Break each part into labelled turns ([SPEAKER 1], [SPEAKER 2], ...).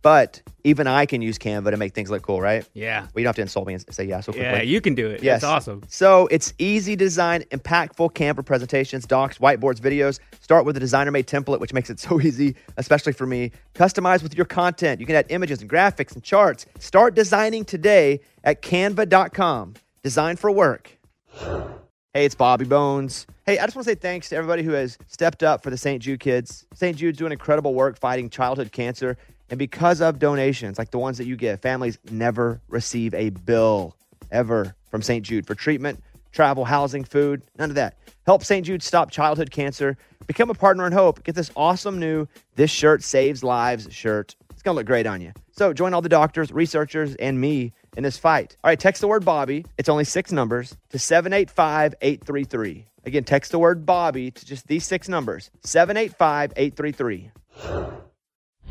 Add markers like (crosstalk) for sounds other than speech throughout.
[SPEAKER 1] But even I can use Canva to make things look cool, right?
[SPEAKER 2] Yeah.
[SPEAKER 1] Well, you don't have to insult me and say yeah so quickly.
[SPEAKER 2] Yeah, you can do it.
[SPEAKER 1] Yes.
[SPEAKER 2] It's awesome.
[SPEAKER 1] So it's easy to design impactful Canva presentations, docs, whiteboards, videos. Start with a designer made template, which makes it (laughs) so easy, especially for me. Customize with your content. You can add images and graphics and charts. Start designing today at canva.com. Design for work. Hey, it's Bobby Bones. Hey, I just want to say thanks to everybody who has stepped up for the St. Jude kids. St. Jude's doing incredible work fighting childhood cancer. And because of donations like the ones that you give, families never receive a bill ever from St. Jude for treatment, travel, housing, food, none of that. Help St. Jude stop childhood cancer. Become a partner in hope. Get this awesome new This Shirt Saves Lives shirt. It's going to look great on you. So join all the doctors, researchers, and me in this fight. All right, text the word Bobby. It's only six numbers to 785 833. Again, text the word Bobby to just these six numbers 785 833.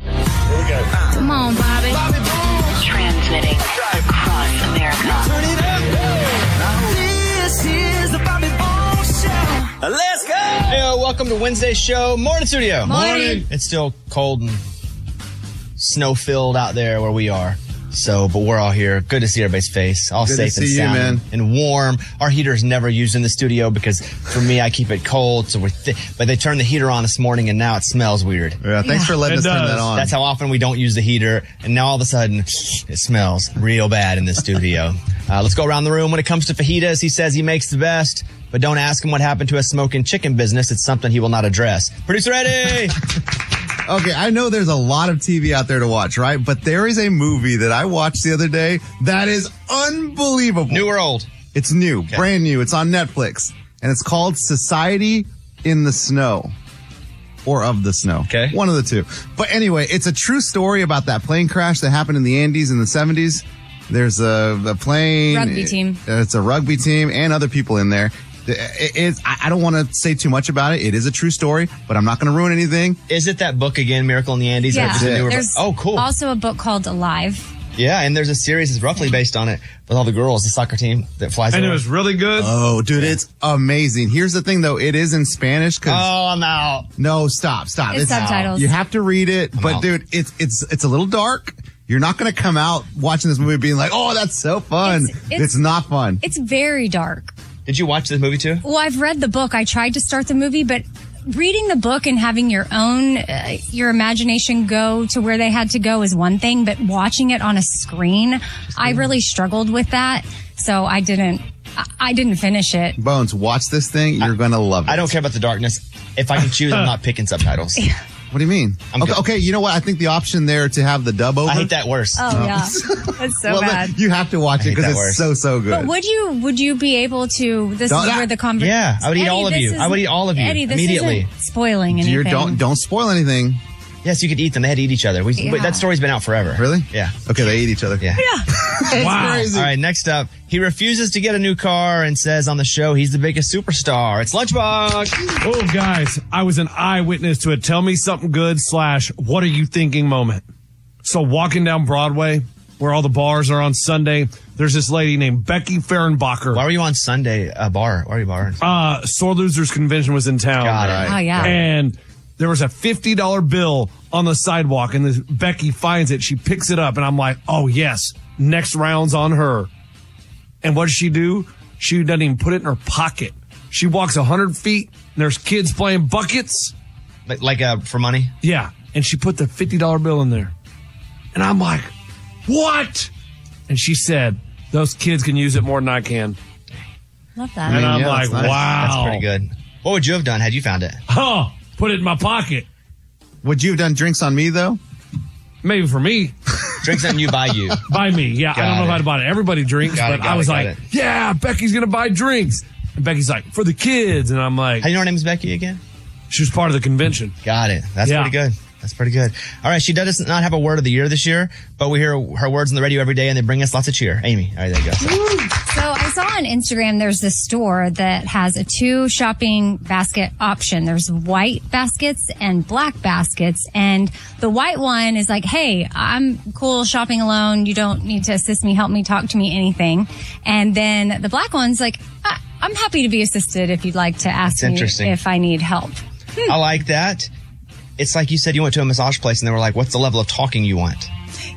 [SPEAKER 3] Come on, Bobby. Transmitting across America.
[SPEAKER 4] Turn it up. This is the Bobby Bones Show.
[SPEAKER 5] Let's go!
[SPEAKER 1] Hey, uh, welcome to Wednesday's show, Morning Studio.
[SPEAKER 3] Morning.
[SPEAKER 1] It's still cold and snow filled out there where we are. So, but we're all here. Good to see everybody's face. All
[SPEAKER 6] Good to
[SPEAKER 1] safe and
[SPEAKER 6] see you,
[SPEAKER 1] sound
[SPEAKER 6] man.
[SPEAKER 1] and warm. Our heater's never used in the studio because for me, I keep it cold. So we're, thi- but they turned the heater on this morning and now it smells weird.
[SPEAKER 6] Yeah, thanks for
[SPEAKER 7] It
[SPEAKER 6] letting us turn
[SPEAKER 7] does.
[SPEAKER 6] that on.
[SPEAKER 1] That's how often we don't use the heater, and now all of a sudden, it smells real bad in the studio. Uh, let's go around the room. When it comes to fajitas, he says he makes the best, but don't ask him what happened to his smoking chicken business. It's something he will not address. Producer Eddie!
[SPEAKER 2] (laughs)
[SPEAKER 6] okay, I know there's a lot of TV out there to watch, right? But there is a movie that I watched the other day that is unbelievable.
[SPEAKER 1] New or old?
[SPEAKER 6] It's new, brand new. It's on Netflix, and it's called Society in the Snow. Or of the snow.
[SPEAKER 1] Okay.
[SPEAKER 6] One of the two. But anyway, it's a true story about that plane crash that happened in the Andes in the 70s. There's a, a plane.
[SPEAKER 8] Rugby team.
[SPEAKER 6] Uh, It's a rugby team and other people in there. It- it's, I I don't want to say too much about it. It is a true story, but I'm not going to ruin anything.
[SPEAKER 1] Is it that book again, Miracle in the Andes? Or just a newer
[SPEAKER 8] There's
[SPEAKER 1] ver- oh, cool.
[SPEAKER 8] Also, a book called Alive.
[SPEAKER 1] yeah, and there's a series that's roughly based on it with all the girls, the soccer team that flies
[SPEAKER 7] And it
[SPEAKER 1] over.
[SPEAKER 7] was really good.
[SPEAKER 6] Oh, dude, it's amazing. Here's the thing though. It is in Spanish because
[SPEAKER 1] Oh, I'm out.
[SPEAKER 6] No, stop, stop.
[SPEAKER 8] It's subtitles.
[SPEAKER 6] You have to read it, but dude, it's it's it's a little dark. You're not going to come out watching this movie being like, "Oh, that's so fun."
[SPEAKER 8] It's-
[SPEAKER 6] It's,
[SPEAKER 8] it's-
[SPEAKER 6] not fun.
[SPEAKER 8] It's very dark.
[SPEAKER 1] Did you watch this movie too?
[SPEAKER 8] Well, I've read the book. I tried to start the movie, but reading the book and having your own uh, your imagination go to where they had to go is one thing, but watching it on a screen, I really struggled with that. So I didn't. I, I didn't finish it.
[SPEAKER 6] Bones, watch this thing. You're going to love it.
[SPEAKER 1] I don't care about the darkness. If
[SPEAKER 6] (laughs)
[SPEAKER 1] I can choose, I'm not picking subtitles.
[SPEAKER 6] What do you mean?
[SPEAKER 1] I'm
[SPEAKER 6] okay,
[SPEAKER 1] good.
[SPEAKER 6] okay, you know what? I think the option there to have the dub over.
[SPEAKER 1] I hate that worse.
[SPEAKER 8] Oh
[SPEAKER 1] (laughs)
[SPEAKER 8] yeah, that's so
[SPEAKER 6] well, then (laughs)
[SPEAKER 8] bad.
[SPEAKER 6] you have to
[SPEAKER 1] I
[SPEAKER 6] watch it
[SPEAKER 1] hate
[SPEAKER 6] because
[SPEAKER 1] that
[SPEAKER 6] it's
[SPEAKER 1] word.
[SPEAKER 6] so so good.
[SPEAKER 8] But would you would you be able to? This
[SPEAKER 6] Don't-
[SPEAKER 8] is where the conversation.
[SPEAKER 1] Yeah, I would eat all of you. I would eat all of you
[SPEAKER 8] Eddie, this
[SPEAKER 1] immediately.
[SPEAKER 8] Isn't spoiling anything.
[SPEAKER 6] Dear, don't
[SPEAKER 8] (laughs)
[SPEAKER 6] don't spoil anything.
[SPEAKER 1] Yes, you could eat them. They had to eat each other. We,
[SPEAKER 8] Yeah.
[SPEAKER 1] wait, that story's been out forever.
[SPEAKER 6] Really?
[SPEAKER 1] Yeah.
[SPEAKER 6] Okay, they eat each other.
[SPEAKER 1] Yeah.
[SPEAKER 8] (laughs)
[SPEAKER 7] wow.
[SPEAKER 1] All right, next up. He refuses to get a new car and says on the show he's the biggest superstar. It's Lunchbox.
[SPEAKER 7] Oh, guys, I was an eyewitness to a tell me something good slash what are you thinking moment. So walking down Broadway, where all the bars are on Sunday, there's this lady named Becky
[SPEAKER 1] Why
[SPEAKER 7] Fehrenbacher.
[SPEAKER 1] were you on Sunday uh, bar? Why were you barring?
[SPEAKER 7] Uh, Sore Losers Convention was in town.
[SPEAKER 1] Got it.
[SPEAKER 8] Oh yeah.
[SPEAKER 7] And there was a $50 bill on the sidewalk, and this Becky finds it. She picks it up, and I'm like, oh, yes, next round's on her. And what does she do? She doesn't even put it in her pocket. She walks 100 feet, and there's kids playing buckets.
[SPEAKER 1] Like, like uh, for money?
[SPEAKER 7] Yeah. And she put the $50 bill in there. And I'm like, what? And she said, those kids can use it more than I can.
[SPEAKER 8] Love
[SPEAKER 7] And
[SPEAKER 8] that.
[SPEAKER 6] mean,
[SPEAKER 7] I'm
[SPEAKER 6] yeah,
[SPEAKER 7] like,
[SPEAKER 6] that's nice.
[SPEAKER 7] wow.
[SPEAKER 1] That's pretty good. What would you have done had you found it?
[SPEAKER 7] Huh. put it in my pocket.
[SPEAKER 6] Would you have done drinks on me though?
[SPEAKER 7] Maybe for me,
[SPEAKER 1] Drinks on you by
[SPEAKER 7] (laughs)
[SPEAKER 1] you.
[SPEAKER 7] by me. Yeah, I
[SPEAKER 1] Got
[SPEAKER 7] don't know
[SPEAKER 1] it.
[SPEAKER 7] if I'd buy it. Everybody drinks,
[SPEAKER 1] Got it,
[SPEAKER 7] but
[SPEAKER 1] got
[SPEAKER 7] I
[SPEAKER 1] it,
[SPEAKER 7] was
[SPEAKER 1] got
[SPEAKER 7] like,
[SPEAKER 1] it.
[SPEAKER 7] yeah, Becky's gonna buy drinks. And Becky's like, for the kids, and I'm like,
[SPEAKER 1] How do you know her name's Becky again?
[SPEAKER 7] she was part of the convention.
[SPEAKER 1] Got it. That's
[SPEAKER 7] Yeah.
[SPEAKER 1] pretty good. That's pretty good. All right, she does not have a word of the year this year, but we hear her words on the radio every day, and they bring us lots of cheer. Amy, all right, there you go.
[SPEAKER 8] (laughs)
[SPEAKER 1] So,
[SPEAKER 8] So I saw on Instagram there's this store that has a two shopping basket option. There's white baskets and black baskets. And the white one is like, Hey, I'm cool shopping alone. You don't need to assist me, help me, talk to me, anything. And then the black one's like, I- I'm happy to be assisted if you'd like to ask
[SPEAKER 1] That's
[SPEAKER 8] me
[SPEAKER 1] interesting.
[SPEAKER 8] if I need help.
[SPEAKER 1] I like that. It's like you said you went to a massage place, and they were like, "What's the level of talking you want?"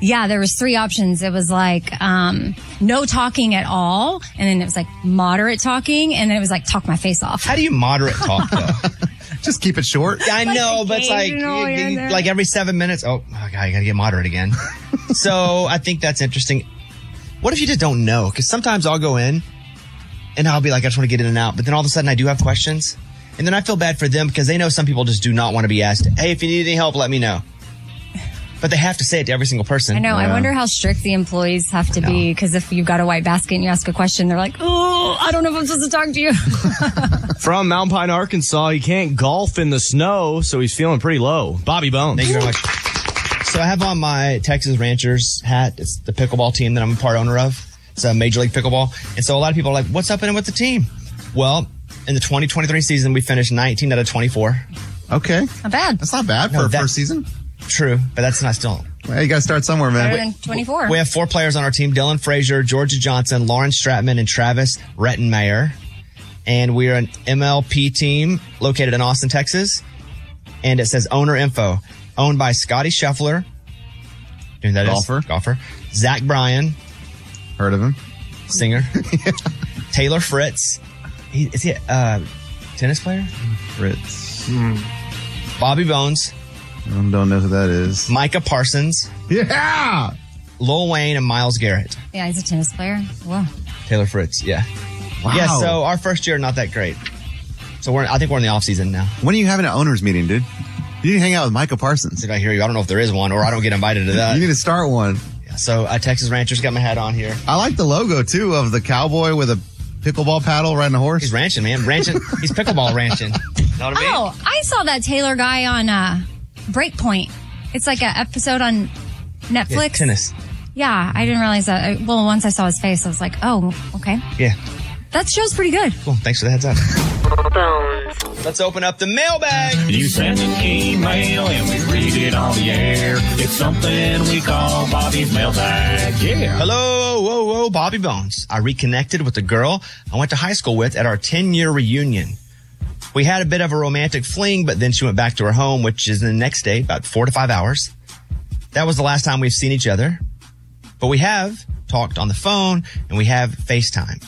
[SPEAKER 8] Yeah, there was three options. It was like um, no talking at all, and then it was like moderate talking, and then it was like talk my face off.
[SPEAKER 1] How do you moderate talk though?
[SPEAKER 6] (laughs) Just keep it short.
[SPEAKER 1] I know, but it's like
[SPEAKER 8] occasional,
[SPEAKER 1] you-
[SPEAKER 8] yeah,
[SPEAKER 1] you-
[SPEAKER 8] there.
[SPEAKER 1] like every seven minutes. Oh, oh God, I gotta get moderate
[SPEAKER 6] (laughs)
[SPEAKER 1] again. so I think that's interesting. What if you just don't know? Because sometimes I'll go in and I'll be like, I just want to get in and out, but then all of a sudden I do have questions, and then I feel bad for them because they know some people just do not want to be asked. Hey, if you need any help, let me know. But they have to say it to every single person.
[SPEAKER 8] I know. I wonder how strict the employees have to be because if you've got a white basket and you ask a question, they're like, "Oh, I don't know if I'm supposed to talk to you."
[SPEAKER 9] (laughs)
[SPEAKER 8] (laughs)
[SPEAKER 9] From Mount Pine, Arkansas, he can't golf in the snow, so he's feeling pretty low. Bobby Bones.
[SPEAKER 1] Thank you very much. So I have on my Texas Ranchers hat. It's the pickleball team that I'm a part owner of. It's a Major League Pickleball. And so a lot of people are like, what's happening with the team? Well, in the 2023 season, we finished 19 out of 24.
[SPEAKER 6] Okay.
[SPEAKER 8] Not bad.
[SPEAKER 6] That's not bad
[SPEAKER 1] No,
[SPEAKER 6] for a
[SPEAKER 1] that-
[SPEAKER 6] first season.
[SPEAKER 1] True, but that's not still.
[SPEAKER 6] Well, you got to start somewhere, man.
[SPEAKER 8] Better than 24.
[SPEAKER 1] We have four players on our team Dylan Frazier, Georgia Johnson, Lauren Stratman, and Travis Rettenmeyer. And we are an MLP team located in Austin, Texas. And it says owner info owned by Scotty Scheffler. you know who that is?
[SPEAKER 6] Golfer.
[SPEAKER 1] Golfer. Zach Bryan,
[SPEAKER 6] Heard of him? (laughs)
[SPEAKER 1] singer. Taylor Fritz. He, is he a uh, tennis player? Hmm.
[SPEAKER 6] Fritz.
[SPEAKER 1] Bobby Bones,
[SPEAKER 6] I don't know who that is.
[SPEAKER 1] Micah Parsons,
[SPEAKER 6] Yeah.
[SPEAKER 1] Lil Wayne, and Miles Garrett.
[SPEAKER 8] yeah, he's a tennis player. Wow.
[SPEAKER 1] Taylor Fritz, yeah.
[SPEAKER 6] Wow.
[SPEAKER 1] Yeah, so our first year, not that great. So we're, I think we're in the off season now.
[SPEAKER 6] when are you having an owners meeting, dude? You need to hang out with Micah Parsons.
[SPEAKER 1] If I hear you, I don't know if there is one or I don't get invited to
[SPEAKER 6] (laughs) You need
[SPEAKER 1] that.
[SPEAKER 6] to start one.
[SPEAKER 1] So uh, Texas Ranchers got my hat on here.
[SPEAKER 6] I like the logo too of the cowboy with a pickleball paddle riding a horse.
[SPEAKER 1] He's ranching, man. Ranching. He's pickleball
[SPEAKER 6] (laughs)
[SPEAKER 1] ranching. Know what I mean?
[SPEAKER 8] Oh, I saw that Taylor guy on uh, Breakpoint. It's like an episode on
[SPEAKER 1] Yeah,
[SPEAKER 8] Netflix.
[SPEAKER 1] tennis.
[SPEAKER 8] Yeah, I didn't realize that. I, well, once I saw his face, I was like, "Oh, okay,
[SPEAKER 1] Yeah.
[SPEAKER 8] that show's pretty good."
[SPEAKER 1] Cool. Thanks for the heads up. Let's open up the mailbag.
[SPEAKER 10] You send an email and we read it on the air. It's something we call Bobby's mailbag. Yeah.
[SPEAKER 1] Hello, whoa, whoa, Bobby Bones. I reconnected with the girl I went to high school with at our 10 year reunion. We had a bit of a romantic fling, but then she went back to her home, which is the next day, about four to five hours. That was the last time we've seen each other, but we have talked on the phone and we have FaceTime.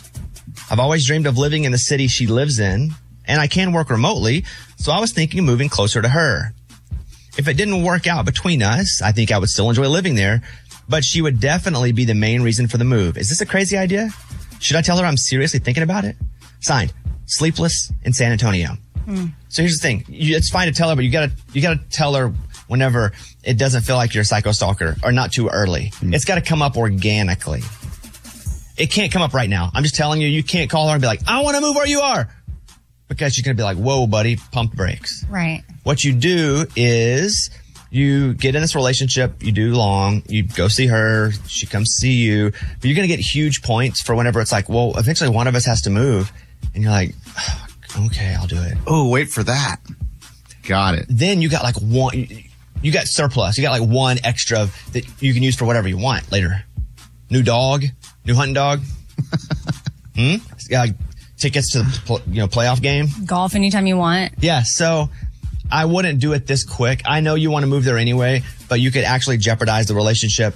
[SPEAKER 1] I've always dreamed of living in the city she lives in, and I can work remotely, so I was thinking of moving closer to her if it didn't work out between us, I think I would still enjoy living there, but she would definitely be the main reason for the move. Is this a crazy idea? Should I tell her I'm seriously thinking about it? Signed, sleepless in San Antonio. So here's the thing. You, it's fine to tell her, but you gotta, you gotta tell her whenever it doesn't feel like you're a psycho stalker or not too early. It's gotta come up organically. It can't come up right now. I'm just telling you, you can't call her and be like, I wanna move where you are. Because she's gonna be like, whoa, buddy, pump brakes
[SPEAKER 8] Right.
[SPEAKER 1] what you do is you get in this relationship, you do long, you go see her, she comes see you, but you're going to get huge points for whenever it's like, well, eventually one of us has to move. And you're like, okay, I'll do it.
[SPEAKER 6] Oh, wait for that. Got it.
[SPEAKER 1] Then you got like one, you got surplus, you got like one extra that you can use for whatever you want later. New dog, new hunting
[SPEAKER 6] (laughs)
[SPEAKER 1] dog, hmm? Uh, tickets to the pl- you know playoff game.
[SPEAKER 8] Golf anytime you want.
[SPEAKER 1] Yeah, so I wouldn't do it this quick. I know you want to move there anyway, but you could actually jeopardize the relationship,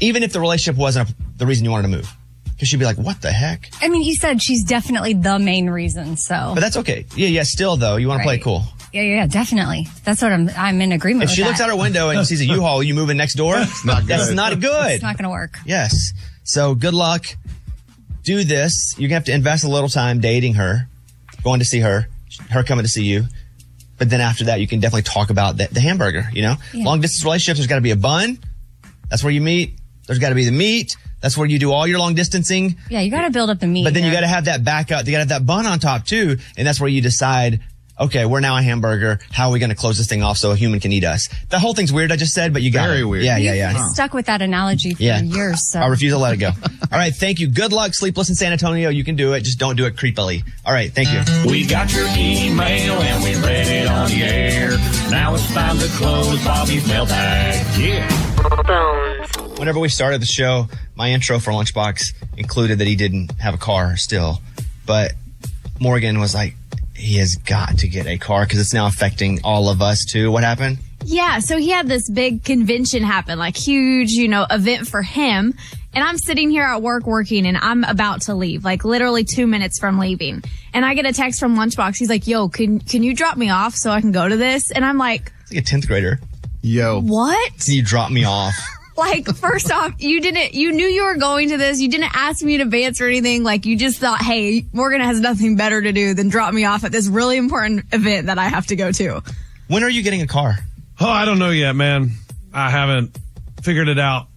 [SPEAKER 1] even if the relationship wasn't a, the reason you wanted to move. Because she'd be like, what the heck?
[SPEAKER 8] I mean, he said she's definitely the main reason. So
[SPEAKER 1] But that's okay. Yeah, yeah, still though, you want to play it
[SPEAKER 8] Oh. Right.
[SPEAKER 1] cool.
[SPEAKER 8] Yeah, yeah, yeah, definitely. That's what I'm. I'm in agreement.
[SPEAKER 1] If
[SPEAKER 8] with
[SPEAKER 1] she
[SPEAKER 8] that.
[SPEAKER 1] looks out her window and sees a U-Haul, you moving next door?
[SPEAKER 6] not
[SPEAKER 1] That's
[SPEAKER 6] good.
[SPEAKER 1] not good.
[SPEAKER 8] it's not going to work.
[SPEAKER 1] Yes. So good luck. Do this. You're gonna have to invest a little time dating her, going to see her, her coming to see you. But then after that, you can definitely talk about the, the hamburger, you know?
[SPEAKER 11] Yeah.
[SPEAKER 1] Long distance relationships, there's got to be a bun. That's where you meet. There's got to be the meat. That's where you do all your long distancing.
[SPEAKER 8] Yeah, you got to build up the meat.
[SPEAKER 1] But then you
[SPEAKER 8] here.
[SPEAKER 1] got to have that back up. You got to have that bun on top too. And that's where you decide, okay, we're now a hamburger. How are we going to close this thing off so a human can eat us? The whole thing's weird. I just said, but you got very weird. Yeah, yeah, yeah.
[SPEAKER 8] You've Stuck with that analogy for
[SPEAKER 1] Yeah.
[SPEAKER 8] years. So.
[SPEAKER 1] I refuse to let it go. All right. Thank you. Good luck. Sleepless in San Antonio. You can do it. Just don't do it creepily. All right. Thank you.
[SPEAKER 10] We got your email and we read it on the air. Now it's time to close Bobby's mailbag. Yeah.
[SPEAKER 1] Whenever we started the show, my intro for Lunchbox included that he didn't have a car still, but Morgan was like, he has got to get a car because it's now affecting all of us too. What happened?
[SPEAKER 12] Yeah, so he had this big convention happen, like huge, you know, event for him. And I'm sitting here at work working and I'm about to leave, like literally two minutes from leaving. And I get a text from Lunchbox. He's like, yo, can, can you drop me off so I can go to this? And I'm like,
[SPEAKER 1] It's like a 10th grader. Yo.
[SPEAKER 12] What? (laughs)
[SPEAKER 1] So you dropped me off.
[SPEAKER 12] like, first off, you didn't, you knew you were going to this. You didn't ask me in advance or anything. Like you just thought, Hey, Morgan has nothing better to do than drop me off at this really important event that I have to go to.
[SPEAKER 1] When are you getting a car?
[SPEAKER 7] Oh, I don't know yet, man. I haven't figured it out.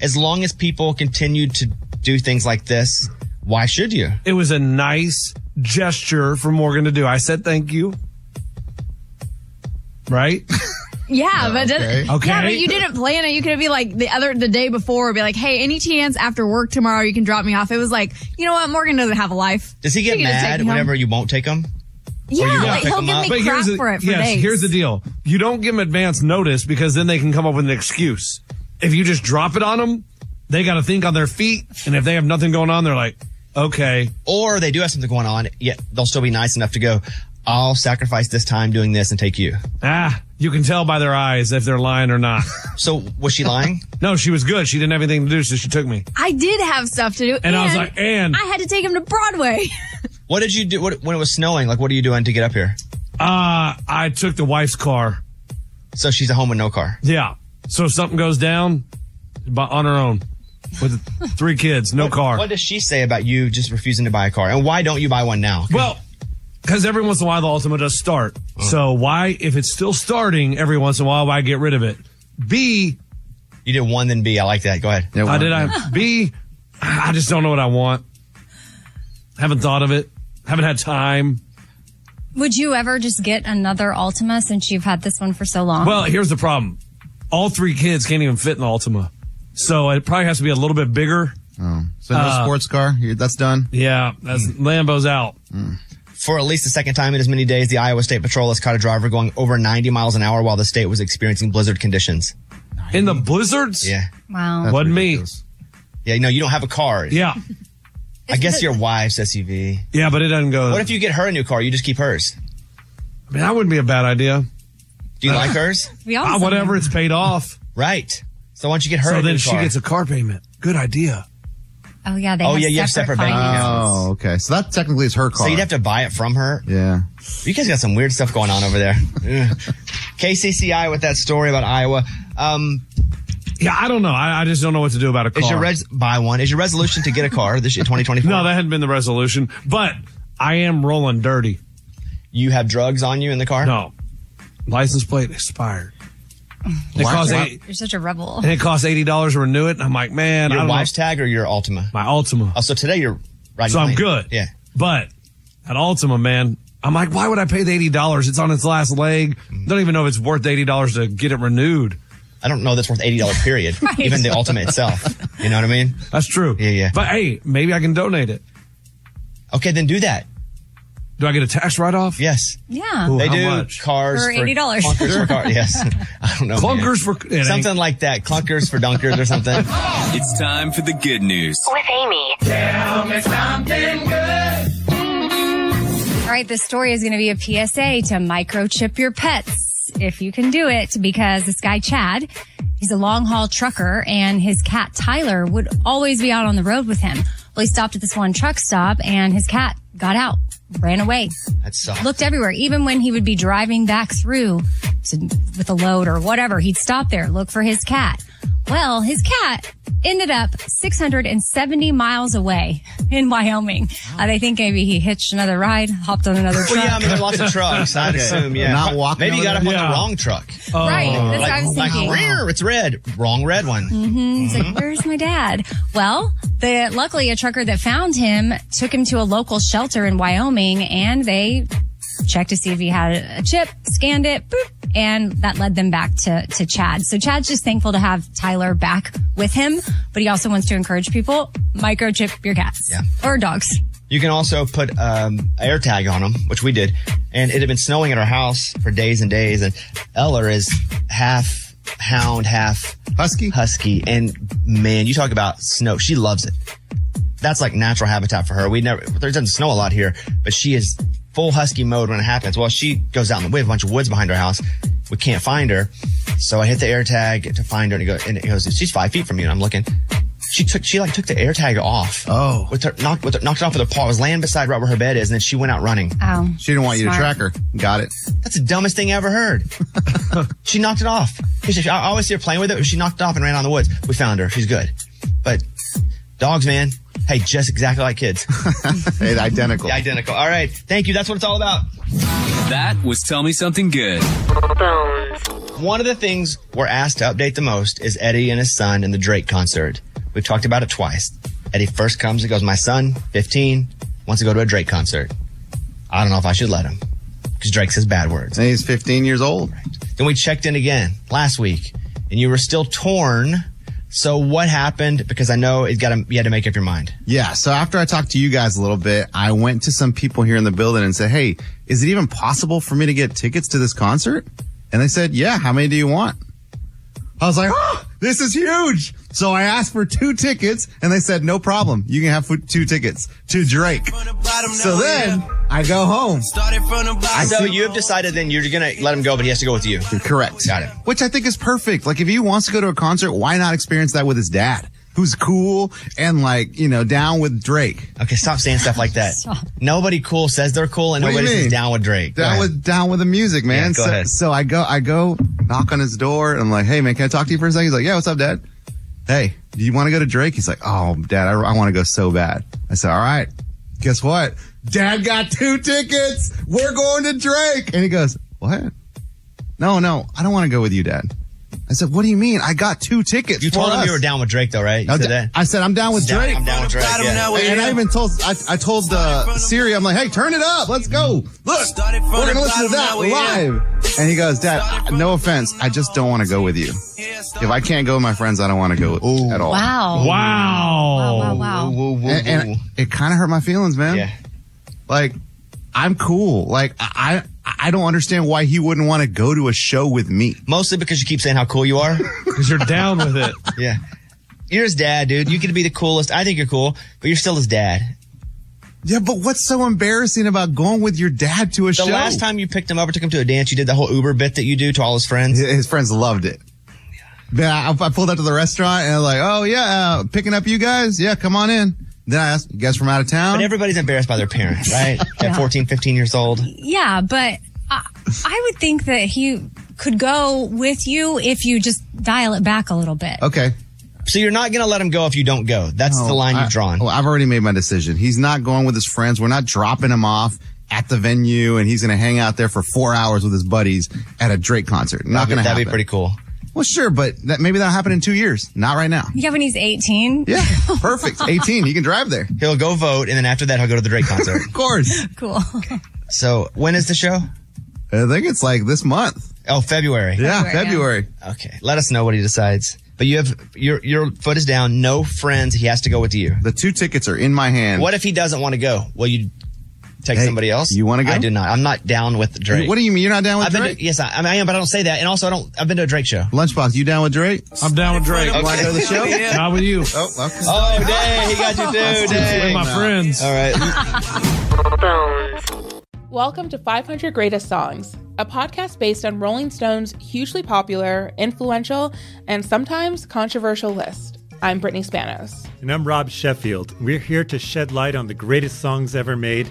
[SPEAKER 1] As long as people continue to do things like this, why should you?
[SPEAKER 7] It was a nice gesture for Morgan to do. I said thank you. Right?
[SPEAKER 12] Yeah,
[SPEAKER 1] Oh,
[SPEAKER 12] but does-
[SPEAKER 7] okay. Okay.
[SPEAKER 12] yeah, but you didn't plan it. You could have been like the other the day before, be like, "Hey, any chance after work tomorrow you can drop me off?" It was like, you know what, Morgan doesn't have a life.
[SPEAKER 1] Does he get
[SPEAKER 12] She can just take
[SPEAKER 1] mad
[SPEAKER 12] him home.
[SPEAKER 1] whenever you won't take him?
[SPEAKER 12] Yeah,
[SPEAKER 1] you gotta
[SPEAKER 12] like
[SPEAKER 1] pick
[SPEAKER 12] he'll
[SPEAKER 1] him
[SPEAKER 12] give
[SPEAKER 1] up?
[SPEAKER 12] me
[SPEAKER 1] But
[SPEAKER 12] crap
[SPEAKER 1] here's
[SPEAKER 7] the-
[SPEAKER 12] for it for
[SPEAKER 7] yes,
[SPEAKER 12] days.
[SPEAKER 7] here's the deal. You don't give them advance notice because then they can come up with an excuse. If you just drop it on them, they got to think on their feet. And if they have nothing going on, they're like, "Oh, okay.
[SPEAKER 1] Or they do have something going on, yet they'll still be nice enough to go, I'll sacrifice this time doing this and take you.
[SPEAKER 7] ah, you can tell by their eyes if they're lying or not.
[SPEAKER 1] (laughs) So was she lying?
[SPEAKER 7] no, she was good. She didn't have anything to do, so she took me.
[SPEAKER 12] I did have stuff to do, and,
[SPEAKER 7] And I was like, and-
[SPEAKER 12] I had to take him to Broadway. (laughs)
[SPEAKER 1] What did you do what, when it was snowing? Like, what are you doing to get up here?
[SPEAKER 7] Uh, I took the wife's car.
[SPEAKER 1] So she's at home with no car.
[SPEAKER 7] Yeah. So if something goes down, bu- on her own with three kids, no car.
[SPEAKER 1] What does she say about you just refusing to buy a car? And why don't you buy one now?
[SPEAKER 7] Well, because every once in a while the Ultima does start.
[SPEAKER 1] Uh-huh.
[SPEAKER 7] So why, if it's still starting every once in a while, why get rid of it? B.
[SPEAKER 1] You did one, then B. I like that. Go ahead.
[SPEAKER 7] I did. I B. I just don't know what I want. Haven't thought of it. Haven't had time.
[SPEAKER 8] Would you ever just get another Altima since you've had this one for so long?
[SPEAKER 7] Well, here's the problem. All three kids can't even fit in the Ultima, so it probably has to be a little bit bigger.
[SPEAKER 6] Oh, (laughs) so no
[SPEAKER 7] Uh,
[SPEAKER 6] sports car. You- That's done.
[SPEAKER 7] Yeah, that's
[SPEAKER 1] Hmm.
[SPEAKER 7] Lambo's out.
[SPEAKER 1] For at least the second time in as many days, the Iowa State Patrol has caught a driver going over 90 miles an hour while the state was experiencing blizzard conditions.
[SPEAKER 7] In the blizzards?
[SPEAKER 1] Yeah.
[SPEAKER 8] Wow.
[SPEAKER 7] Wasn't me.
[SPEAKER 1] Yeah, no, you don't have a car.
[SPEAKER 7] Yeah.
[SPEAKER 1] I guess your wife's SUV.
[SPEAKER 7] Yeah, but it doesn't go.
[SPEAKER 1] What if you get her a new car? You just keep hers.
[SPEAKER 7] I mean, that wouldn't be a bad idea. (laughs)
[SPEAKER 1] Do you like hers?
[SPEAKER 8] We
[SPEAKER 7] Ah, whatever, it's paid off.
[SPEAKER 1] Right. So once you get her,
[SPEAKER 7] so
[SPEAKER 1] a
[SPEAKER 7] then
[SPEAKER 1] new
[SPEAKER 7] she
[SPEAKER 1] car-
[SPEAKER 7] gets a car payment. Good idea.
[SPEAKER 8] oh yeah, they
[SPEAKER 1] Oh,
[SPEAKER 8] have
[SPEAKER 1] yeah, you have
[SPEAKER 8] separate,
[SPEAKER 1] separate bank
[SPEAKER 8] finances.
[SPEAKER 6] Oh, okay. So that technically is her
[SPEAKER 1] So
[SPEAKER 6] car.
[SPEAKER 1] you'd have to buy it from her.
[SPEAKER 6] yeah.
[SPEAKER 1] You guys got some weird stuff going on
[SPEAKER 7] (laughs)
[SPEAKER 1] over there. Ugh. KCCI with that story about Iowa. Um,
[SPEAKER 7] yeah, I don't know. I, I just don't know what to do about a
[SPEAKER 1] Is
[SPEAKER 7] car.
[SPEAKER 1] your res- buy one? Is your resolution to get a car this year, 2024?
[SPEAKER 7] No, that hadn't been the resolution, but I am rolling dirty.
[SPEAKER 1] You have drugs on you in the car?
[SPEAKER 7] No. License plate expired. It costs eight,
[SPEAKER 8] You're such a rebel.
[SPEAKER 7] (laughs) and it costs eighty dollars to renew it. And I'm like, man, I
[SPEAKER 1] your
[SPEAKER 7] don't know.
[SPEAKER 1] wife's tag or your Altima?
[SPEAKER 7] My Altima.
[SPEAKER 1] Oh, so today you're riding.
[SPEAKER 7] so I'm
[SPEAKER 1] lane.
[SPEAKER 7] good.
[SPEAKER 1] Yeah.
[SPEAKER 7] But at Ultima, man, I'm like, why would I pay the eighty dollars? It's on its last leg. Don't even know if it's worth eighty dollars to get it renewed.
[SPEAKER 1] Mm-hmm. I don't know that's worth eighty dollars.
[SPEAKER 7] (laughs)
[SPEAKER 1] Period. Even the Ultima itself. You know what I mean?
[SPEAKER 7] That's true.
[SPEAKER 1] Yeah, yeah.
[SPEAKER 7] But hey, maybe I can donate it.
[SPEAKER 1] Okay, then do that.
[SPEAKER 7] Do I get a tax write off?
[SPEAKER 1] Yes.
[SPEAKER 8] Yeah.
[SPEAKER 1] they do cars
[SPEAKER 8] For $80.
[SPEAKER 1] clunkers (laughs) for
[SPEAKER 7] (laughs)
[SPEAKER 1] car- yes. I don't know.
[SPEAKER 7] Clunkers
[SPEAKER 1] man.
[SPEAKER 7] for- it ain't-
[SPEAKER 1] something like that. Clunkers for dunkers
[SPEAKER 7] (laughs)
[SPEAKER 1] or something.
[SPEAKER 13] It's time for the good news.
[SPEAKER 14] With Amy. Tell me something good.
[SPEAKER 8] All right, this story is going to be a PSA to microchip your pets if you can do it because this guy, Chad, he's a long haul trucker and his cat, Tyler, would always be out on the road with him. Well, he stopped at this one truck stop and his cat got out, ran away.
[SPEAKER 1] That sucks.
[SPEAKER 8] Looked everywhere. Even when he would be driving back through to, with a load or whatever, he'd stop there, look for his cat. Well, his cat ended up 670 miles away in Wyoming. Uh, they think maybe he hitched another ride, hopped on another truck.
[SPEAKER 1] Well, yeah, I mean, there are lots of trucks. I'd
[SPEAKER 6] Okay.
[SPEAKER 1] assume, yeah.
[SPEAKER 6] Not walking
[SPEAKER 1] Maybe you
[SPEAKER 6] over
[SPEAKER 1] got up
[SPEAKER 6] there?
[SPEAKER 1] on
[SPEAKER 6] Yeah.
[SPEAKER 1] the wrong truck.
[SPEAKER 8] Right, that's what
[SPEAKER 1] like,
[SPEAKER 8] I was
[SPEAKER 1] like,
[SPEAKER 8] thinking.
[SPEAKER 1] "Rear, it's red. Wrong red one.
[SPEAKER 8] hmm He's
[SPEAKER 6] Mm-hmm.
[SPEAKER 8] like, "Where's my dad?" Well, the luckily a trucker that found him took him to a local shelter in Wyoming, and they checked to see if he had a chip, scanned it, boop, and that led them back to to Chad. So Chad's just thankful to have Tyler back with him, but he also wants to encourage people microchip your cats or dogs.
[SPEAKER 1] You can also put um, air tag on them, which we did. And it had been snowing at our house for days and days. And Eller is half hound, half husky. Husky. And man, you talk about snow. She loves it. That's like natural habitat for her. We never, there doesn't snow a lot here, but she is full husky mode when it happens. Well, she goes out in the, we have a bunch of woods behind our house. We can't find her. So I hit the air tag to find her and it, go, and it goes, she's five feet from you. And I'm looking. She took, she like took the air tag off. Oh. With her, knocked, with her, knocked it off with her paw. It was laying beside right where her bed is. And then she went out running.
[SPEAKER 8] Oh,
[SPEAKER 1] She didn't
[SPEAKER 6] want you to track
[SPEAKER 1] her. Got it. That's the dumbest thing I ever (laughs) heard. she knocked it off. She- I always see her playing with it. She knocked it off and ran out in the woods. We found her. She's good. But dogs, man. Hey, just exactly like (laughs) kids. identical. Identical. All right. Thank you. That's what it's all about.
[SPEAKER 13] That was Tell Me Something Good.
[SPEAKER 1] One of the things we're asked to update the most is Eddie and his son in the Drake concert. We've talked about it twice. Eddie first comes and goes, My son, 15, wants to go to a Drake concert. I don't know if I should let him because Drake says bad words. And he's 15 years old. Then we checked in again last week and you were still torn. So what happened? Because I know it got to, you had to make up your mind.
[SPEAKER 6] Yeah. So after I talked to you guys a little bit, I went to some people here in the building and said, Hey, is it even possible for me to get tickets to this concert? And they said, Yeah. How many do you want? I was like, Oh, this is huge. So I asked for two tickets and they said, No problem. You can have fu- two tickets to Drake. So then I go home.
[SPEAKER 1] so you have decided then you're going to let him go, but he has to go with you.
[SPEAKER 6] Correct.
[SPEAKER 1] Got it.
[SPEAKER 6] which I think is perfect. Like, if he wants to go to a concert, why not experience that with his dad, who's cool and like, you know, down with Drake.
[SPEAKER 1] Okay, stop saying stuff like that. Nobody cool says they're cool, and
[SPEAKER 6] What do you
[SPEAKER 1] nobody says
[SPEAKER 6] mean?
[SPEAKER 1] down with Drake. Go
[SPEAKER 6] Down
[SPEAKER 1] ahead.
[SPEAKER 6] with down with the music,
[SPEAKER 1] Yeah,
[SPEAKER 6] man.
[SPEAKER 1] go
[SPEAKER 6] so,
[SPEAKER 1] ahead.
[SPEAKER 6] so I go, I go knock on his door and I'm like, hey man, can I talk to you for a second? He's like, yeah, what's up, dad? Hey, do you want to go to Drake? He's like, oh, dad, I, want to go so bad. I said, all right, guess what? Dad got two tickets. We're going to Drake. And he goes, what? No, no, I don't want to go with you, dad. I said, what do you mean? I got two tickets.
[SPEAKER 1] You
[SPEAKER 6] for
[SPEAKER 1] told him
[SPEAKER 6] us."
[SPEAKER 1] you were down with Drake, though, right? You
[SPEAKER 6] I
[SPEAKER 1] said
[SPEAKER 6] d-
[SPEAKER 1] that.
[SPEAKER 6] I said, I'm down with
[SPEAKER 1] Down-
[SPEAKER 6] Drake.
[SPEAKER 1] I'm down with Drake. Yeah.
[SPEAKER 6] And I even told I, I told uh, Siri, I'm like, hey, turn it up, let's go. Look, we're gonna listen to that live. And he goes, Dad, I- no offense, I just don't want to go with you. If I can't go with my friends, I don't want to go with, at all.
[SPEAKER 8] Wow. Wow. Wow, wow, wow.
[SPEAKER 6] And, and it kind of hurt my feelings, man. Yeah. Like, I'm cool. Like, I I I don't understand why he wouldn't want to go to a show with me.
[SPEAKER 1] Mostly because you keep saying how cool you
[SPEAKER 6] (laughs)
[SPEAKER 1] are.
[SPEAKER 6] Because you're down with it.
[SPEAKER 1] Yeah. You're his dad, dude. You could be the coolest. I think you're cool, but you're still his dad.
[SPEAKER 6] Yeah, but what's so embarrassing about going with your dad to a
[SPEAKER 1] The
[SPEAKER 6] show?
[SPEAKER 1] last time you picked him up or took him to a dance, you did the whole Uber bit that you do to all his friends.
[SPEAKER 6] His friends loved it. Then I, I pulled up to the restaurant and like, oh yeah, uh, picking up you guys. Yeah, come on in. Then I asked, you guys from out of town?
[SPEAKER 1] But everybody's embarrassed by their
[SPEAKER 6] (laughs)
[SPEAKER 1] parents, right? At
[SPEAKER 8] Yeah.
[SPEAKER 1] 14, 15 years old.
[SPEAKER 8] Yeah, but I, I would think that he could go with you if you just dial it back a little bit.
[SPEAKER 6] Okay.
[SPEAKER 1] So you're not going to let him go if you don't go. That's the line you've drawn.
[SPEAKER 6] Well, I've already made my decision. He's not going with his friends. We're not dropping him off at the venue and he's going to hang out there for four hours with his buddies at a Drake concert.
[SPEAKER 1] That'd
[SPEAKER 6] Not
[SPEAKER 1] be-
[SPEAKER 6] going to happen.
[SPEAKER 1] that'd be pretty cool.
[SPEAKER 6] Well, sure, but that maybe that'll happen in two years. Not right now.
[SPEAKER 8] Yeah, when he's 18. (laughs)
[SPEAKER 6] Yeah. Perfect. 18. He can drive there.
[SPEAKER 1] He'll go vote, and then after that, he'll go to the Drake concert.
[SPEAKER 6] (laughs) of course.
[SPEAKER 8] (laughs) Cool.
[SPEAKER 1] So when is the show?
[SPEAKER 6] I think it's like this month.
[SPEAKER 1] Oh, February.
[SPEAKER 6] Yeah, February,
[SPEAKER 1] Okay. Let us know what he decides. But you have your your foot is down. No friends. He has to go with you.
[SPEAKER 6] The two tickets are in my hand.
[SPEAKER 1] What if he doesn't want to go? Will you take
[SPEAKER 6] Hey,
[SPEAKER 1] somebody else?
[SPEAKER 6] you wanna go?
[SPEAKER 1] I do not. I'm not down with Drake.
[SPEAKER 6] What do you mean you're not down with
[SPEAKER 1] I've been
[SPEAKER 6] Drake?
[SPEAKER 1] to- yes, I, I, mean, I am, but I don't say that. And also, I don't. I've been to a Drake show.
[SPEAKER 6] Lunchbox, you down with Drake?
[SPEAKER 7] I'm down with Drake.
[SPEAKER 1] Okay.
[SPEAKER 6] Want to go to the show?
[SPEAKER 1] (laughs) Yeah. Not
[SPEAKER 7] with you.
[SPEAKER 6] Oh, okay.
[SPEAKER 1] Oh, dang. He got
[SPEAKER 7] (laughs)
[SPEAKER 1] you, dude. Dang.
[SPEAKER 7] my friends.
[SPEAKER 1] All right.
[SPEAKER 11] Welcome to 500 Greatest Songs, a podcast based on Rolling Stone's hugely popular, influential, and sometimes controversial list. I'm Brittany Spanos.
[SPEAKER 15] And I'm Rob Sheffield. We're here to shed light on the greatest songs ever made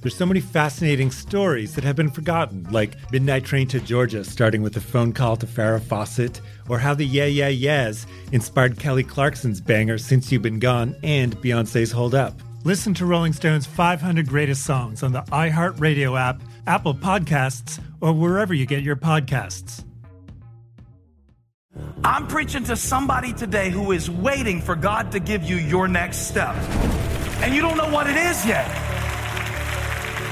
[SPEAKER 15] There's so many fascinating stories that have been forgotten, like Midnight Train to Georgia starting with a phone call to Farrah Fawcett, or how the Yeah Yeah Yeahs inspired Kelly Clarkson's banger Since You've Been Gone and Beyonce's Hold Up.
[SPEAKER 3] Listen to Rolling Stone's 500 Greatest Songs on the iHeartRadio app, Apple Podcasts, or wherever you get your podcasts.
[SPEAKER 4] I'm preaching to somebody today who is waiting for God to give you your next step. And you don't know what it is yet.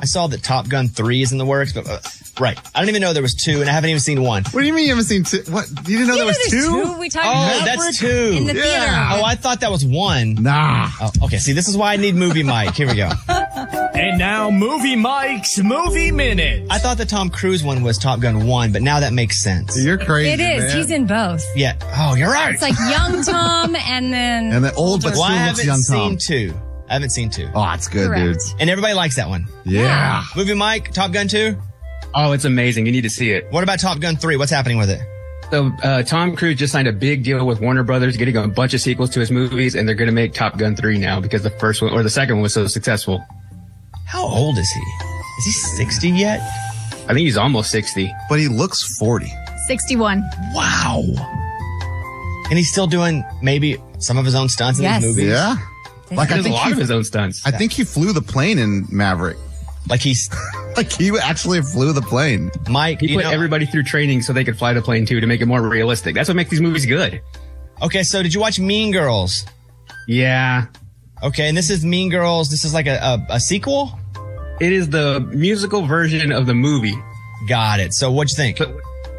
[SPEAKER 1] I saw that Top Gun 3 is in the works, but uh, right. I don't even know there was two, and I haven't even seen one.
[SPEAKER 6] What do you mean you haven't seen two? What? You didn't know there was two?
[SPEAKER 8] We
[SPEAKER 1] Oh,
[SPEAKER 8] talked about
[SPEAKER 1] that's two.
[SPEAKER 8] Maverick in the
[SPEAKER 1] Yeah. Oh,
[SPEAKER 8] theater.
[SPEAKER 1] I thought that was one. Nah. Oh, okay, see, this is why I need Movie Mike. Here we go.
[SPEAKER 9] (laughs) And now, Movie Mike's Movie Minute.
[SPEAKER 1] I thought the Tom Cruise one was Top Gun 1, but now that makes sense. You're
[SPEAKER 8] It is. He's in both.
[SPEAKER 1] Yeah. Oh, you're right.
[SPEAKER 8] It's like young Tom and then
[SPEAKER 1] Well, I haven't
[SPEAKER 8] Tom.
[SPEAKER 1] seen two. I haven't seen two.
[SPEAKER 6] Oh, it's
[SPEAKER 1] good,
[SPEAKER 8] Correct.
[SPEAKER 1] dude. And everybody likes that one.
[SPEAKER 6] Yeah. Yeah.
[SPEAKER 1] Movie Mike, Top Gun 2?
[SPEAKER 16] Oh, it's amazing. You need to see it.
[SPEAKER 1] What about Top Gun 3? What's happening with it?
[SPEAKER 16] So, uh, Tom Cruise just signed a big deal with Warner Brothers, getting a bunch of sequels to his movies, and they're going to make Top Gun 3 now because the first one or the second one was so successful.
[SPEAKER 1] How old is he? Is he 60 yet?
[SPEAKER 16] I think he's almost 60.
[SPEAKER 6] But he looks 40.
[SPEAKER 12] 61.
[SPEAKER 1] Wow. And he's still doing maybe some of his own stunts in
[SPEAKER 12] Yes.
[SPEAKER 1] these movies.
[SPEAKER 6] Yeah.
[SPEAKER 16] of his own stunts.
[SPEAKER 6] I think he flew the plane in Maverick.
[SPEAKER 1] Like he's
[SPEAKER 6] (laughs) like he actually flew the plane.
[SPEAKER 1] Mike,
[SPEAKER 16] He
[SPEAKER 1] you
[SPEAKER 16] put
[SPEAKER 1] know-
[SPEAKER 16] everybody through training so they could fly the plane too to make it more realistic. That's what makes these movies good.
[SPEAKER 1] Okay, so did you watch Mean Girls?
[SPEAKER 16] Yeah.
[SPEAKER 1] Okay, and this is Mean Girls. This is like a, a, a sequel?
[SPEAKER 16] It is the musical version of the movie.
[SPEAKER 1] Got it. So what'd you think?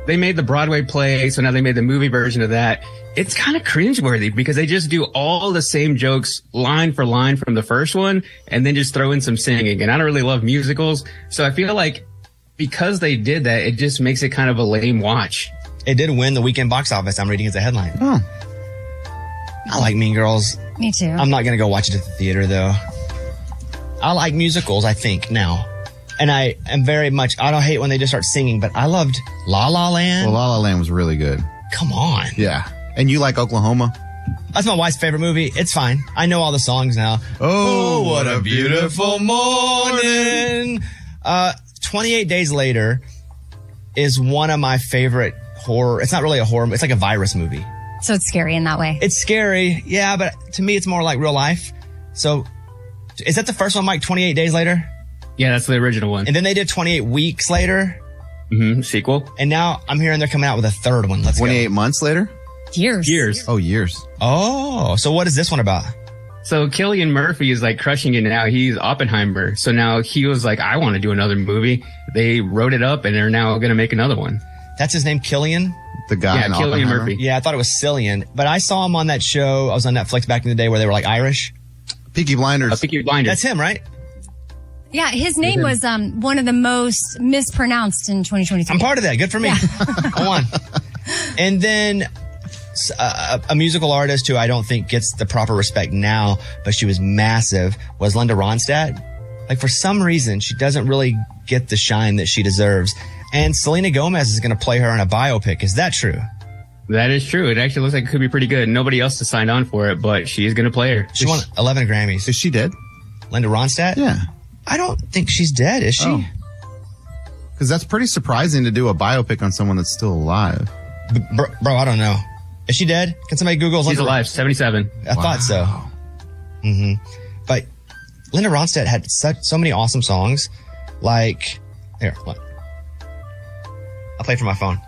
[SPEAKER 16] They made the Broadway play, so now they made the movie version of that. It's kind of cringeworthy because they just do all the same jokes line for line from the first one and then just throw in some singing. And I don't really love musicals. So I feel like because they did that, it just makes it kind of a lame watch.
[SPEAKER 1] It did win the weekend box office. I'm reading as a headline.
[SPEAKER 6] Hmm.
[SPEAKER 1] I like Mean Girls.
[SPEAKER 8] Me too.
[SPEAKER 1] I'm not gonna go watch it at the theater though. I like musicals, I think now, and I am very much. I don't hate when they just start singing, but I loved La La Land.
[SPEAKER 6] Well, La La Land was really good.
[SPEAKER 1] Come on.
[SPEAKER 6] Yeah. And you like Oklahoma?
[SPEAKER 1] That's my wife's favorite movie. It's fine. I know all the songs now. Oh,
[SPEAKER 6] what a beautiful
[SPEAKER 1] morning. Uh, 28 Days Later is one of my favorite horror. It's not really a horror. It's like a virus movie.
[SPEAKER 8] So it's scary in that way.
[SPEAKER 1] It's scary, yeah, but to me, it's more like real life. So, is that the first one, Mike? Twenty eight days later,
[SPEAKER 16] Yeah, that's the original one.
[SPEAKER 1] and then they did twenty eight weeks later,
[SPEAKER 16] Mm-hmm. Sequel.
[SPEAKER 1] and now I'm hearing they're coming out with a third one. Let's
[SPEAKER 6] 28 months later.
[SPEAKER 1] go.
[SPEAKER 8] Years.
[SPEAKER 1] Years.
[SPEAKER 6] Oh, years.
[SPEAKER 1] Oh, so what is this one about?
[SPEAKER 16] So Killian Murphy is like crushing it now. He's Oppenheimer. So now he was like, I want to do another movie. They wrote it up and they're now going to make another one.
[SPEAKER 1] That's his name, Killian?
[SPEAKER 6] The guy
[SPEAKER 16] Yeah,
[SPEAKER 6] in
[SPEAKER 16] Killian
[SPEAKER 6] Oppenheimer?
[SPEAKER 16] Murphy.
[SPEAKER 1] Yeah, I thought it was Cillian, but I saw him on that show. I was on Netflix back in the day where they were like Irish.
[SPEAKER 6] Peaky Blinders.
[SPEAKER 16] Oh, Peaky Blinders.
[SPEAKER 1] That's him, right?
[SPEAKER 8] Yeah, his name was um, one of the most mispronounced in 2023.
[SPEAKER 1] I'm part of that. Good for me. Go on. And then s- a, a- a musical artist who I don't think gets the proper respect now, but she was massive, was Linda Ronstadt. Like for some reason, she doesn't really get the shine that she deserves. And Selena Gomez is going to play her in a biopic. Is that true?
[SPEAKER 16] That is true. It actually looks like it could be pretty good. Nobody else has signed on for it, but she's going to play her.
[SPEAKER 1] She won 11 Grammys.
[SPEAKER 6] Is she dead?
[SPEAKER 1] Linda Ronstadt?
[SPEAKER 6] Yeah.
[SPEAKER 1] I don't think she's dead, is she?
[SPEAKER 6] Because that's pretty surprising to do a biopic on someone that's still alive.
[SPEAKER 1] Bro, bro, I don't know. Is she dead? Can somebody Google?
[SPEAKER 16] She's
[SPEAKER 1] Linda-
[SPEAKER 16] alive, 77.
[SPEAKER 1] I thought so. hmm But Linda Ronstadt had such so many awesome songs. Like here, look. I'll play from my phone.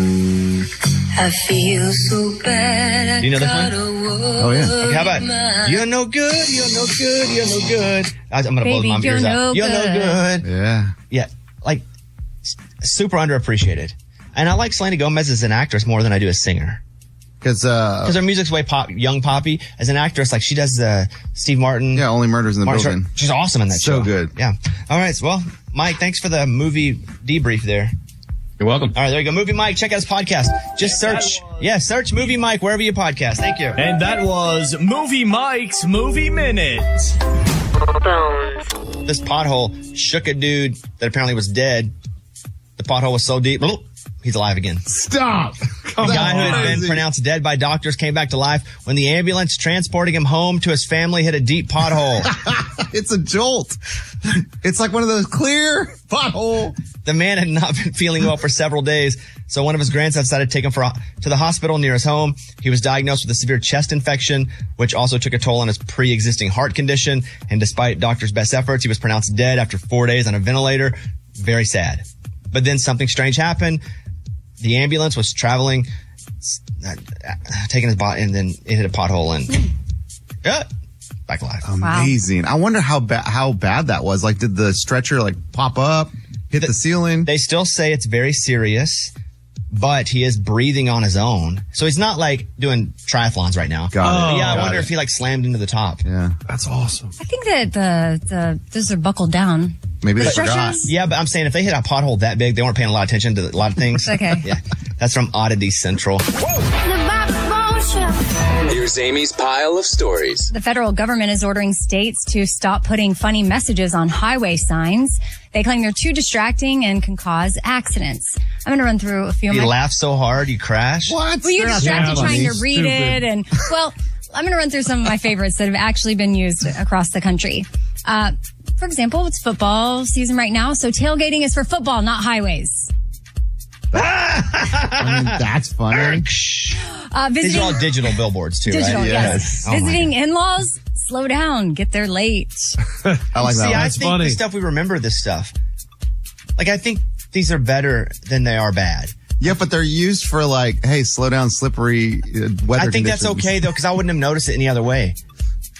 [SPEAKER 14] I feel so bad.
[SPEAKER 1] Do you know this one?
[SPEAKER 14] Oh
[SPEAKER 1] Okay, how about you're no good, you're no good, you're no good. I, am gonna
[SPEAKER 14] Baby,
[SPEAKER 1] blow my
[SPEAKER 14] you're
[SPEAKER 1] ears
[SPEAKER 14] no
[SPEAKER 1] out. You're no
[SPEAKER 14] good.
[SPEAKER 1] good.
[SPEAKER 6] Yeah.
[SPEAKER 1] Yeah, like s- super underappreciated. And I like Selena Gomez as an actress more than I do as singer.
[SPEAKER 6] Because uh,
[SPEAKER 1] Because her music's way pop, young poppy. As an actress, like she does the Steve Martin. Yeah,
[SPEAKER 6] only murders in the building.
[SPEAKER 1] She's awesome in that show.
[SPEAKER 6] So good.
[SPEAKER 1] Yeah. All right. Well, Mike, thanks for the movie debrief there.
[SPEAKER 16] You're welcome.
[SPEAKER 1] All right, there you go. Movie Mike, check out his podcast. Just search. Yeah, search Movie Mike wherever you podcast. Thank you.
[SPEAKER 9] And that was Movie Mike's Movie Minute.
[SPEAKER 1] This pothole shook a dude that apparently was dead. The pothole was so deep. bloop, He's alive again.
[SPEAKER 6] Stop.
[SPEAKER 1] (laughs) The guy who had been pronounced dead by doctors came back to life when the ambulance transporting him home to his family hit a deep pothole.
[SPEAKER 6] (laughs) it's a jolt. It's like one of those clear pothole.
[SPEAKER 1] The man had not been feeling well for several days, so one of his grandsons decided to take him for, to the hospital near his home. He was diagnosed with a severe chest infection, which also took a toll on his pre-existing heart condition. And despite doctors' best efforts, he was pronounced dead after four days on a ventilator. Very sad. But then something strange happened. The ambulance was traveling, s- uh, uh, taking his body, and then it hit a pothole and uh, back alive.
[SPEAKER 6] Amazing. I wonder how bad how bad that was. Like, did the stretcher like pop up, hit the, ceiling?
[SPEAKER 1] They still say it's very serious, but he is breathing on his own. So he's not like doing triathlons right now.
[SPEAKER 6] Got it.
[SPEAKER 1] Yeah, I
[SPEAKER 6] Got
[SPEAKER 1] wonder
[SPEAKER 6] it.
[SPEAKER 1] if he like slammed into the top.
[SPEAKER 6] Yeah.
[SPEAKER 1] That's awesome.
[SPEAKER 8] I think that the, the those are buckled down.
[SPEAKER 6] Maybe
[SPEAKER 8] The stretchers?
[SPEAKER 1] Yeah, but I'm saying if they hit a pothole that big, they weren't paying a lot of attention to a lot of things.
[SPEAKER 8] Okay.
[SPEAKER 1] (laughs) Yeah. That's from Oddity Central.
[SPEAKER 13] Here's Amy's pile of stories.
[SPEAKER 8] The federal government is ordering states to stop putting funny messages on highway signs. They claim they're too distracting and can cause accidents. I'm going to run through a few. of
[SPEAKER 1] You
[SPEAKER 8] my-
[SPEAKER 1] laugh so hard, you crash.
[SPEAKER 8] Well, you're distracted trying to read
[SPEAKER 1] Stupid.
[SPEAKER 8] it, and well, I'm going to run through some of my favorites that have actually been used across the country. Uh, for example, it's football season right now, so tailgating is for football, not highways.
[SPEAKER 6] (laughs) I mean, that's
[SPEAKER 8] (laughs)
[SPEAKER 6] funny.
[SPEAKER 8] Uh,
[SPEAKER 1] These
[SPEAKER 8] visiting
[SPEAKER 1] are all digital billboards too,
[SPEAKER 8] digital,
[SPEAKER 1] right?
[SPEAKER 8] yes.
[SPEAKER 1] Oh my
[SPEAKER 8] visiting in-laws, slow down, get
[SPEAKER 6] (laughs)
[SPEAKER 8] there late.
[SPEAKER 1] I
[SPEAKER 6] like that
[SPEAKER 1] See,
[SPEAKER 6] one.
[SPEAKER 1] I
[SPEAKER 6] That's
[SPEAKER 1] think
[SPEAKER 6] funny.
[SPEAKER 1] this stuff we remember this stuff. Like I think these are better than they are bad.
[SPEAKER 6] Yeah, but they're used for like, hey, slow down, slippery uh, weather.
[SPEAKER 1] I think that's
[SPEAKER 6] conditions.
[SPEAKER 1] okay though, because I wouldn't have noticed it any other way.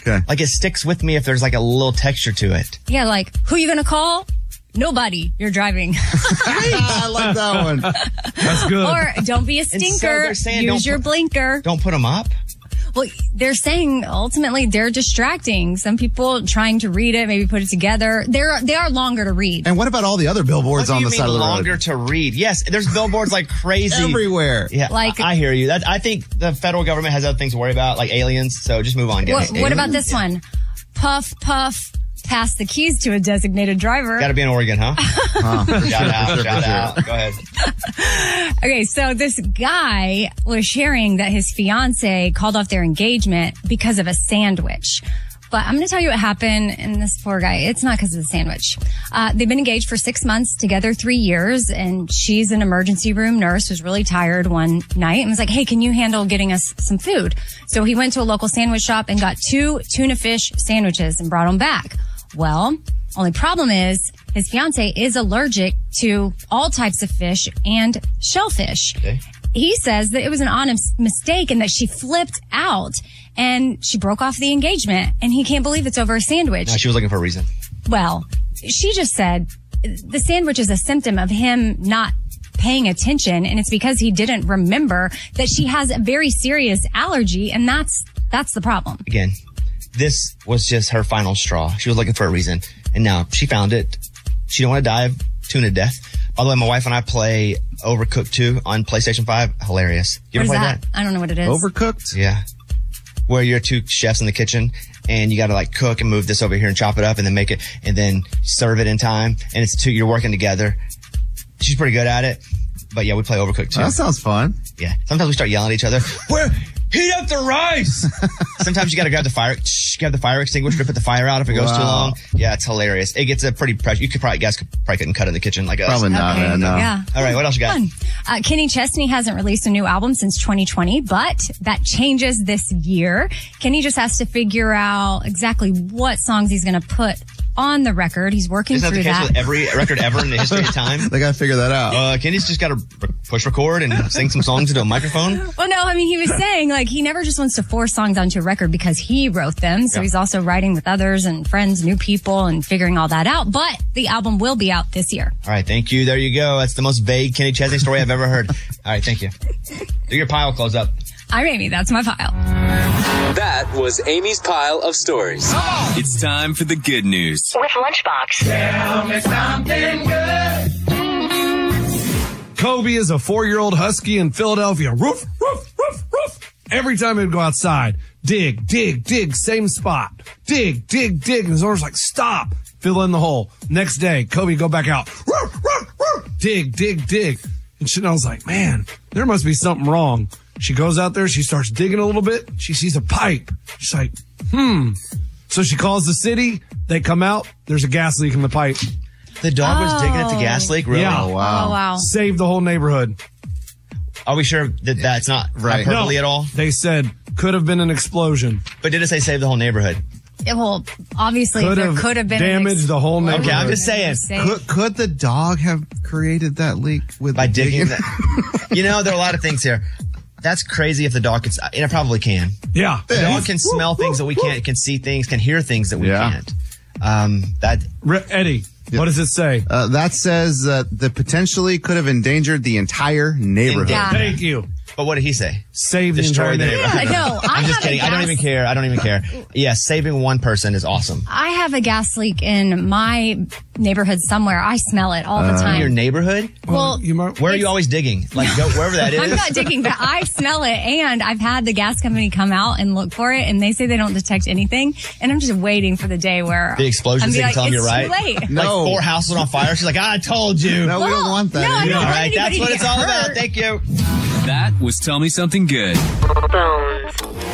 [SPEAKER 6] Okay.
[SPEAKER 1] Like it sticks with me if there's like a little texture to it.
[SPEAKER 8] Yeah, like who you going to call? Nobody.
[SPEAKER 6] (laughs)
[SPEAKER 8] You're driving. (laughs)
[SPEAKER 6] I like
[SPEAKER 1] (laughs)
[SPEAKER 6] that one.
[SPEAKER 1] That's
[SPEAKER 8] Or don't be a
[SPEAKER 1] And so
[SPEAKER 8] stinker.
[SPEAKER 1] they're saying
[SPEAKER 8] Use
[SPEAKER 1] don't
[SPEAKER 8] your
[SPEAKER 1] put-
[SPEAKER 8] blinker.
[SPEAKER 1] Don't put them up.
[SPEAKER 8] Well, they're saying ultimately they're distracting. Some people trying to read it, maybe put it together. They're they are longer to read.
[SPEAKER 6] And what about all the other billboards
[SPEAKER 1] What do
[SPEAKER 6] on
[SPEAKER 1] you
[SPEAKER 6] the
[SPEAKER 1] mean
[SPEAKER 6] side of the
[SPEAKER 1] longer
[SPEAKER 6] road?
[SPEAKER 1] to read. Yes, there's billboards like crazy
[SPEAKER 6] Everywhere.
[SPEAKER 1] Yeah,
[SPEAKER 8] Like-
[SPEAKER 1] like I, I hear you. That, I think the federal government has other things to worry about, like aliens. So just move on. Get
[SPEAKER 8] What,
[SPEAKER 1] it.
[SPEAKER 8] what about this one? Puff puff. Pass the keys to a designated driver.
[SPEAKER 1] Got to be in Oregon,
[SPEAKER 6] (laughs)
[SPEAKER 1] huh?
[SPEAKER 6] for sure,
[SPEAKER 1] shout out,
[SPEAKER 6] for sure,
[SPEAKER 1] shout
[SPEAKER 6] for sure.
[SPEAKER 1] out. Go ahead.
[SPEAKER 8] Okay, so this guy was sharing that his fiance called off their engagement because of a sandwich. But I'm going to tell you what happened in this poor guy. It's not because of the sandwich. Uh, they've been engaged for six months, together three years, and she's an emergency room nurse, was really tired one night and was like, hey, can you handle getting us some food? So he went to a local sandwich shop and got two tuna fish sandwiches and brought them back. Well, only problem is his fiance is allergic to all types of fish and shellfish. He says that it was an honest mistake and that she flipped out and she broke off the engagement and he can't believe it's over a sandwich.
[SPEAKER 1] No, she was looking for a reason.
[SPEAKER 8] Well, she just said the sandwich is a symptom of him not paying attention and it's because he didn't remember that she has a very serious allergy and that's that's the problem.
[SPEAKER 1] Again, this was just her final straw. She was looking for a reason. And now she found it. She didn't want to die of tuna death. By the way, my wife and I play Overcooked 2 on PlayStation 5. Hilarious. You ever
[SPEAKER 8] What is
[SPEAKER 1] played
[SPEAKER 8] that?
[SPEAKER 1] that?
[SPEAKER 8] I don't know what it is.
[SPEAKER 1] Overcooked? Yeah. Where you're two chefs in the kitchen and you gotta like cook and move this over here and chop it up and then make it and then serve it in time. And it's two, you're working together. She's pretty good at it. But yeah, we play Overcooked too.
[SPEAKER 6] That sounds fun.
[SPEAKER 1] Yeah. Sometimes we start yelling at each other. Where? Heat up the
[SPEAKER 6] (laughs)
[SPEAKER 1] rice! Sometimes you gotta grab the fire, shh, grab the fire extinguisher, put the fire out if it goes too
[SPEAKER 6] Wow.
[SPEAKER 1] long. Yeah, it's hilarious. It gets a pretty pressure. You could probably, guys could probably couldn't cut in the kitchen like us.
[SPEAKER 6] Probably not, Okay. man, no.
[SPEAKER 8] Yeah.
[SPEAKER 1] All right, what else you got?
[SPEAKER 8] Fun. Uh, Kenny Chesney hasn't released a new album since 2020, but that changes this year. Kenny just has to figure out exactly what songs he's going to put on the record. He's working
[SPEAKER 1] Isn't that
[SPEAKER 8] through
[SPEAKER 1] the case
[SPEAKER 8] that.
[SPEAKER 1] with every record ever in the history of time?
[SPEAKER 6] (laughs) they gotta figure that out.
[SPEAKER 1] Uh, Kenny's just gotta r- push record and sing some songs into a microphone.
[SPEAKER 8] Well, no, I mean, he was saying like he never just wants to force songs onto a record because he wrote them. So
[SPEAKER 1] Yeah.
[SPEAKER 8] he's also writing with others and friends, new people, and figuring all that out. But the album will be out this year.
[SPEAKER 1] All right, thank you. There you go. That's the most vague Kenny Chesney story I've ever heard. All right, thank you. Do your pile close up.
[SPEAKER 8] I'm Amy. That's my file.
[SPEAKER 13] That was Amy's pile of stories.
[SPEAKER 17] It's time for the good news.
[SPEAKER 14] With Lunchbox. Tell me something good.
[SPEAKER 7] Kobe is a four year old husky in Philadelphia. Roof, roof, roof, roof. Every time he'd go outside, dig, dig, dig, same spot. Dig, dig, dig. And his owner's like, stop, fill in the hole. Next day, Kobe go back out. Roof, roof, roof. Dig, dig, dig. And Chanel's like, man, there must be something wrong. She goes out there, she starts digging a little bit. She sees a pipe. She's like, hmm. So she calls the city. They come out. There's a gas leak in the pipe.
[SPEAKER 1] The dog was digging at the gas leak? Really?
[SPEAKER 7] Yeah.
[SPEAKER 1] Oh, wow. Oh, wow.
[SPEAKER 7] Saved the whole neighborhood.
[SPEAKER 1] Are we sure that that's not hyperbole
[SPEAKER 7] No.
[SPEAKER 1] at all?
[SPEAKER 7] They said could have been an explosion.
[SPEAKER 1] But did it say save the whole neighborhood?
[SPEAKER 8] It, well, obviously,
[SPEAKER 7] Could
[SPEAKER 8] there
[SPEAKER 7] have
[SPEAKER 8] could have been an
[SPEAKER 7] damaged the whole
[SPEAKER 8] explosion.
[SPEAKER 7] neighborhood. Okay, I'm
[SPEAKER 1] just saying.
[SPEAKER 8] Safe.
[SPEAKER 6] Could, could the dog have created that leak with
[SPEAKER 1] By
[SPEAKER 6] the
[SPEAKER 1] digging that. (laughs) you know, there are a lot of things here. That's crazy if the dog can, s- and it probably can.
[SPEAKER 7] Yeah.
[SPEAKER 1] The dog can smell things that we can't, can see things, can hear things that we can't. Um, that
[SPEAKER 7] Eddie, what does it say?
[SPEAKER 6] Uh, that says that the potentially could have endangered the entire neighborhood.
[SPEAKER 8] Yeah. Thank
[SPEAKER 7] you.
[SPEAKER 1] But what did he say?
[SPEAKER 7] Save
[SPEAKER 6] the
[SPEAKER 1] Destroy
[SPEAKER 6] entire
[SPEAKER 1] the
[SPEAKER 6] neighborhood.
[SPEAKER 1] neighborhood.
[SPEAKER 8] Yeah, no, I
[SPEAKER 1] I'm just
[SPEAKER 8] have a
[SPEAKER 1] kidding. I don't
[SPEAKER 8] gas-
[SPEAKER 1] even care. I don't even care. Yeah, saving one person is awesome.
[SPEAKER 8] I have a gas leak in my neighborhood somewhere. I smell it all the
[SPEAKER 1] Uh,
[SPEAKER 8] time.
[SPEAKER 1] Your neighborhood?
[SPEAKER 8] Well,
[SPEAKER 1] where are you always digging? Like go wherever that is.
[SPEAKER 8] (laughs) I'm not digging, but
[SPEAKER 1] (laughs)
[SPEAKER 8] I smell it. And I've had the gas company come out and look for it, and they say they don't detect anything. And I'm just waiting for the day where
[SPEAKER 1] The explosion
[SPEAKER 8] I'm
[SPEAKER 1] thing.
[SPEAKER 8] be like,
[SPEAKER 1] tell them you're
[SPEAKER 8] "It's
[SPEAKER 1] right.
[SPEAKER 8] too late.
[SPEAKER 1] Like four houses on fire. She's like, I told you.
[SPEAKER 6] No, we don't
[SPEAKER 8] Well,
[SPEAKER 6] want that.
[SPEAKER 8] no, I don't
[SPEAKER 6] anymore.
[SPEAKER 8] want
[SPEAKER 1] All right, that's
[SPEAKER 8] anybody
[SPEAKER 1] what
[SPEAKER 8] to
[SPEAKER 1] it's
[SPEAKER 8] get
[SPEAKER 1] all
[SPEAKER 8] hurt.
[SPEAKER 1] about. Thank you.
[SPEAKER 17] That was Tell Me Something Good.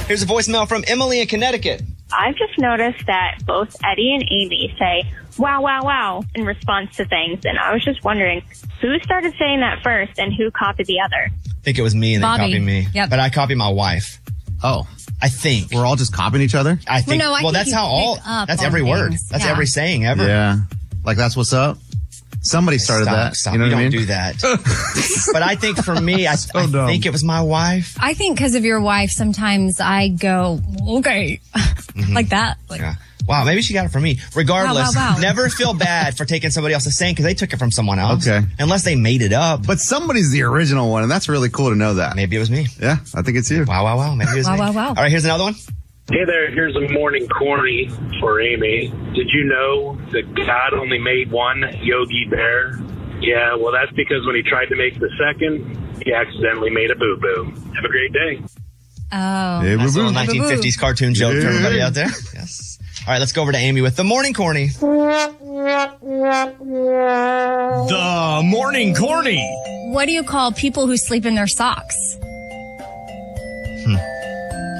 [SPEAKER 1] Here's a voicemail from Emily in Connecticut.
[SPEAKER 18] I've just noticed that both Eddie and Amy say, wow, wow, wow, in response to things. And I was just wondering who started saying that first and who copied the other?
[SPEAKER 1] I think it was me and
[SPEAKER 18] Bobby.
[SPEAKER 1] they copied me.
[SPEAKER 18] Yep.
[SPEAKER 1] But I copied my wife.
[SPEAKER 6] Oh.
[SPEAKER 1] I think.
[SPEAKER 6] We're all just copying each other?
[SPEAKER 1] I think.
[SPEAKER 6] no, I think
[SPEAKER 1] that's
[SPEAKER 6] you
[SPEAKER 1] how all,
[SPEAKER 6] pick up
[SPEAKER 1] that's
[SPEAKER 6] on
[SPEAKER 1] every word.
[SPEAKER 6] things.
[SPEAKER 1] That's
[SPEAKER 6] Yeah.
[SPEAKER 1] every saying ever.
[SPEAKER 6] Yeah. Like that's what's up. Somebody started
[SPEAKER 1] Stop,
[SPEAKER 6] that.
[SPEAKER 1] stop.
[SPEAKER 6] You know
[SPEAKER 1] You
[SPEAKER 6] what I
[SPEAKER 1] don't
[SPEAKER 6] mean?
[SPEAKER 1] do that.
[SPEAKER 6] (laughs)
[SPEAKER 1] Uh-uh. but I think for me, I, I think it was my wife.
[SPEAKER 8] I think because of your wife, sometimes I go, okay,
[SPEAKER 1] Mm-hmm.
[SPEAKER 8] like that. Like,
[SPEAKER 1] Yeah. Wow, maybe she got it from me. Regardless,
[SPEAKER 8] Wow, wow, wow.
[SPEAKER 1] never feel bad for taking somebody else's saying because they took it from someone else. Okay. Unless they made it up.
[SPEAKER 6] But somebody's the original one, and that's really cool to know that.
[SPEAKER 1] Maybe it was me.
[SPEAKER 6] Yeah, I think it's you.
[SPEAKER 1] Wow, wow, wow. Maybe it was
[SPEAKER 6] Wow,
[SPEAKER 1] me.
[SPEAKER 6] wow, wow.
[SPEAKER 1] All right, here's another one.
[SPEAKER 19] Hey there, here's a morning corny for Amy. Did you know that God only made one Yogi Bear? Yeah, well, that's because when he tried to make the second, he accidentally made a boo boo. Have a great day.
[SPEAKER 8] Oh.
[SPEAKER 1] That's a little 1950s cartoon joke for everybody out there. Yes. All right, let's go over to Amy with the morning corny.
[SPEAKER 14] The
[SPEAKER 1] morning corny.
[SPEAKER 8] What do you call people who sleep in their socks?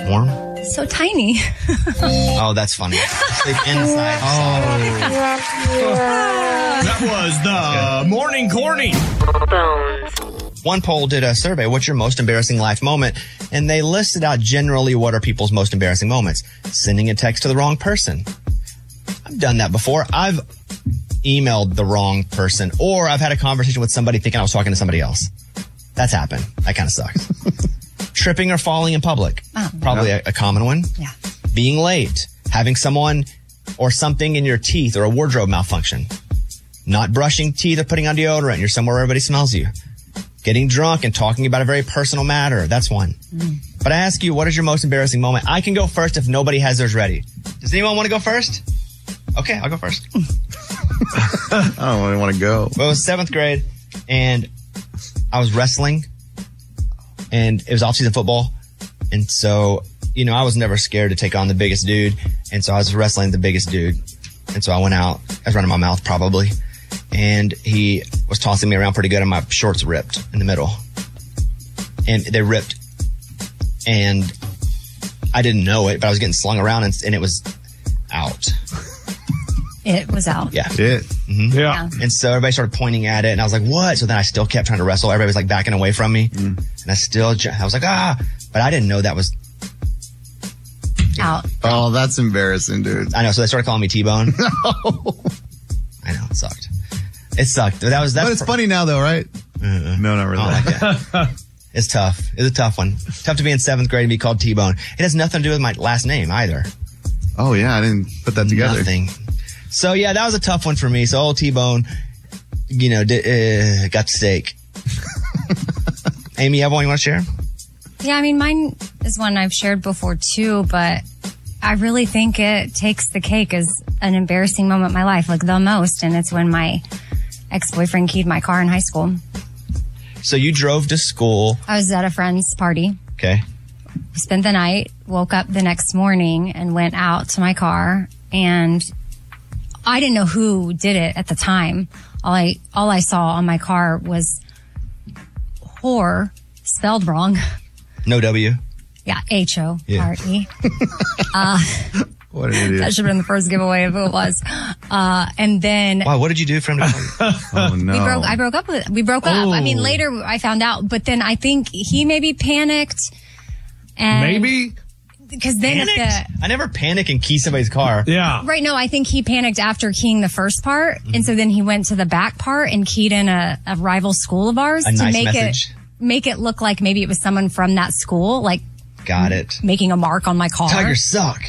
[SPEAKER 1] Warm.
[SPEAKER 8] So tiny. (laughs)
[SPEAKER 1] Oh, that's funny. Sleep inside. Oh.
[SPEAKER 17] That was the morning corny.
[SPEAKER 1] One poll did a survey. What's your most embarrassing life moment? And they listed out generally what are people's most embarrassing moments. Sending a text to the wrong person. I've done that before. I've emailed the wrong person, or I've had a conversation with somebody thinking I was talking to somebody else. That's happened. That kind of sucks. Tripping or falling in public.
[SPEAKER 8] Oh.
[SPEAKER 1] Probably a, a common one.
[SPEAKER 8] Yeah.
[SPEAKER 1] Being late. Having someone or something in your teeth or a wardrobe malfunction. Not brushing teeth or putting on deodorant. You're somewhere where everybody smells you. Getting drunk and talking about a very personal matter. That's one. But I ask you, what is your most embarrassing moment? I can go first if nobody has theirs ready. Does anyone want to go first? Okay, I'll go first. (laughs) I don't really want to go. Well, it was seventh grade, and I was wrestling, and it was off-season football, and so you know I was never scared to take on the biggest dude, and so I was wrestling the biggest dude, and so I went out. I was running my mouth probably, and he was tossing me around pretty good, and my shorts ripped in the middle, and they ripped, and I didn't know it, but I was getting slung around, and, and it was out.
[SPEAKER 8] It was out.
[SPEAKER 1] Yeah. Mm-hmm.
[SPEAKER 8] Yeah.
[SPEAKER 1] And so everybody started pointing at it, and I was like, "What?" So then I still kept trying to wrestle. Everybody was like backing away from me, and I still, ju- I was like, "Ah!" But I didn't know that was.
[SPEAKER 8] Out.
[SPEAKER 1] Oh, that's embarrassing, dude. I know. So they started calling me T-Bone. I know it sucked. It sucked. That was that.
[SPEAKER 6] But it's funny now, though, right?
[SPEAKER 1] No, not really. Oh, it's tough. It's a tough one. Tough to be in seventh grade and be called T-Bone. It has nothing to do with my last name either.
[SPEAKER 6] Oh yeah, I didn't put that together.
[SPEAKER 1] Nothing. So yeah, that was a tough one for me. So old T Bone, you know, di uh, got the steak. Amy, you have one you want to share?
[SPEAKER 8] Yeah, I mean, mine is one I've shared before too, but I really think it takes the cake as an embarrassing moment in my life, like the most. And it's when my ex boyfriend keyed my car in high school.
[SPEAKER 1] So you drove to school.
[SPEAKER 8] I was at a friend's party,
[SPEAKER 1] Okay.
[SPEAKER 8] spent the night, woke up the next morning, and went out to my car. And I didn't know who did it at the time. All I all I saw on my car was whore spelled wrong.
[SPEAKER 1] No W.
[SPEAKER 8] Yeah, H O R
[SPEAKER 1] (laughs)
[SPEAKER 8] E. Uh,
[SPEAKER 1] What an
[SPEAKER 8] That should have been the first giveaway of who it was. Uh, and then
[SPEAKER 1] Wow, what did you do for him? To- oh no.
[SPEAKER 8] we broke. I broke up with. We broke up. I mean,
[SPEAKER 1] Oh.
[SPEAKER 8] later I found out, but then I think he maybe panicked. And
[SPEAKER 1] Maybe?
[SPEAKER 8] because then at the,
[SPEAKER 1] I never panic and key somebody's car. Yeah.
[SPEAKER 8] Right. No, I think he panicked after keying the first part,
[SPEAKER 1] Mm-hmm.
[SPEAKER 8] and so then he went to the back part and keyed in a, a rival school of ours
[SPEAKER 1] A
[SPEAKER 8] to
[SPEAKER 1] nice
[SPEAKER 8] make
[SPEAKER 1] message.
[SPEAKER 8] it make it look like maybe it was someone from that school, like
[SPEAKER 1] Got it.
[SPEAKER 8] making a mark on my car.
[SPEAKER 1] Tigers suck.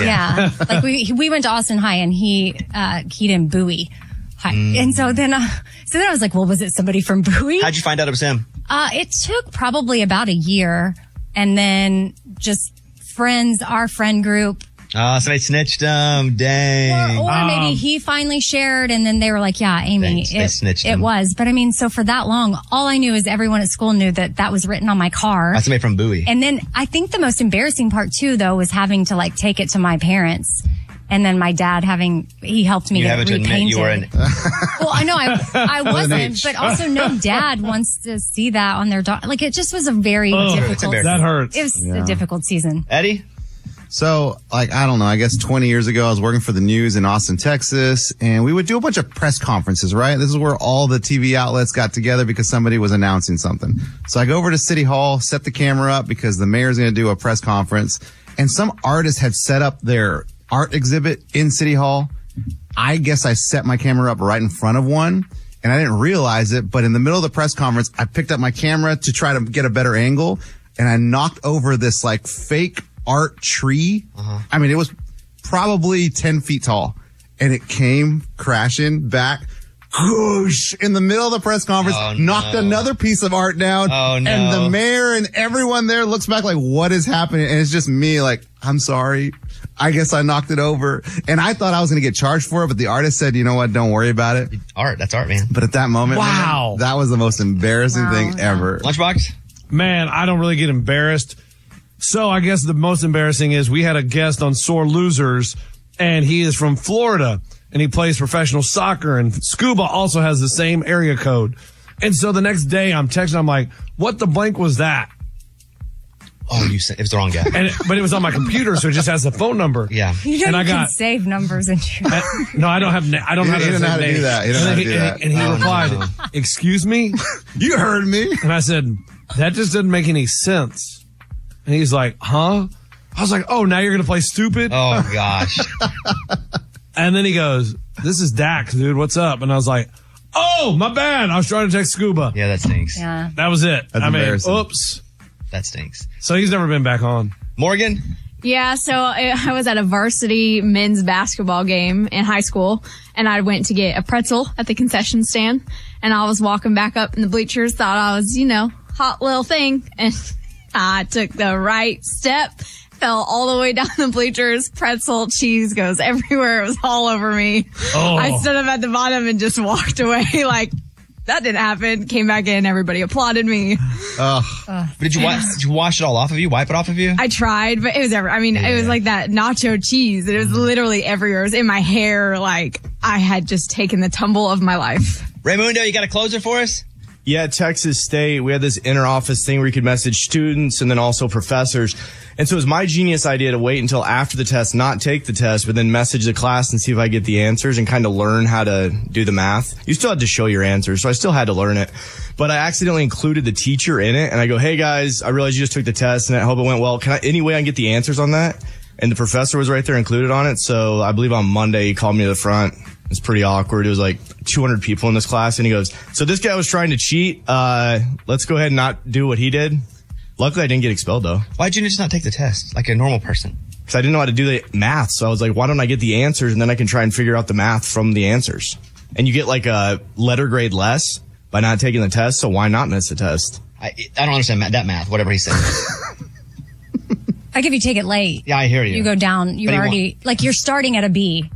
[SPEAKER 8] Yeah. (laughs) like we he- we went to Austin High and he uh keyed in Bowie High.
[SPEAKER 1] Mm.
[SPEAKER 8] And so then uh, so then I was like, well, was it somebody from Bowie?
[SPEAKER 1] How'd you find out it was him?
[SPEAKER 8] Uh it took probably about a year and then just friends, our friend group,
[SPEAKER 1] Oh, somebody snitched him. Dang. Um,
[SPEAKER 8] or maybe he finally shared and then they were like, yeah, Amy,
[SPEAKER 1] They- they snitched
[SPEAKER 8] it, it
[SPEAKER 1] him.
[SPEAKER 8] was. But I mean, so for that long, all I knew is everyone at school knew that that was written on my car.
[SPEAKER 1] Oh, somebody from Bowie.
[SPEAKER 8] And then I think the most embarrassing part too, though, was having to like take it to my parents. And then my dad having, he helped me
[SPEAKER 1] you
[SPEAKER 8] get
[SPEAKER 1] have
[SPEAKER 8] it
[SPEAKER 1] to
[SPEAKER 8] repainted.
[SPEAKER 1] admit you were in.
[SPEAKER 8] well, I know I, I
[SPEAKER 1] (laughs) With an
[SPEAKER 8] wasn't,
[SPEAKER 1] H.
[SPEAKER 8] but
[SPEAKER 1] (laughs)
[SPEAKER 8] also no dad wants to see that on their dog. Like it just was a very
[SPEAKER 6] Oh, it's
[SPEAKER 8] difficult.
[SPEAKER 6] embarrassing. That hurts.
[SPEAKER 8] It was
[SPEAKER 6] Yeah.
[SPEAKER 8] a difficult season.
[SPEAKER 1] Eddie?
[SPEAKER 6] So, like, I don't know, I guess 20 years ago, I was working for the news in Austin, Texas, and we would do a bunch of press conferences, right? This is where all the TV outlets got together because somebody was announcing something. So I go over to City Hall, set the camera up because the mayor's going to do a press conference, and some artist had set up their art exhibit in City Hall. I guess I set my camera up right in front of one and I didn't realize it, but in the middle of the press conference, I picked up my camera to try to get a better angle and I knocked over this like fake art tree.
[SPEAKER 1] Uh-huh.
[SPEAKER 6] I mean, it was probably 10 feet tall and it came crashing back. Goosh in the middle of the press conference,
[SPEAKER 1] Oh,
[SPEAKER 6] knocked
[SPEAKER 1] no.
[SPEAKER 6] another piece of art down.
[SPEAKER 1] Oh, no.
[SPEAKER 6] (laughs) And the mayor and everyone there looks back like, what is happening? And it's just me like, I'm sorry. I guess I knocked it over. And I thought I was going to get charged for it, but the artist said, you know what? Don't worry about it.
[SPEAKER 1] Art. That's art, man.
[SPEAKER 6] But at that moment, man,
[SPEAKER 7] Wow.
[SPEAKER 6] that was the most embarrassing thing ever.
[SPEAKER 1] Lunchbox?
[SPEAKER 7] Man, I don't really get embarrassed. So I guess the most embarrassing is we had a guest on Sore Losers, and he is from Florida, and he plays professional soccer, and scuba also has the same area code. And so the next day, I'm texting, I'm like, "What the blank was that?"
[SPEAKER 1] Oh, you said it was the wrong
[SPEAKER 8] (laughs)
[SPEAKER 1] guy.
[SPEAKER 7] And it, but it was on my computer, so it just has the phone number. Yeah.
[SPEAKER 8] You know,
[SPEAKER 7] and I
[SPEAKER 8] you can
[SPEAKER 7] got
[SPEAKER 8] save numbers and
[SPEAKER 7] no, I don't have. Na- I don't
[SPEAKER 6] He-
[SPEAKER 7] have.
[SPEAKER 6] he
[SPEAKER 7] his
[SPEAKER 6] didn't know how to
[SPEAKER 7] name.
[SPEAKER 6] do that. He didn't know
[SPEAKER 7] and
[SPEAKER 6] how to do
[SPEAKER 7] and-
[SPEAKER 6] that.
[SPEAKER 7] and he
[SPEAKER 6] Oh,
[SPEAKER 7] replied,
[SPEAKER 6] no.
[SPEAKER 7] "Excuse me,
[SPEAKER 6] (laughs) you heard me."
[SPEAKER 7] And I said, "That just doesn't make any sense." And he's like, "Huh?"
[SPEAKER 6] Oh,
[SPEAKER 7] I was like, "Oh, now you're gonna play stupid?"
[SPEAKER 1] Oh gosh.
[SPEAKER 7] (laughs) and then he goes, this is Dak, dude. What's up? And I was like, oh, my bad. I was trying to text Scuba.
[SPEAKER 1] Yeah, that stinks.
[SPEAKER 8] Yeah.
[SPEAKER 7] That was it.
[SPEAKER 1] That's
[SPEAKER 7] I mean,
[SPEAKER 1] embarrassing.
[SPEAKER 7] oops.
[SPEAKER 1] That stinks.
[SPEAKER 7] So he's never been back on.
[SPEAKER 1] Morgan?
[SPEAKER 12] Yeah, so I I was at a varsity men's basketball game in high school, and I went to get a pretzel at the concession stand, and I was walking back up in the bleachers, thought I was, you know, hot little thing, and (laughs) I took the right step, fell all the way down the bleachers, pretzel, cheese goes everywhere, it was all over me.
[SPEAKER 10] Oh.
[SPEAKER 12] I stood up at the bottom and just walked away (laughs) like, that didn't happen, came back in, everybody applauded me.
[SPEAKER 1] Ugh.
[SPEAKER 12] Ugh.
[SPEAKER 1] But did you, wipe, did you wash it all off of you? Wipe it off of you?
[SPEAKER 12] I tried, but it was ever. I mean, it was like that nacho cheese. It was literally everywhere. It was in my hair. Like I had just taken the tumble of my life.
[SPEAKER 1] Raymundo, you got a closer for us?
[SPEAKER 9] Yeah, at Texas State, we had this inner office thing where you could message students and then also professors. And so it was my genius idea to wait until after the test, not take the test, but then message the class and see if I get the answers and kind of learn how to do the math. You still had to show your answers, so I still had to learn it. But I accidentally included the teacher in it and I go, Hey guys, I realize you just took the test and I hope it went well. Can I, any way I can get the answers on that? And the professor was right there included on it. So I believe on Monday he called me to the front. It was pretty awkward. It was like 200 people in this class. And he goes, so this guy was trying to cheat. Uh, let's go ahead and not do what he did. Luckily I didn't get expelled though.
[SPEAKER 1] Why'd you just not take the test like a normal person?
[SPEAKER 9] Cause I didn't know how to do the math. So I was like, why don't I get the answers and then I can try and figure out the math from the answers. And you get like a letter grade less by not taking the test. So why not miss the test?
[SPEAKER 1] I, I don't understand ma- that math, whatever he said.
[SPEAKER 8] Like if you take it late,
[SPEAKER 1] yeah, I hear you.
[SPEAKER 8] you go down. You
[SPEAKER 1] But he
[SPEAKER 8] already like you're starting at a B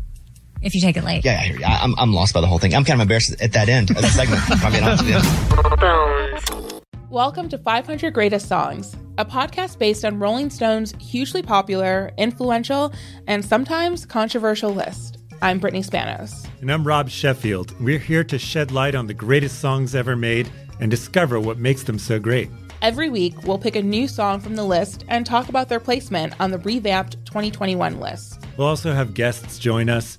[SPEAKER 8] if you take it late.
[SPEAKER 1] Yeah, yeah, I hear you. I, I'm, I'm lost by the whole thing. I'm kind of embarrassed at that end of the segment. if I'm being honest with you.
[SPEAKER 11] Welcome to 500 Greatest Songs, a podcast based on Rolling Stone's hugely popular, influential, and sometimes controversial list. I'm Brittany Spanos.
[SPEAKER 15] And I'm Rob Sheffield. We're here to shed light on the greatest songs ever made and discover what makes them so great.
[SPEAKER 11] Every week, we'll pick a new song from the list and talk about their placement on the revamped 2021 list.
[SPEAKER 15] We'll also have guests join us,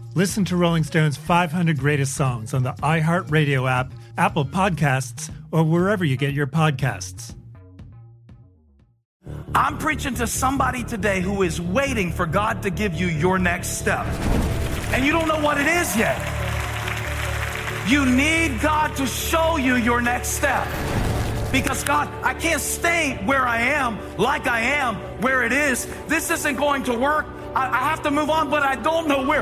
[SPEAKER 15] Listen to Rolling Stone's 500 Greatest Songs on the iHeartRadio app, Apple Podcasts, or wherever you get your podcasts.
[SPEAKER 4] I'm preaching to somebody today who is waiting for God to give you your next step. And you don't know what it is yet. You need God to show you your next step. Because God, I can't stay where I am, like I am, where it is. This isn't going to work. I, I have to move on, but I don't know where.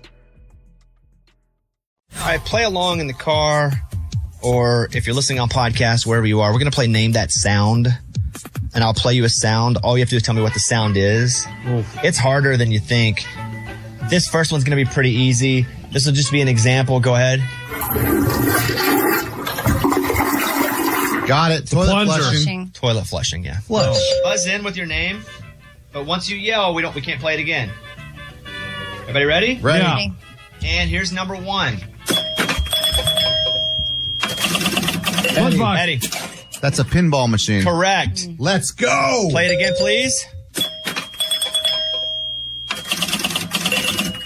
[SPEAKER 1] All right, play along in the car, or if you're listening on podcast, wherever you are, we're going to play Name That Sound. and I'll play you a sound. All you have to do is tell me what the sound is. It's harder than you think. This first one's going to be pretty easy. This will just be an example. Go ahead.
[SPEAKER 6] Got it. Toilet flushing.
[SPEAKER 1] Toilet flushing. Yeah.
[SPEAKER 6] Flush.
[SPEAKER 1] Buzz in with your name, but once you yell, we don't. We can't play it again. (laughs) Everybody ready?
[SPEAKER 6] Ready. Yeah. Ready.
[SPEAKER 1] And here's number one.
[SPEAKER 6] Eddie.
[SPEAKER 1] Eddie.
[SPEAKER 6] That's a pinball machine.
[SPEAKER 1] Correct.
[SPEAKER 6] Mm. Let's go.
[SPEAKER 1] Play it again, please.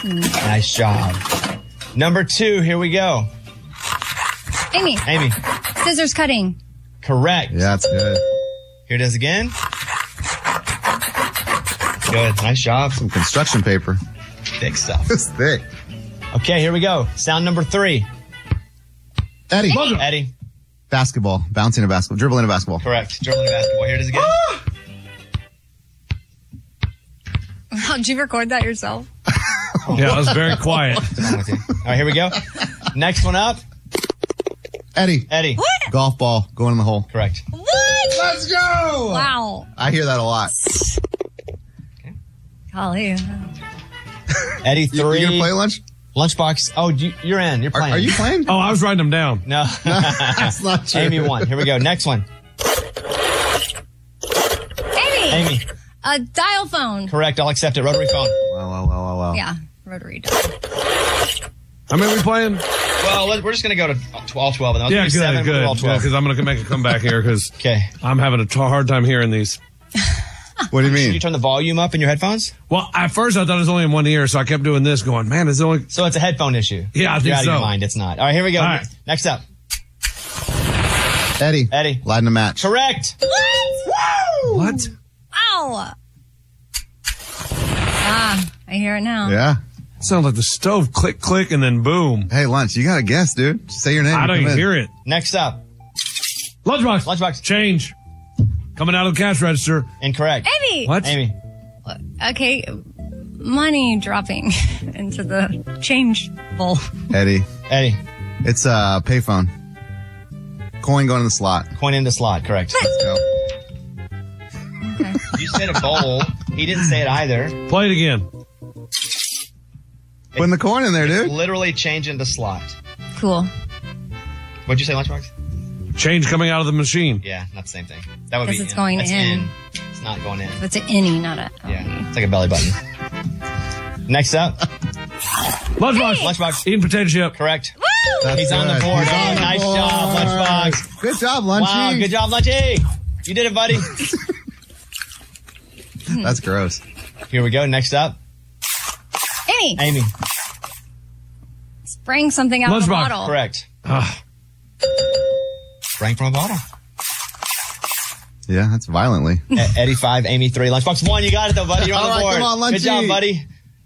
[SPEAKER 8] Mm.
[SPEAKER 1] Nice job. Number two, here we go.
[SPEAKER 8] Amy,
[SPEAKER 1] Amy,
[SPEAKER 8] scissors cutting.
[SPEAKER 1] correct. Yeah,
[SPEAKER 6] that's good.
[SPEAKER 1] Here it is again. Good. Nice job.
[SPEAKER 6] Some construction paper.
[SPEAKER 1] Thick stuff.
[SPEAKER 6] (laughs) It's thick.
[SPEAKER 1] Okay, here we go. Sound number three.
[SPEAKER 6] Eddie. Buzzer.
[SPEAKER 1] Eddie.
[SPEAKER 6] Basketball. Bouncing a basketball. Dribbling a basketball.
[SPEAKER 1] Correct. Dribbling a basketball. Here it is again.
[SPEAKER 6] Ah!
[SPEAKER 8] Wow, did you record that yourself?
[SPEAKER 7] Yeah, I was very quiet.
[SPEAKER 1] (laughs) All right, here we go. Next one up.
[SPEAKER 6] Eddie.
[SPEAKER 1] Eddie.
[SPEAKER 8] What?
[SPEAKER 6] Golf ball going in the hole.
[SPEAKER 1] Correct.
[SPEAKER 8] What?
[SPEAKER 6] Let's go.
[SPEAKER 8] Wow.
[SPEAKER 6] I hear that a lot.
[SPEAKER 8] Golly.
[SPEAKER 1] Eddie
[SPEAKER 6] You- you
[SPEAKER 1] three.
[SPEAKER 6] gonna play lunch?
[SPEAKER 1] Lunchbox. Oh, you, you're in. You're
[SPEAKER 6] Are-
[SPEAKER 1] playing.
[SPEAKER 6] are you playing?
[SPEAKER 7] Oh, I was writing them down.
[SPEAKER 1] No,
[SPEAKER 6] (laughs) That's not true.
[SPEAKER 1] Amy one. Here we go. Next one.
[SPEAKER 8] Amy,
[SPEAKER 1] Amy.
[SPEAKER 8] a dial phone.
[SPEAKER 1] Correct. I'll accept it. Rotary phone.
[SPEAKER 6] Wow,
[SPEAKER 1] Oh.
[SPEAKER 6] wow, wow, wow, wow.
[SPEAKER 8] Yeah, rotary dial.
[SPEAKER 7] I mean, we playing.
[SPEAKER 1] Well, let- we're just gonna go to all twelve. And
[SPEAKER 7] Yeah, good,
[SPEAKER 1] seven,
[SPEAKER 7] good.
[SPEAKER 1] We'll do all twelve.
[SPEAKER 7] because I'm going to make a comeback here because
[SPEAKER 1] (laughs) Okay.
[SPEAKER 7] I'm having a t- hard time hearing these.
[SPEAKER 6] (laughs) What do you
[SPEAKER 1] Should
[SPEAKER 6] mean?
[SPEAKER 1] you turn the volume up in your headphones?
[SPEAKER 7] Well, at first I thought it was only in one ear, so I kept doing this, going, "Man, it's only."
[SPEAKER 1] So it's a headphone issue.
[SPEAKER 7] Yeah, I
[SPEAKER 1] You're
[SPEAKER 7] think
[SPEAKER 1] out of your
[SPEAKER 7] so.
[SPEAKER 1] mind. It's not. All right, here we go.
[SPEAKER 7] All right.
[SPEAKER 1] Next up.
[SPEAKER 6] Eddie.
[SPEAKER 1] Eddie.
[SPEAKER 6] Lighting a match.
[SPEAKER 1] Correct.
[SPEAKER 8] What?
[SPEAKER 7] What?
[SPEAKER 8] Wow. Ah, I hear it now.
[SPEAKER 6] Yeah.
[SPEAKER 7] It sounds like the stove click click and then boom.
[SPEAKER 6] Hey, lunch. You got to guess, dude. Say your name.
[SPEAKER 7] I don't
[SPEAKER 6] Come
[SPEAKER 7] even
[SPEAKER 6] in.
[SPEAKER 7] hear it.
[SPEAKER 1] Next up.
[SPEAKER 7] Lunchbox.
[SPEAKER 1] Lunchbox.
[SPEAKER 7] Change. Coming out of the cash register.
[SPEAKER 1] Incorrect.
[SPEAKER 8] Amy.
[SPEAKER 7] What?
[SPEAKER 1] Amy.
[SPEAKER 8] Okay, money dropping (laughs) into the change bowl.
[SPEAKER 6] Eddie.
[SPEAKER 1] Eddie.
[SPEAKER 6] It's a uh, payphone. Coin going in the slot.
[SPEAKER 1] Coin in the slot. Correct.
[SPEAKER 6] Let's go.
[SPEAKER 1] you said a bowl. He didn't say it either.
[SPEAKER 7] Play it again.
[SPEAKER 6] Putting the coin in there, dude.
[SPEAKER 1] Literally change into slot.
[SPEAKER 8] Cool.
[SPEAKER 1] What'd you say, Lunchbox?
[SPEAKER 7] Change coming out of the machine.
[SPEAKER 1] Yeah, not the same thing. That would be.
[SPEAKER 8] Because it's
[SPEAKER 1] in.
[SPEAKER 8] going
[SPEAKER 1] That's
[SPEAKER 8] in.
[SPEAKER 1] It's not going in.
[SPEAKER 8] That's an innie, not a.
[SPEAKER 1] Yeah, it's like a belly button. Next up,
[SPEAKER 7] Lunchbox.
[SPEAKER 1] Lunchbox.
[SPEAKER 7] Eating potato chip.
[SPEAKER 1] Correct.
[SPEAKER 6] That's
[SPEAKER 1] He's on the
[SPEAKER 6] good.
[SPEAKER 1] board.
[SPEAKER 6] He's on the
[SPEAKER 1] Nice job,
[SPEAKER 6] board.
[SPEAKER 1] Lunchbox.
[SPEAKER 6] Good job, Lunchy.
[SPEAKER 1] Wow, good job, Lunchy. You did it, buddy.
[SPEAKER 6] That's gross.
[SPEAKER 1] Here we go. Next up,
[SPEAKER 8] Amy,
[SPEAKER 1] Amy.
[SPEAKER 8] spring something out of a
[SPEAKER 7] Lunchbox.
[SPEAKER 8] bottle.
[SPEAKER 1] Correct.
[SPEAKER 7] Ah,
[SPEAKER 1] Sprang from a bottle.
[SPEAKER 6] Yeah, that's violently.
[SPEAKER 1] (laughs) E- Eddie five, Amy three, Lunchbox one. You got it though, buddy. You're on
[SPEAKER 6] All
[SPEAKER 1] the
[SPEAKER 6] right,
[SPEAKER 1] board.
[SPEAKER 6] come on,
[SPEAKER 1] Good
[SPEAKER 6] Lunchy.
[SPEAKER 1] job, buddy.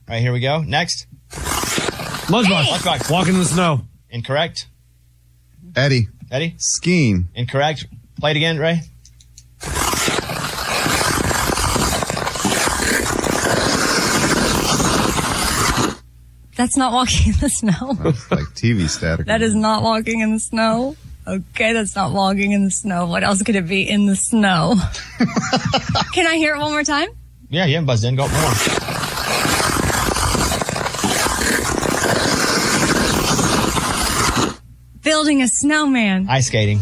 [SPEAKER 1] All right, here we go. Next,
[SPEAKER 7] lunchbox.
[SPEAKER 1] Lunchbox.
[SPEAKER 7] Walking in the snow.
[SPEAKER 1] Incorrect.
[SPEAKER 6] Eddie.
[SPEAKER 1] Eddie.
[SPEAKER 6] Skiing.
[SPEAKER 1] Incorrect. Play it again, Ray.
[SPEAKER 8] That's not walking in the snow.
[SPEAKER 6] That's like TV static.
[SPEAKER 8] that is not walking in the snow. Okay, that's not walking in the snow. What else could it be in the snow? Can I hear it one more time?
[SPEAKER 1] Yeah, you haven't buzzed in. Go one more.
[SPEAKER 8] Building a snowman.
[SPEAKER 1] Ice skating.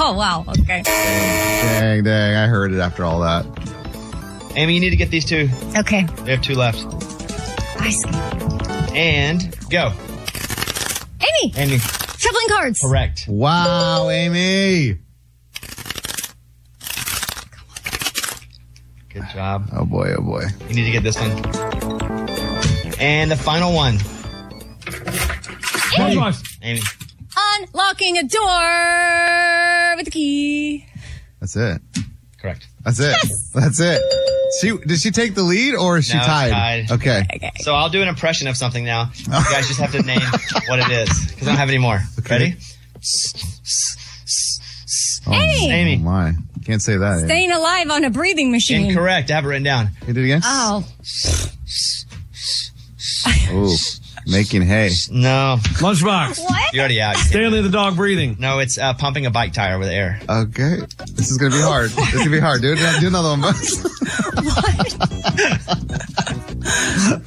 [SPEAKER 8] Oh wow. Okay.
[SPEAKER 6] Dang, dang. I heard it after all that.
[SPEAKER 1] Amy, you need to get these two.
[SPEAKER 8] Okay.
[SPEAKER 1] We have two left.
[SPEAKER 8] Ice skating.
[SPEAKER 1] And go,
[SPEAKER 8] Amy,
[SPEAKER 1] Amy.
[SPEAKER 8] tripling cards.
[SPEAKER 1] Correct.
[SPEAKER 6] Wow, Amy.
[SPEAKER 1] Good job.
[SPEAKER 6] Oh boy, oh boy.
[SPEAKER 1] You need to get this one. And the final one,
[SPEAKER 7] Lunchbox.
[SPEAKER 1] Amy.
[SPEAKER 8] Unlocking a door with a key.
[SPEAKER 6] That's it.
[SPEAKER 1] Correct.
[SPEAKER 6] That's it. That's it. She did she take the lead or is she
[SPEAKER 1] No,
[SPEAKER 6] tied?
[SPEAKER 1] tied.
[SPEAKER 6] Okay.
[SPEAKER 8] Okay.
[SPEAKER 1] So I'll do an impression of something now. You guys just have to
[SPEAKER 6] (laughs)
[SPEAKER 1] name what it is because I don't have any more. Ready?
[SPEAKER 6] Oh,
[SPEAKER 8] Amy.
[SPEAKER 1] Amy.
[SPEAKER 6] Oh my. Can't say
[SPEAKER 1] Oh,
[SPEAKER 6] that. Amy.
[SPEAKER 8] Staying alive on a breathing machine.
[SPEAKER 1] Incorrect. I have it written down.
[SPEAKER 6] Can you do it again?
[SPEAKER 8] Oh,
[SPEAKER 6] Ooh. Making hay.
[SPEAKER 1] No.
[SPEAKER 7] Lunchbox.
[SPEAKER 1] What? You already out.
[SPEAKER 7] Stanley the dog breathing.
[SPEAKER 1] No, it's uh, pumping a bike tire with air.
[SPEAKER 6] Okay. This is going to be hard. It's going to be hard, dude. Do another one, bud. (laughs)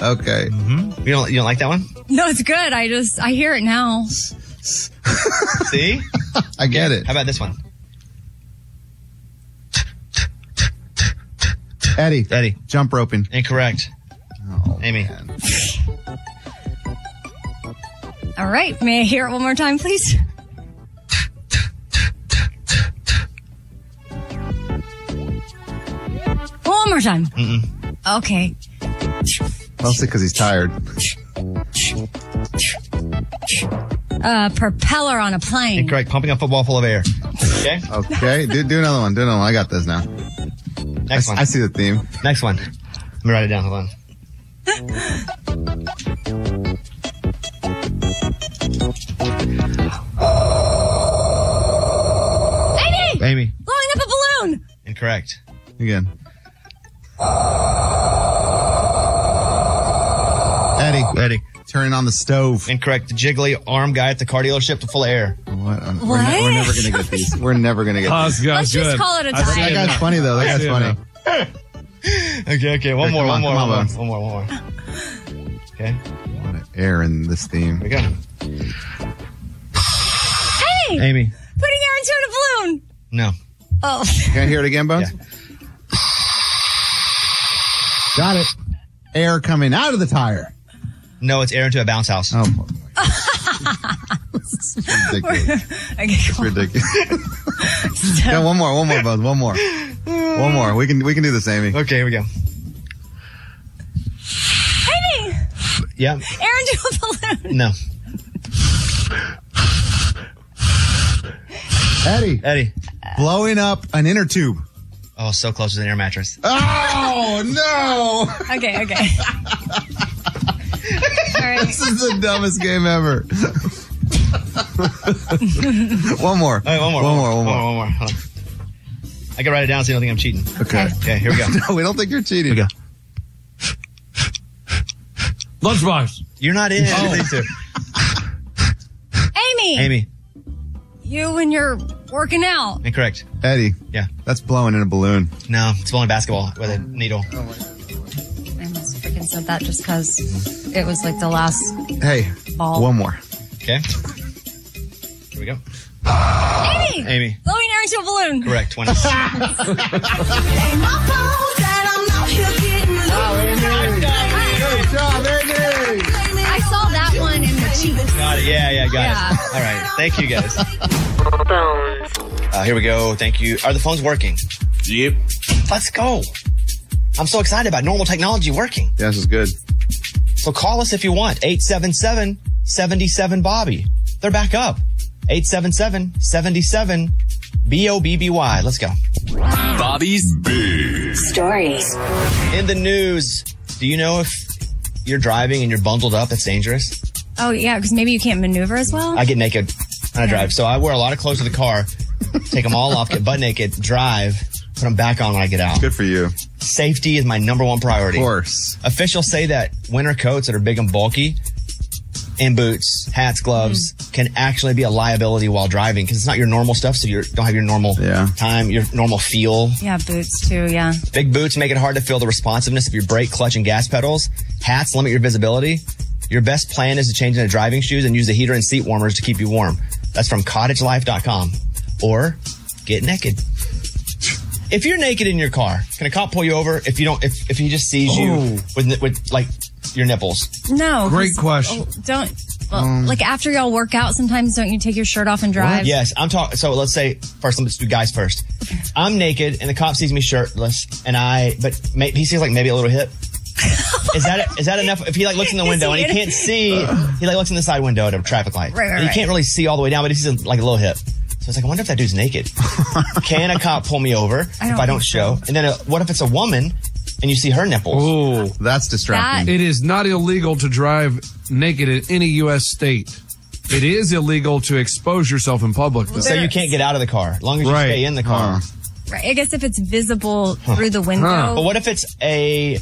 [SPEAKER 6] okay.
[SPEAKER 1] Mm-hmm. You don't you don't like that
[SPEAKER 6] (laughs)
[SPEAKER 1] one?
[SPEAKER 8] No, it's good. I just I hear it now.
[SPEAKER 1] See?
[SPEAKER 6] I get it.
[SPEAKER 1] How about this one?
[SPEAKER 6] Eddie.
[SPEAKER 1] Eddie.
[SPEAKER 6] Jump roping. Oh,
[SPEAKER 1] Incorrect. Amy.
[SPEAKER 8] All right, may I hear it one more time, please? One more time. Okay.
[SPEAKER 6] Mostly because he's tired.
[SPEAKER 8] Uh, propeller on a plane.
[SPEAKER 1] Incorrect. Pumping a football full of air. Okay.
[SPEAKER 6] Okay. Do, do another one. Do another one. I got this now.
[SPEAKER 1] Next
[SPEAKER 6] I,
[SPEAKER 1] one.
[SPEAKER 6] I see the theme.
[SPEAKER 1] Next one. Let me write it down. Hold on.
[SPEAKER 8] Amy!
[SPEAKER 1] Amy.
[SPEAKER 8] Blowing up a balloon!
[SPEAKER 1] Incorrect.
[SPEAKER 6] Again. Eddie.
[SPEAKER 1] Eddie.
[SPEAKER 6] Turning on the stove.
[SPEAKER 1] Incorrect. The jiggly arm guy at the car dealership full of air.
[SPEAKER 6] What? on- We're, ne- we're never gonna get these. We're never
[SPEAKER 7] (laughs)
[SPEAKER 6] gonna get.
[SPEAKER 7] Pause,
[SPEAKER 6] these.
[SPEAKER 7] guys, Let's just good. call it a I tie. see
[SPEAKER 6] That
[SPEAKER 7] it
[SPEAKER 6] guy's
[SPEAKER 7] now.
[SPEAKER 6] funny though. That
[SPEAKER 7] I
[SPEAKER 6] guy's
[SPEAKER 7] see it
[SPEAKER 6] funny.
[SPEAKER 1] Okay, okay. One
[SPEAKER 6] Okay,
[SPEAKER 1] more,
[SPEAKER 6] come
[SPEAKER 1] one
[SPEAKER 6] on,
[SPEAKER 1] more, one
[SPEAKER 6] come on,
[SPEAKER 1] more,
[SPEAKER 6] bud.
[SPEAKER 1] one more, one more. Okay.
[SPEAKER 6] Air in this theme.
[SPEAKER 1] We go.
[SPEAKER 8] Hey!
[SPEAKER 1] Amy.
[SPEAKER 8] Putting air into a balloon!
[SPEAKER 1] No.
[SPEAKER 8] Oh. (laughs)
[SPEAKER 6] Can I hear it again, Bones? Got it. Air
[SPEAKER 1] (laughs)
[SPEAKER 6] coming out of the tire.
[SPEAKER 1] No, it's air into a bounce house.
[SPEAKER 6] Oh,
[SPEAKER 8] We're-
[SPEAKER 6] ridiculous.
[SPEAKER 8] okay,
[SPEAKER 6] It's ridiculous. yeah, one more, one more, Buzz, one more, one more. We can we can do this, Amy.
[SPEAKER 1] Okay, here we go.
[SPEAKER 8] Amy!
[SPEAKER 1] Yeah.
[SPEAKER 8] Air into a balloon!
[SPEAKER 1] No.
[SPEAKER 6] Eddie,
[SPEAKER 1] Eddie.
[SPEAKER 6] blowing up an inner tube.
[SPEAKER 1] Oh, so close to an air mattress.
[SPEAKER 6] Oh no! (laughs)
[SPEAKER 8] Okay, okay. All right.
[SPEAKER 6] This is the dumbest game ever. one more.
[SPEAKER 1] All right, one more.
[SPEAKER 6] One more.
[SPEAKER 1] One more.
[SPEAKER 6] One more.
[SPEAKER 1] One more. Hold on. I can write it down so you don't think I'm cheating.
[SPEAKER 6] Okay.
[SPEAKER 1] Okay, here we go.
[SPEAKER 6] (laughs) no, we don't think you're cheating.
[SPEAKER 1] go.
[SPEAKER 7] Lunchbox.
[SPEAKER 1] You're not in.
[SPEAKER 7] Oh.
[SPEAKER 6] (laughs)
[SPEAKER 1] These two.
[SPEAKER 8] Amy!
[SPEAKER 1] Amy.
[SPEAKER 8] You when you're working out.
[SPEAKER 1] Incorrect.
[SPEAKER 6] Eddie.
[SPEAKER 1] Yeah.
[SPEAKER 6] That's blowing in a balloon. Oh,
[SPEAKER 1] No, it's only basketball with a needle.
[SPEAKER 8] I almost freaking said that just because it was like the last.
[SPEAKER 6] Hey,
[SPEAKER 8] Ball.
[SPEAKER 6] one more.
[SPEAKER 1] Okay. Here we go.
[SPEAKER 8] Amy!
[SPEAKER 1] Amy.
[SPEAKER 8] Blowing air into a balloon!
[SPEAKER 1] Correct.
[SPEAKER 8] (laughs)
[SPEAKER 1] 20.
[SPEAKER 6] Good job, Eddie.
[SPEAKER 8] I saw that one in the cheeks.
[SPEAKER 1] Got it. Yeah, yeah, got
[SPEAKER 8] Yeah.
[SPEAKER 1] it. All right. Thank you guys. Uh, here we go. Thank you. Are the phones working?
[SPEAKER 20] Yep.
[SPEAKER 1] Let's go. I'm so excited about normal technology working.
[SPEAKER 6] Yeah, this is good.
[SPEAKER 1] So call us if you want. 877 77 Bobby. They're back up. 877 77 B O B B Y. Let's go.
[SPEAKER 17] Bobby's Big
[SPEAKER 1] Stories. In the news, do you know if you're driving and you're bundled up, it's dangerous?
[SPEAKER 8] Oh, yeah, because maybe you can't maneuver as well.
[SPEAKER 1] I get naked when I drive. So I wear a lot of clothes to the car, take them all off, get butt naked, drive, put them back on when I get out.
[SPEAKER 6] Good for you.
[SPEAKER 1] Safety is my number one priority.
[SPEAKER 6] Of course.
[SPEAKER 1] Officials say that winter coats that are big and bulky and boots, hats, gloves can actually be a liability while driving because it's not your normal stuff. So you don't have your normal
[SPEAKER 6] Yeah.
[SPEAKER 1] time, your normal feel.
[SPEAKER 8] Yeah, boots too, yeah.
[SPEAKER 1] Big boots make it hard to feel the responsiveness of your brake, clutch, and gas pedals. Hats limit your visibility. Your best plan is to change into driving shoes and use the heater and seat warmers to keep you warm. That's from cottagelife.com. Or get naked. If you're naked in your car, can a cop pull you over if you don't if, if he just sees you with with like your nipples?
[SPEAKER 8] No.
[SPEAKER 7] Great
[SPEAKER 8] 'cause-
[SPEAKER 7] question.
[SPEAKER 8] oh, don't. Well, like after y'all work out, sometimes don't you take your shirt off and drive?
[SPEAKER 1] Yes, I'm talking. So let's say first, let's do guys first. I'm naked, and the cop sees me shirtless, and I, but may, he sees like maybe a little
[SPEAKER 8] (laughs)
[SPEAKER 1] hip. is that is that enough? If he like looks in the
[SPEAKER 8] Is
[SPEAKER 1] window
[SPEAKER 8] he
[SPEAKER 1] and he
[SPEAKER 8] in-
[SPEAKER 1] can't
[SPEAKER 8] (laughs)
[SPEAKER 1] see, he like looks in the side window at a traffic light.
[SPEAKER 8] Right, right,
[SPEAKER 1] And he
[SPEAKER 8] right.
[SPEAKER 1] can't really see all the way down, but he sees like a little hip. So it's like I wonder if that dude's
[SPEAKER 8] (laughs)
[SPEAKER 1] naked. Can a cop pull me over
[SPEAKER 8] I
[SPEAKER 1] if
[SPEAKER 8] don't
[SPEAKER 1] I don't
[SPEAKER 8] think
[SPEAKER 1] show? And then uh, what if it's a woman and you see her nipples?
[SPEAKER 7] Oh.
[SPEAKER 6] That's distracting.
[SPEAKER 7] It is not illegal to drive naked in any U.S. state. It is illegal to expose yourself in public, though.
[SPEAKER 1] So you can't get out of the car, as long as you
[SPEAKER 7] Right.
[SPEAKER 1] stay in the car.
[SPEAKER 8] Right. I guess if it's visible through the window.
[SPEAKER 1] But what if it's a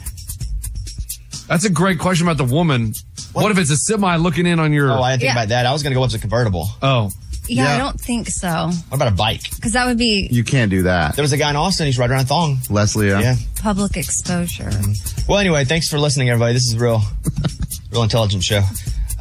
[SPEAKER 7] That's a great question about the woman. What if it's a semi looking in on your?
[SPEAKER 1] Oh, I didn't think
[SPEAKER 8] Yeah.
[SPEAKER 1] about that. I was going to go up to convertible.
[SPEAKER 7] Oh.
[SPEAKER 8] Yeah, I don't think so.
[SPEAKER 1] What about a bike?
[SPEAKER 8] Because that would be
[SPEAKER 1] You can't do that. There was a guy in Austin. He's right around a thong.
[SPEAKER 6] Leslie, yeah.
[SPEAKER 8] public exposure.
[SPEAKER 1] Well, anyway, thanks for listening, everybody. This is real, real intelligent show.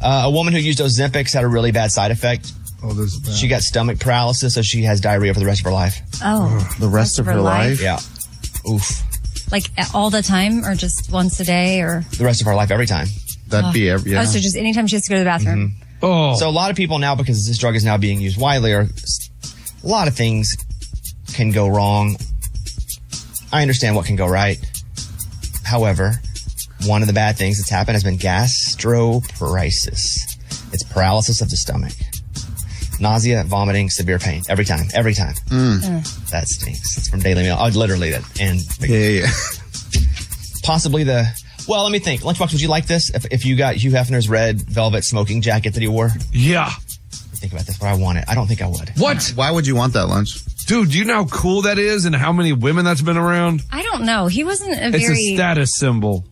[SPEAKER 1] Uh, a woman who used Ozempic had a really bad side effect.
[SPEAKER 13] Oh, there's that.
[SPEAKER 1] She got stomach paralysis, so she has diarrhea for the rest of her life.
[SPEAKER 8] Oh,
[SPEAKER 6] The rest
[SPEAKER 8] of her her life? life?
[SPEAKER 1] Yeah. Oof.
[SPEAKER 8] like all the time or just once a day or?
[SPEAKER 1] The rest of her life, every time.
[SPEAKER 8] That'd be every- Oh, so just anytime she has to go to the bathroom.
[SPEAKER 7] Oh.
[SPEAKER 1] So a lot of people now, because this drug is now being used widely, are a lot of things can go wrong. I understand what can go right. However, one of the bad things that's happened has been gastroparesis. It's paralysis of the stomach. Nausea, vomiting, severe pain. Every time. Every time. That stinks. It's from Daily Mail. Oh, literally that. And yeah, yeah. (laughs) possibly the. Well, let me think. Lunchbox, would you like this? If, if you got Hugh Hefner's red velvet smoking jacket that he wore,
[SPEAKER 7] Yeah.
[SPEAKER 1] think about this. But I want it. I don't think I would.
[SPEAKER 7] What?
[SPEAKER 6] Why would you want that lunch?
[SPEAKER 7] Dude, do you know how cool that is and how many women that's been around?
[SPEAKER 8] I don't know. He wasn't a
[SPEAKER 7] it's
[SPEAKER 8] very.
[SPEAKER 7] a status symbol.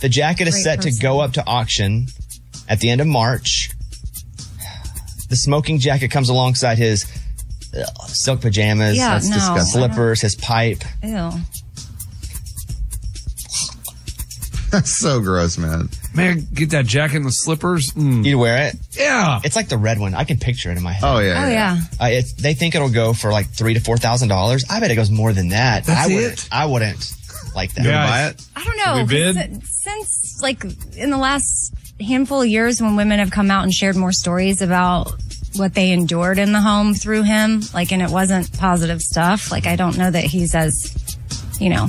[SPEAKER 1] The jacket is
[SPEAKER 8] Great
[SPEAKER 1] set to
[SPEAKER 8] person.
[SPEAKER 1] go up to auction at the end of March. The smoking jacket comes alongside his ugh, silk pajamas,
[SPEAKER 8] Yeah, That's no, disgusting. I don't-
[SPEAKER 1] slippers, his pipe.
[SPEAKER 8] Ew.
[SPEAKER 6] That's so gross, man.
[SPEAKER 7] Man, get that jacket and the slippers. Mm.
[SPEAKER 1] You'd wear it?
[SPEAKER 7] Yeah.
[SPEAKER 1] It's like the red one. I can picture it in my head.
[SPEAKER 6] Oh,
[SPEAKER 8] Oh, yeah.
[SPEAKER 1] Uh, it's, they think it'll go for like three to four thousand dollars. I bet it goes more than that.
[SPEAKER 8] That's
[SPEAKER 1] I wouldn't,
[SPEAKER 8] it?
[SPEAKER 1] I wouldn't like that.
[SPEAKER 6] You wouldn't buy it?
[SPEAKER 8] I don't know.
[SPEAKER 1] We bid?
[SPEAKER 8] 'cause si- Since like in the last handful of years when women have come out and shared more stories about what they endured in the home through him, like, and it wasn't positive stuff. Like, I don't know that he's as, you know,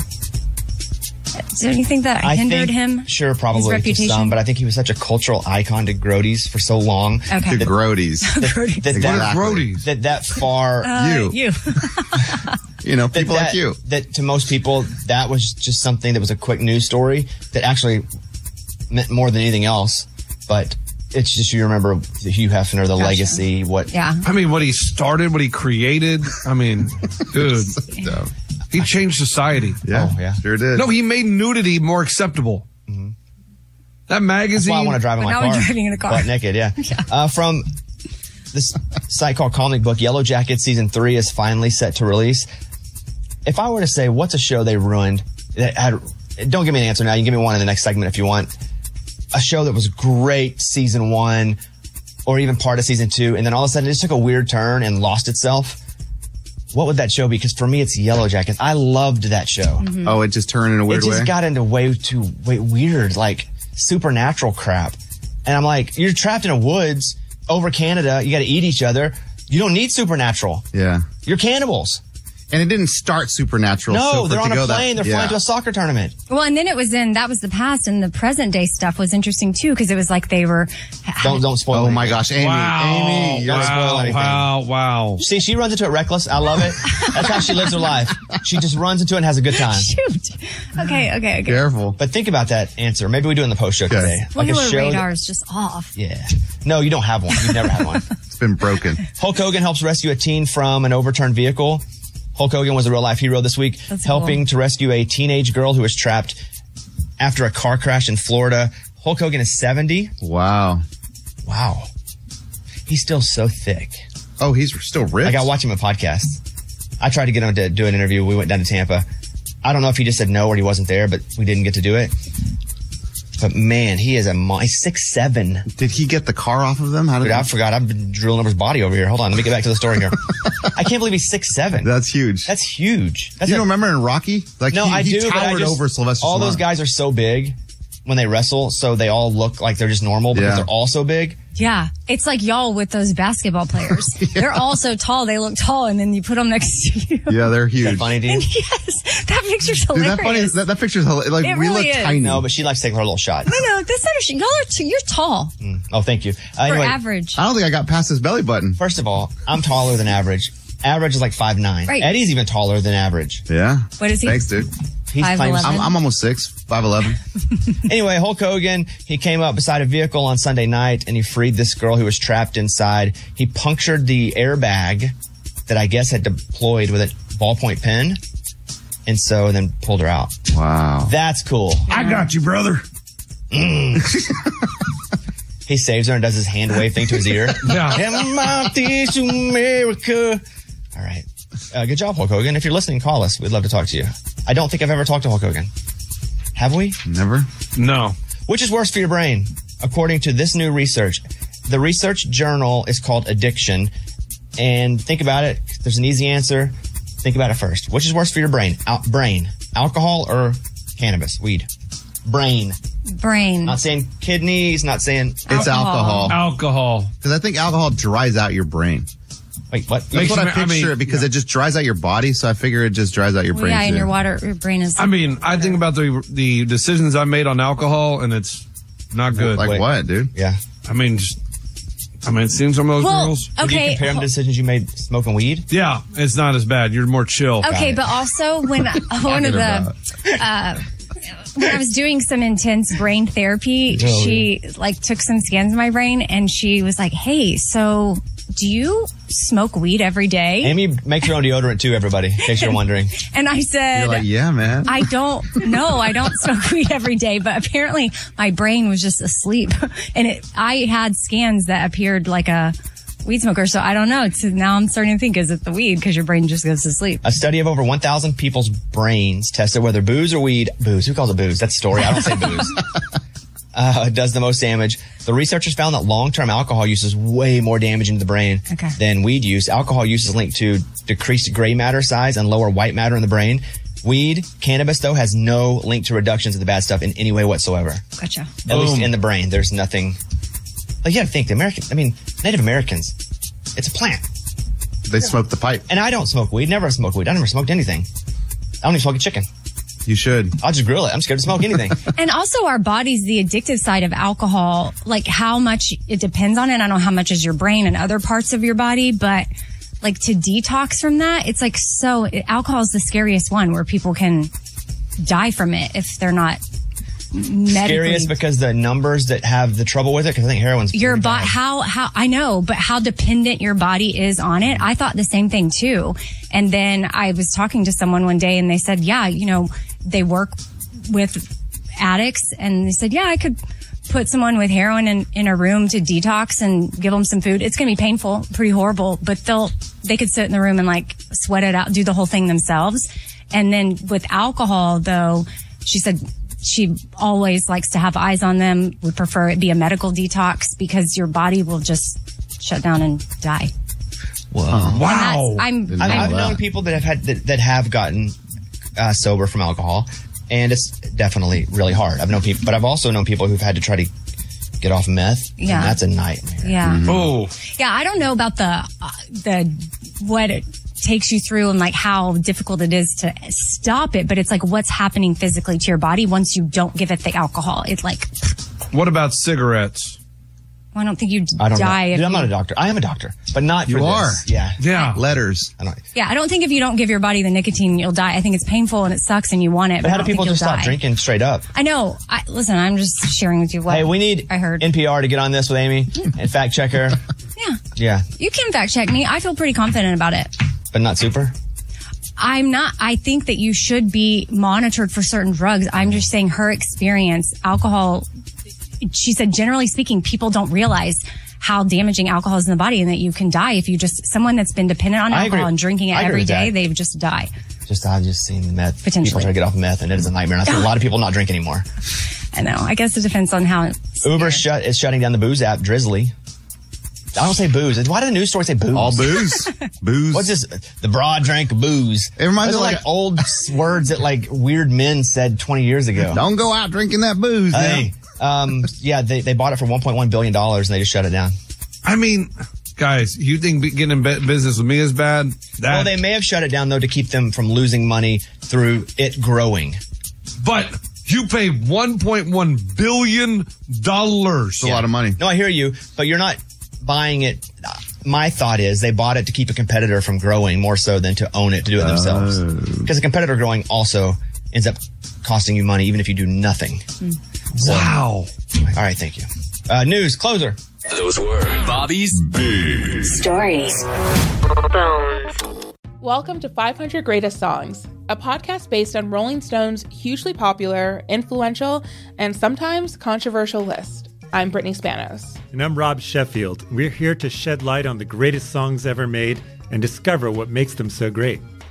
[SPEAKER 8] do you think that
[SPEAKER 1] I
[SPEAKER 8] hindered
[SPEAKER 1] think-
[SPEAKER 8] him?
[SPEAKER 1] Sure, probably to
[SPEAKER 8] reputation?
[SPEAKER 1] some, but I think he was such a cultural icon to Grodies for so long.
[SPEAKER 8] Okay. To
[SPEAKER 1] Grodies. That, that,
[SPEAKER 6] What are
[SPEAKER 1] Grodies? That that far
[SPEAKER 8] Uh, You. (laughs)
[SPEAKER 1] you know,
[SPEAKER 6] people like you.
[SPEAKER 1] That to most people, that was just something that was a quick news story that actually meant more than anything else. But it's just you remember the Hugh Hefner, the
[SPEAKER 7] Gotcha.
[SPEAKER 1] legacy, what
[SPEAKER 8] Yeah.
[SPEAKER 7] I mean, what he started, what he created. I
[SPEAKER 8] (laughs)
[SPEAKER 7] mean, dude. He changed society.
[SPEAKER 6] Yeah.
[SPEAKER 8] Oh,
[SPEAKER 6] yeah. Sure did.
[SPEAKER 7] No, he made nudity more acceptable.
[SPEAKER 8] Mm-hmm.
[SPEAKER 7] That magazine.
[SPEAKER 1] That's why I want to drive in
[SPEAKER 7] But
[SPEAKER 1] my
[SPEAKER 7] now
[SPEAKER 1] car.
[SPEAKER 7] we're driving in a car.
[SPEAKER 1] Butt
[SPEAKER 7] (laughs)
[SPEAKER 1] naked, yeah. Uh, from this site called Comic Book, Yellow Jacket season three is finally set to release. If I were to say what's a show they ruined, that had, don't give me an answer now. You can give me one in the next segment if you want. A show that was great season one, or even part of season two, and then all of a sudden it just took a weird turn and lost itself. What would that show be? Because for me, it's Yellow Jackets. I loved that show.
[SPEAKER 6] Mhm. Oh, it just turned in a weird
[SPEAKER 1] It just
[SPEAKER 6] way?
[SPEAKER 1] got into way too way, weird, like supernatural crap. And I'm like, you're trapped in the woods over Canada. You got to eat each other. You don't need supernatural.
[SPEAKER 6] Yeah.
[SPEAKER 1] You're cannibals.
[SPEAKER 6] And it didn't start supernatural.
[SPEAKER 1] No,
[SPEAKER 6] so for
[SPEAKER 1] they're
[SPEAKER 6] it
[SPEAKER 1] on
[SPEAKER 6] to
[SPEAKER 1] a
[SPEAKER 6] go that-
[SPEAKER 1] plane. they're
[SPEAKER 6] yeah.
[SPEAKER 1] flying to a soccer tournament.
[SPEAKER 8] Well, and then it was in that was the past, and the present day stuff was interesting too because it was like they were.
[SPEAKER 1] Don't don't spoil. Oh my
[SPEAKER 6] gosh,
[SPEAKER 1] Amy, Amy, don't spoil anything.
[SPEAKER 7] Wow, wow.
[SPEAKER 1] See, she runs into it reckless. I love it. That's how she lives her life. She just runs into it and has a
[SPEAKER 8] (laughs)
[SPEAKER 1] good
[SPEAKER 3] (laughs)
[SPEAKER 1] time.
[SPEAKER 8] Shoot. Okay. Okay. Okay.
[SPEAKER 6] Careful.
[SPEAKER 1] But think about that answer. Maybe we do it in the post show today. Like a
[SPEAKER 8] Spoiler
[SPEAKER 1] show. that-
[SPEAKER 8] radar is just off.
[SPEAKER 1] yeah. No, you don't have one. You've never
[SPEAKER 3] (laughs)
[SPEAKER 1] had one.
[SPEAKER 6] It's been broken.
[SPEAKER 1] Hulk Hogan helps rescue a teen from an overturned vehicle. Hulk Hogan was a real life hero this week,
[SPEAKER 3] That's
[SPEAKER 1] helping
[SPEAKER 3] cool.
[SPEAKER 1] to rescue a teenage girl who was trapped after a car crash in Florida. Hulk Hogan is 70.
[SPEAKER 6] Wow.
[SPEAKER 1] Wow. He's still so thick.
[SPEAKER 6] Oh, he's still ripped.
[SPEAKER 1] Like I watch him on podcasts. I tried to get him to do an interview. We went down to Tampa. I don't know if he just said no or he wasn't there, but we didn't get to do it. But man, he is a mon- he's six seven.
[SPEAKER 6] Did he get the car off of them? How did
[SPEAKER 1] Dude, I forgot. I've been drilling over his body over here. Hold on, let me get back to the story
[SPEAKER 6] (laughs)
[SPEAKER 1] here. I can't believe he's six seven.
[SPEAKER 6] That's huge.
[SPEAKER 1] That's huge. That's
[SPEAKER 6] you
[SPEAKER 1] a-
[SPEAKER 6] don't remember in Rocky? Like
[SPEAKER 1] no,
[SPEAKER 6] he,
[SPEAKER 1] I
[SPEAKER 6] he
[SPEAKER 1] do. but I
[SPEAKER 6] towered
[SPEAKER 1] just-
[SPEAKER 6] over Sylvester.
[SPEAKER 1] All those
[SPEAKER 6] Stallone.
[SPEAKER 1] guys are so big when they wrestle, so they all look like they're just normal because
[SPEAKER 6] Yeah.
[SPEAKER 1] they're all so big.
[SPEAKER 8] Yeah, it's like y'all with those basketball players.
[SPEAKER 1] (laughs)
[SPEAKER 8] They're all so tall; they look tall, and then you put them next to you.
[SPEAKER 1] (laughs)
[SPEAKER 6] Yeah, they're huge.
[SPEAKER 1] funny to you?
[SPEAKER 8] And (laughs) yes, that picture's
[SPEAKER 6] Dude,
[SPEAKER 8] hilarious.
[SPEAKER 6] that funny. That, that picture's hilarious. Like
[SPEAKER 8] It
[SPEAKER 6] we
[SPEAKER 8] really
[SPEAKER 6] look
[SPEAKER 8] is.
[SPEAKER 6] tiny.
[SPEAKER 1] No, but she likes taking her little shot.
[SPEAKER 8] no, no, that's not a sh- y'all are too, you're tall.
[SPEAKER 1] Oh, thank you. Uh,
[SPEAKER 8] For
[SPEAKER 1] anyway,
[SPEAKER 8] average.
[SPEAKER 6] I don't think I got past his belly button.
[SPEAKER 1] First of all, I'm taller than average. Average is like five nine.
[SPEAKER 8] Right.
[SPEAKER 1] Eddie's even taller than average.
[SPEAKER 6] Yeah.
[SPEAKER 8] What is he?
[SPEAKER 6] Thanks, dude.
[SPEAKER 1] He's claims-
[SPEAKER 6] I'm, I'm almost six, five
[SPEAKER 8] (laughs)
[SPEAKER 6] eleven.
[SPEAKER 1] anyway, Hulk Hogan, he came up beside a vehicle on Sunday night and he freed this girl who was trapped inside. He punctured the airbag that I guess had deployed with a ballpoint pen. And so then pulled her out.
[SPEAKER 6] Wow.
[SPEAKER 1] That's cool.
[SPEAKER 7] I got you, brother.
[SPEAKER 6] Mm. (laughs)
[SPEAKER 1] he saves her and does his hand wave thing to his ear.
[SPEAKER 14] Yeah.
[SPEAKER 1] This America. All right. Uh, good job, Hulk Hogan. If you're listening, call us. We'd love to talk to you. I don't think I've ever talked to Hulk Hogan. Have we?
[SPEAKER 6] Never.
[SPEAKER 1] No. Which is worse for your brain? According to this new research, the research journal is called Addiction. And think about it. There's an easy answer. Think about it first. Which is worse for your brain? Al- brain. Alcohol or cannabis? Weed. Brain.
[SPEAKER 8] Brain.
[SPEAKER 1] Not saying kidneys, not saying
[SPEAKER 6] It's alcohol.
[SPEAKER 7] Alcohol.
[SPEAKER 6] Because I think alcohol dries out your brain.
[SPEAKER 1] Wait, what?
[SPEAKER 6] That's what I picture it because it just dries out your body, so I figure it just dries out your brain.
[SPEAKER 8] yeah, and
[SPEAKER 6] too.
[SPEAKER 8] your water, your brain is.
[SPEAKER 7] I mean, I think about the the decisions I made on alcohol, and it's not good.
[SPEAKER 6] Like what, dude?
[SPEAKER 1] Yeah.
[SPEAKER 7] I mean, just, I mean, it seems some of those
[SPEAKER 8] Well,
[SPEAKER 7] girls.
[SPEAKER 8] Would you okay, compare them to hold-
[SPEAKER 1] decisions you made smoking weed?
[SPEAKER 7] Yeah, it's not as bad. You're more chill.
[SPEAKER 8] okay,
[SPEAKER 1] (laughs)
[SPEAKER 8] but also when (laughs) one of the. Uh, when I was doing some intense brain therapy,
[SPEAKER 7] Oh,
[SPEAKER 8] she like took some scans of my brain and she was like, "Hey, so do you smoke weed every day?"
[SPEAKER 1] Amy makes her own deodorant too, everybody, in case you're wondering.
[SPEAKER 8] and I said,
[SPEAKER 6] yeah, man.
[SPEAKER 8] I don't know. I don't (laughs) smoke weed every day, but apparently my brain was just asleep (laughs) and it, I had scans that appeared like a weed smoker. So I don't know. It's, now I'm starting to think, is it the weed? Cause your brain just goes to sleep.
[SPEAKER 1] A study of over 1,000 people's brains tested whether booze or weed, booze, who calls it booze? That's story. I don't say booze. Uh, does the most damage. The researchers found that long-term alcohol use is way more damaging to the brain
[SPEAKER 13] Okay.
[SPEAKER 1] than weed use. Alcohol use is linked to decreased gray matter size and lower white matter in the brain. Weed, cannabis though, has no link to reductions of the bad stuff in any way whatsoever.
[SPEAKER 8] Gotcha.
[SPEAKER 1] At least
[SPEAKER 8] Boom.
[SPEAKER 1] in the brain, there's nothing. Like you got to think the American. I mean, Native Americans. It's a plant.
[SPEAKER 6] They smoke the pipe.
[SPEAKER 1] And I don't smoke weed. Never smoked weed. I never smoked anything. I don't even smoke a chicken.
[SPEAKER 6] You should.
[SPEAKER 1] I'll just grill it. I'm scared to smoke anything.
[SPEAKER 8] And also our bodies, the addictive side of alcohol, like how much it depends on it. I don't know how much is your brain and other parts of your body, but like to detox from that, it's like so alcohol is the scariest one where people can die from it if they're not medically
[SPEAKER 1] Scariest because the numbers that have the trouble with it. Because I think heroin's
[SPEAKER 8] your body how how i know but how dependent your body is on it i thought the same thing too and then i was talking to someone one day and they said yeah you know they work with addicts and they said yeah i could put someone with heroin in, in a room to detox and give them some food it's going to be painful pretty horrible but they'll they could sit in the room and like sweat it out do the whole thing themselves and then with alcohol though she said she always likes to have eyes on them, would prefer it be a medical detox because your body will just shut down and die.
[SPEAKER 1] Whoa.
[SPEAKER 8] Wow. I'm- Didn't
[SPEAKER 1] I've,
[SPEAKER 8] know
[SPEAKER 1] I've
[SPEAKER 8] that.
[SPEAKER 1] known people that have had that, that have gotten uh, sober from alcohol, and it's definitely really hard. I've known people, but I've also known people who've had to try to get off meth. and
[SPEAKER 8] Yeah.
[SPEAKER 1] that's a nightmare.
[SPEAKER 8] Yeah.
[SPEAKER 7] Oh,
[SPEAKER 8] Yeah, I don't know about the uh, the what it takes you through and like how difficult it is to stop it, but it's like what's happening physically to your body once you don't give it the alcohol. It's like
[SPEAKER 7] what about cigarettes?
[SPEAKER 8] I don't think you
[SPEAKER 1] I don't
[SPEAKER 8] die.
[SPEAKER 1] know.
[SPEAKER 8] If
[SPEAKER 1] Dude, I'm
[SPEAKER 8] you-
[SPEAKER 1] not a doctor. I am a doctor, but not
[SPEAKER 6] You
[SPEAKER 1] for
[SPEAKER 6] are.
[SPEAKER 1] This. Yeah.
[SPEAKER 7] Yeah.
[SPEAKER 6] Letters.
[SPEAKER 1] I don't,
[SPEAKER 8] yeah, I don't think if you don't give your body the nicotine, you'll die. I think it's painful and it sucks and you want it.
[SPEAKER 1] but how do
[SPEAKER 8] I don't think
[SPEAKER 1] people
[SPEAKER 8] you'll
[SPEAKER 1] just stop
[SPEAKER 8] die.
[SPEAKER 1] drinking straight up?
[SPEAKER 8] I know. I, listen, I'm just sharing with you what
[SPEAKER 1] Hey, we need
[SPEAKER 8] I heard.
[SPEAKER 1] NPR to get on this with
[SPEAKER 8] (laughs)
[SPEAKER 1] Amy and fact check her.
[SPEAKER 8] Yeah.
[SPEAKER 1] Yeah,
[SPEAKER 8] You can fact check me. I feel pretty confident about it.
[SPEAKER 1] but not super.
[SPEAKER 8] I'm not, I think that you should be monitored for certain drugs. I'm just saying her experience, alcohol, she said, generally speaking, people don't realize how damaging alcohol is in the body and that you can die if you just, someone that's been dependent on
[SPEAKER 1] I agree.
[SPEAKER 8] alcohol and drinking
[SPEAKER 1] I
[SPEAKER 8] it
[SPEAKER 1] agree
[SPEAKER 8] every
[SPEAKER 1] with
[SPEAKER 8] day,
[SPEAKER 1] that.
[SPEAKER 8] they just die.
[SPEAKER 1] Just I've just seen the meth. People
[SPEAKER 8] Potentially.
[SPEAKER 1] try to get off meth, and it is a nightmare. And I see a lot of people not drink anymore.
[SPEAKER 8] I know. I guess it depends on how,
[SPEAKER 1] Uber shut is shutting down the booze app, Drizzly. I don't say booze. Why do the news stories say booze? All (laughs)
[SPEAKER 6] booze. booze.
[SPEAKER 1] What's this? The broad drank booze. It
[SPEAKER 6] reminds
[SPEAKER 1] Those
[SPEAKER 6] me
[SPEAKER 1] are
[SPEAKER 6] like-
[SPEAKER 1] like old
[SPEAKER 6] (laughs)
[SPEAKER 1] s- words that like weird men said 20 years ago.
[SPEAKER 6] Don't go out drinking that booze. now.
[SPEAKER 1] Hey. Um, yeah, they, they bought it for $1.1 billion and they just shut it down.
[SPEAKER 7] I mean, guys, you think be- getting in bu- business with me is bad?
[SPEAKER 1] Well, they may have shut it down though to keep them from losing money through it growing.
[SPEAKER 7] But you pay 1.1 billion dollars.
[SPEAKER 1] a lot of money. No, I hear you, but you're not buying it. My thought is they bought it to keep a competitor from growing more so than to own it to do it themselves. Because a competitor growing also ends up costing you money, even if you do nothing. wow. All right, thank you. Uh, news closer.
[SPEAKER 17] Those were Bobby's Big
[SPEAKER 3] Stories.
[SPEAKER 11] Welcome to 500 Greatest Songs, a podcast based on Rolling Stone's hugely popular, influential, and sometimes controversial list. I'm Brittany Spanos.
[SPEAKER 15] And I'm Rob Sheffield. We're here to shed light on the greatest songs ever made and discover what makes them so great.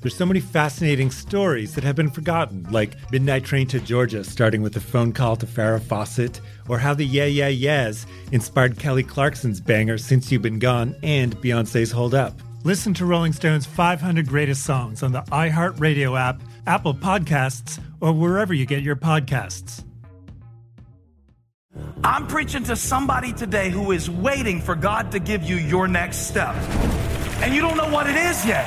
[SPEAKER 15] There's so many fascinating stories that have been forgotten, like Midnight Train to Georgia starting with a phone call to Farrah Fawcett, or how the Yeah Yeah Yeahs inspired Kelly Clarkson's banger Since You've Been Gone and Beyonce's Hold Up.
[SPEAKER 13] Listen to Rolling Stone's 500 Greatest Songs on the iHeartRadio app, Apple Podcasts, or wherever you get your podcasts.
[SPEAKER 4] I'm preaching to somebody today who is waiting for God to give you your next step. And you don't know what it is yet.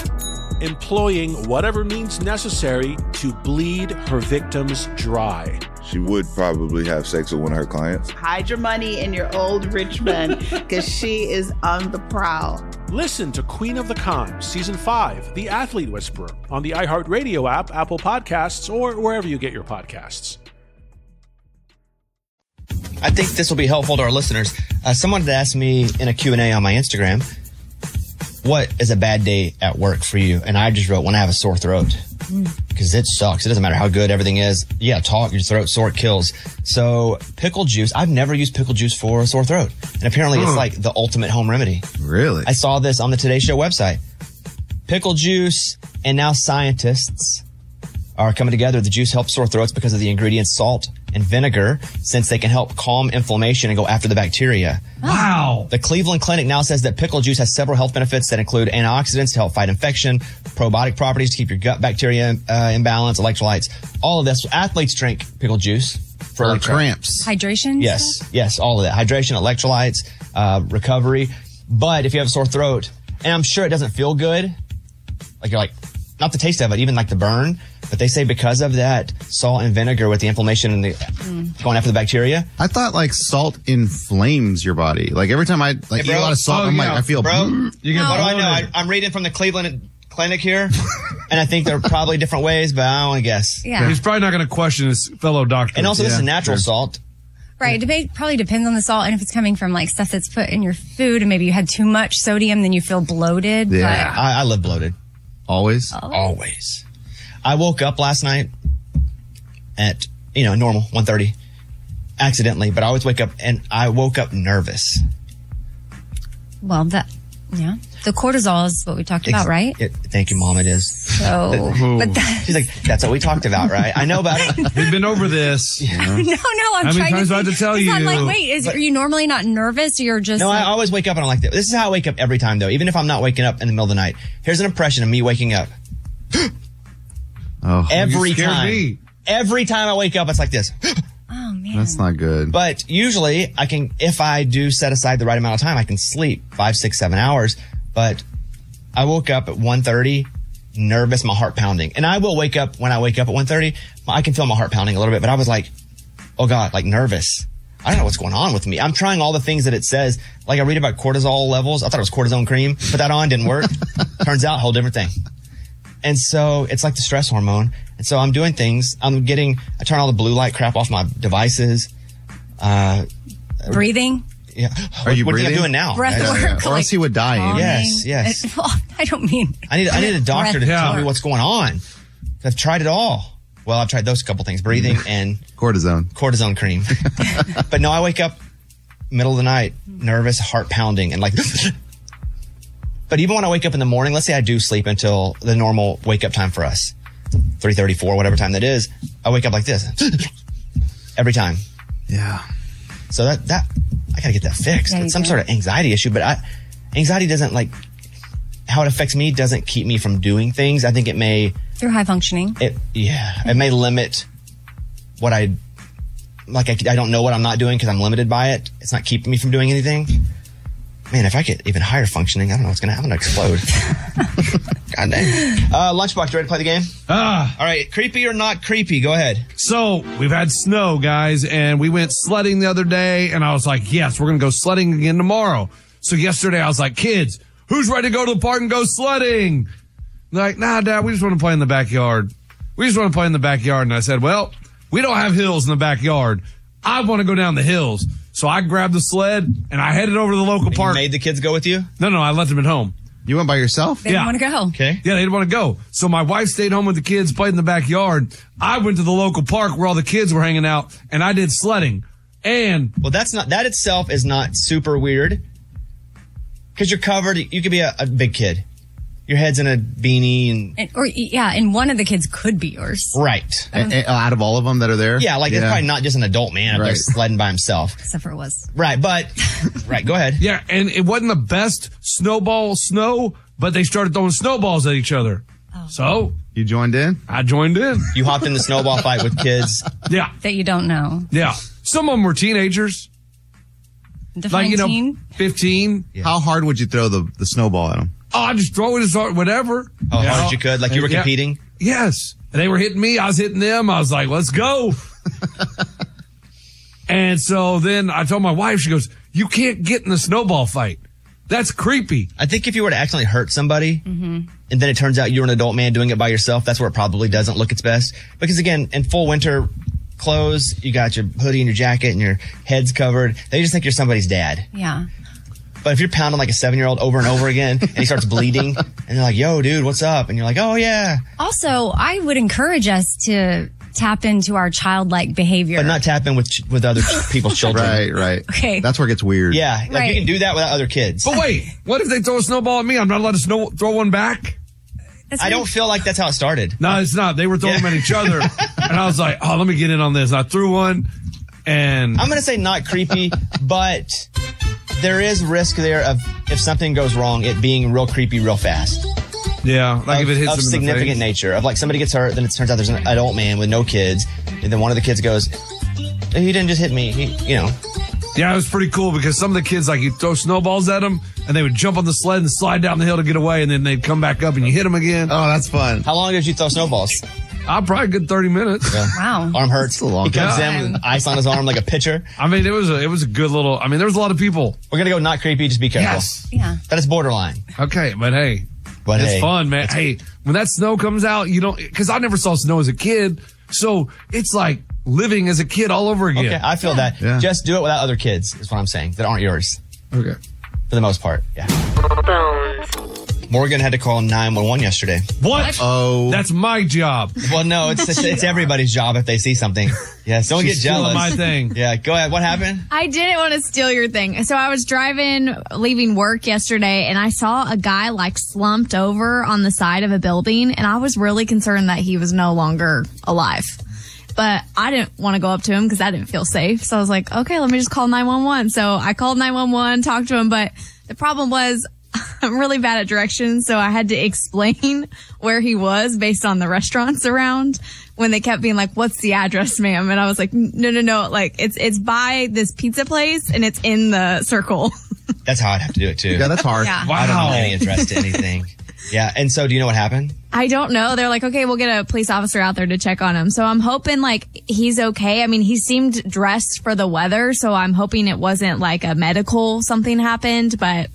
[SPEAKER 20] employing whatever means necessary to bleed her victims dry.
[SPEAKER 21] She would probably have sex with one of her clients.
[SPEAKER 22] Hide your money in your old rich man because she is on the prowl.
[SPEAKER 20] Listen to Queen of the Con, Season 5, The Athlete Whisperer, on the iHeartRadio app, Apple Podcasts, or wherever you get your podcasts.
[SPEAKER 1] I think this will be helpful to our listeners. Uh, someone had asked me in a Q&A on my Instagram, what is a bad day at work for you? And I just wrote, when I have a sore throat, because it sucks. It doesn't matter how good everything is. Yeah, talk, your throat sore it kills. So pickle juice, I've never used pickle juice for a sore throat. And apparently it's
[SPEAKER 6] Hmm.
[SPEAKER 1] like the ultimate home remedy.
[SPEAKER 6] Really?
[SPEAKER 1] I saw this on the Today Show website. Pickle juice, and now scientists are coming together. The juice helps sore throats because of the ingredients salt and vinegar, since they can help calm inflammation and go after the bacteria. Wow. The Cleveland Clinic now says that pickle juice has several health benefits that include antioxidants to help fight infection, probiotic properties to keep your gut bacteria uh, in balance, electrolytes, all of this. Athletes drink pickle juice for
[SPEAKER 6] For
[SPEAKER 1] electrolytes.
[SPEAKER 6] cramps.
[SPEAKER 8] Hydration?
[SPEAKER 1] Yes, yes, all of that. Hydration, electrolytes, uh, recovery. But if you have a sore throat, and I'm sure it doesn't feel good, like you're like, not the taste of it, even like the burn, but they say because of that salt and vinegar with the inflammation and the going after the bacteria.
[SPEAKER 6] I thought like salt inflames your body. Like every time I like eat a lot
[SPEAKER 1] Oh,
[SPEAKER 6] of salt, I'm like I feel.
[SPEAKER 1] bro.
[SPEAKER 6] You're gonna
[SPEAKER 1] what do I know? I,
[SPEAKER 6] bloated.
[SPEAKER 1] I'm reading from the Cleveland Clinic here,
[SPEAKER 6] (laughs)
[SPEAKER 1] and I think they're probably different ways, but I only guess.
[SPEAKER 8] Yeah. He's
[SPEAKER 1] probably not going to question his fellow doctor. And also, this is
[SPEAKER 8] Yeah,
[SPEAKER 1] natural
[SPEAKER 8] sure.
[SPEAKER 1] salt.
[SPEAKER 8] Right. It deba- probably depends on the salt and if it's coming from like stuff that's put in your food and maybe you had too much sodium, then you feel bloated.
[SPEAKER 1] Yeah, I, I live bloated.
[SPEAKER 6] Always?
[SPEAKER 1] Always. I woke up last night at, you know, normal, 1.30, accidentally, but I always wake up and I woke up nervous.
[SPEAKER 8] But, well, that, yeah. The cortisol is what we talked about, right?
[SPEAKER 1] It, thank you, Mom, it is.
[SPEAKER 8] So, but that,
[SPEAKER 1] She's like, that's what we talked about, right? I know about
[SPEAKER 8] (laughs)
[SPEAKER 1] it. We've been over (laughs) this.
[SPEAKER 8] (laughs) no, (laughs) no, I'm
[SPEAKER 1] How many
[SPEAKER 8] trying
[SPEAKER 1] times do
[SPEAKER 8] to,
[SPEAKER 1] I have to
[SPEAKER 8] think-
[SPEAKER 1] tell
[SPEAKER 8] 'cause I'm
[SPEAKER 1] you?
[SPEAKER 8] like, wait, is,
[SPEAKER 1] But-
[SPEAKER 8] are you normally not nervous? Or you're just
[SPEAKER 1] No, I
[SPEAKER 8] like,
[SPEAKER 1] always wake up and I'm like, this This is how I wake up every time, though, even if I'm not waking up in the middle of the night. Here's an impression of me waking up.
[SPEAKER 6] oh,
[SPEAKER 1] Oh, (laughs) every time. Every time I wake up, it's like this. (gasps)
[SPEAKER 8] oh man.
[SPEAKER 6] That's not good.
[SPEAKER 1] But usually I can, if I do set aside the right amount of time, I can sleep five, six, seven hours. But I woke up at 1.30, nervous, my heart pounding. And I will wake up when I wake up at 1.30. I can feel my heart pounding a little bit, but I was like, oh God, like nervous. I don't know what's going on with me. I'm trying all the things that it says. Like I read about cortisol levels. I thought it was cortisone cream. Put that on, didn't
[SPEAKER 6] (laughs)
[SPEAKER 1] work. Turns out, whole different thing. And so it's like the stress hormone. And so I'm doing things. I'm getting, I turn all the blue light crap off my devices. Uh,
[SPEAKER 8] Breathing.
[SPEAKER 1] yeah.
[SPEAKER 6] Are you
[SPEAKER 1] what, what do you think
[SPEAKER 6] breathing?
[SPEAKER 1] I'm doing now?
[SPEAKER 8] Breath
[SPEAKER 1] guys?
[SPEAKER 8] work,
[SPEAKER 6] Or else he would die. Amy.
[SPEAKER 1] Yes, yes.
[SPEAKER 8] It- (laughs) well, I don't mean.
[SPEAKER 1] I need, I need
[SPEAKER 8] (laughs)
[SPEAKER 1] a doctor to
[SPEAKER 8] Breath
[SPEAKER 1] tell me
[SPEAKER 8] work.
[SPEAKER 1] what's going on. I've tried it all. Well, I've tried those couple things, breathing and
[SPEAKER 6] Mm-hmm. Cortisone.
[SPEAKER 1] cortisone
[SPEAKER 6] (laughs)
[SPEAKER 1] cream. but no, I wake up middle of the night, nervous, heart pounding, and like. (laughs) but even when I wake up in the morning, let's say I do sleep until the normal wake up time for us, three thirty four, whatever time that is. I wake up like this (laughs) every time.
[SPEAKER 6] Yeah.
[SPEAKER 1] So that that I gotta get that fixed.
[SPEAKER 6] Yeah, you
[SPEAKER 1] it's some
[SPEAKER 6] do.
[SPEAKER 1] sort of anxiety issue, but I, anxiety doesn't like how it affects me doesn't keep me from doing things. I think it may
[SPEAKER 8] Through high functioning.
[SPEAKER 1] it yeah it may limit what i like i, I don't know what i'm not doing because i'm limited by it it's not keeping me from doing anything man if i get even higher functioning i don't know what's gonna happen to explode god dang uh, lunchbox you ready to play the game
[SPEAKER 7] Ah.
[SPEAKER 1] all right creepy or not creepy go ahead
[SPEAKER 7] So we've had snow, guys, and we went sledding the other day, and I was like, yes, we're gonna go sledding again tomorrow. So yesterday I was like, kids, who's ready to go to the park and go sledding? They're like, nah, dad, we just want to play in the backyard. We just want to play in the backyard. And I said, well, we don't have hills in the backyard. I want to go down the hills. So I grabbed the sled and I headed over to the local park.
[SPEAKER 1] made the kids go with you?
[SPEAKER 7] No, no, I left them at home.
[SPEAKER 6] You went by yourself?
[SPEAKER 8] They didn't want to go.
[SPEAKER 1] Okay.
[SPEAKER 7] Yeah, they didn't want to go. So my wife stayed home with the kids, played in the backyard. I went to the local park where all the kids were hanging out, and I did sledding. And
[SPEAKER 1] well that's not that itself is not super weird because you're covered you could be a, a big kid your head's in a beanie and
[SPEAKER 8] And, or yeah, and one of the kids could be yours.
[SPEAKER 1] right
[SPEAKER 8] Uh. And- and
[SPEAKER 6] out of all of them that are there
[SPEAKER 1] yeah like it's
[SPEAKER 8] Yeah.
[SPEAKER 1] probably not just an adult man if they're
[SPEAKER 7] Right.
[SPEAKER 1] sledding by himself
[SPEAKER 8] (laughs) Except for it was.
[SPEAKER 1] Right,
[SPEAKER 7] (laughs)
[SPEAKER 1] but right, go ahead.
[SPEAKER 7] Yeah, and it wasn't the best snowball snow, but they started throwing snowballs at each other.
[SPEAKER 8] Oh.
[SPEAKER 7] So
[SPEAKER 6] you joined in?
[SPEAKER 7] I joined in.
[SPEAKER 1] You hopped in the snowball fight with kids.
[SPEAKER 7] Yeah,
[SPEAKER 8] That you don't know.
[SPEAKER 7] yeah. Some of them were teenagers,
[SPEAKER 8] Define
[SPEAKER 7] like you know,
[SPEAKER 8] teen.
[SPEAKER 7] fifteen.
[SPEAKER 6] How hard would you throw the, the snowball at him?
[SPEAKER 7] Oh, I just throw it as hard, whatever.
[SPEAKER 1] Oh, hard as you could, like you were
[SPEAKER 7] Yeah.
[SPEAKER 1] competing?
[SPEAKER 7] Yes, And they were hitting me. I was hitting them. I was like, "Let's
[SPEAKER 1] (laughs)
[SPEAKER 7] go." and so then I told my wife. She goes, "You can't get in the snowball fight. That's creepy."
[SPEAKER 1] I think if you were to accidentally hurt somebody, and then it turns out you're an adult man doing it by yourself, that's where it probably doesn't look its best. Because again, in full winter clothes, you got your hoodie and your jacket and your head's covered. They just think you're somebody's dad.
[SPEAKER 8] Yeah.
[SPEAKER 1] But if you're pounding like a seven year old over and over again and
[SPEAKER 7] (laughs)
[SPEAKER 1] he starts bleeding and they're like, yo, dude, what's up? And you're like, oh, yeah.
[SPEAKER 8] Also, I would encourage us to tap into our childlike behavior.
[SPEAKER 1] But not tap in with, with other
[SPEAKER 7] (laughs)
[SPEAKER 1] people's children.
[SPEAKER 6] Right, right.
[SPEAKER 8] Okay.
[SPEAKER 6] That's where it gets weird.
[SPEAKER 1] Yeah. Like
[SPEAKER 8] Right.
[SPEAKER 1] you can do that without other kids.
[SPEAKER 7] But
[SPEAKER 1] (laughs)
[SPEAKER 7] wait, what if they throw a snowball at me? I'm not allowed to snow- throw one back.
[SPEAKER 1] I don't feel like that's how it started.
[SPEAKER 7] No, it's not. They were throwing them at each other,
[SPEAKER 1] (laughs)
[SPEAKER 7] and I was like, "Oh, let me get in on this." And I threw one, and
[SPEAKER 1] I'm going to say not
[SPEAKER 7] (laughs)
[SPEAKER 1] creepy, but there is risk there of if something goes wrong, it being real creepy real fast.
[SPEAKER 7] yeah, like
[SPEAKER 1] of,
[SPEAKER 7] if it hits them in
[SPEAKER 1] of
[SPEAKER 7] the
[SPEAKER 1] significant
[SPEAKER 7] face.
[SPEAKER 1] nature of like somebody gets hurt, then it turns out there's an adult man with no kids, and then one of the kids goes, "He didn't just hit me," he, you know.
[SPEAKER 7] Yeah, it was pretty cool because some of the kids, like, you throw snowballs at them and they would jump on the sled and slide down the hill to get away, and then they'd come back up and you hit them again.
[SPEAKER 6] Oh, that's fun.
[SPEAKER 1] How long did you throw snowballs?
[SPEAKER 7] I probably a good 30 minutes.
[SPEAKER 8] Wow.
[SPEAKER 1] Arm hurts.
[SPEAKER 6] long
[SPEAKER 1] he comes
[SPEAKER 7] time.
[SPEAKER 1] in with ice on his arm like a pitcher.
[SPEAKER 7] I mean, it was a, it was a good little, I mean, there was a lot of people.
[SPEAKER 1] We're gonna go not creepy. Just be careful.
[SPEAKER 7] Yes.
[SPEAKER 8] Yeah.
[SPEAKER 1] That is borderline.
[SPEAKER 7] Okay, but hey,
[SPEAKER 1] But
[SPEAKER 7] it's
[SPEAKER 1] hey.
[SPEAKER 7] fun, man. Hey, when that snow comes out, you don't, because I never saw snow as a kid. So it's like living as a kid all over again.
[SPEAKER 1] Okay, I feel that.
[SPEAKER 7] Yeah.
[SPEAKER 1] Just do it without other kids. Is what I'm saying. That aren't yours.
[SPEAKER 7] Okay.
[SPEAKER 1] For the most part, yeah. Morgan had to call 911 yesterday.
[SPEAKER 7] What?
[SPEAKER 6] Oh.
[SPEAKER 7] That's my job.
[SPEAKER 1] Well, no, it's it's, it's everybody's job if they see something. Yes, don't
[SPEAKER 7] She's
[SPEAKER 1] get jealous.
[SPEAKER 7] stealing my thing.
[SPEAKER 1] (laughs) Yeah, go ahead. What happened?
[SPEAKER 12] I didn't want to steal your thing. So I was driving, leaving work yesterday, and I saw a guy like slumped over on the side of a building, and I was really concerned that he was no longer alive. But I didn't want to go up to him because I didn't feel safe. So I was (laughs) like, okay, let me just call 911. So I called 911, talked to him, but the problem was I'm really bad at directions, so I had to explain (laughs) where he was based on the restaurants around when they kept being like, "What's the address, ma'am?" And I was like, "No, no, no, like it's it's by this pizza place and it's in the circle." (laughs)
[SPEAKER 1] That's how I'd have to do it too.
[SPEAKER 12] Yeah, that's hard. Yeah.
[SPEAKER 1] I don't
[SPEAKER 12] Wow.
[SPEAKER 1] know any address to anything. yeah. And so, do you know what happened?
[SPEAKER 12] I don't know. They're like, "Okay, we'll get a police officer out there to check on him." So I'm hoping like he's okay. I mean, he seemed dressed for the weather, so I'm hoping it wasn't like a medical something happened, but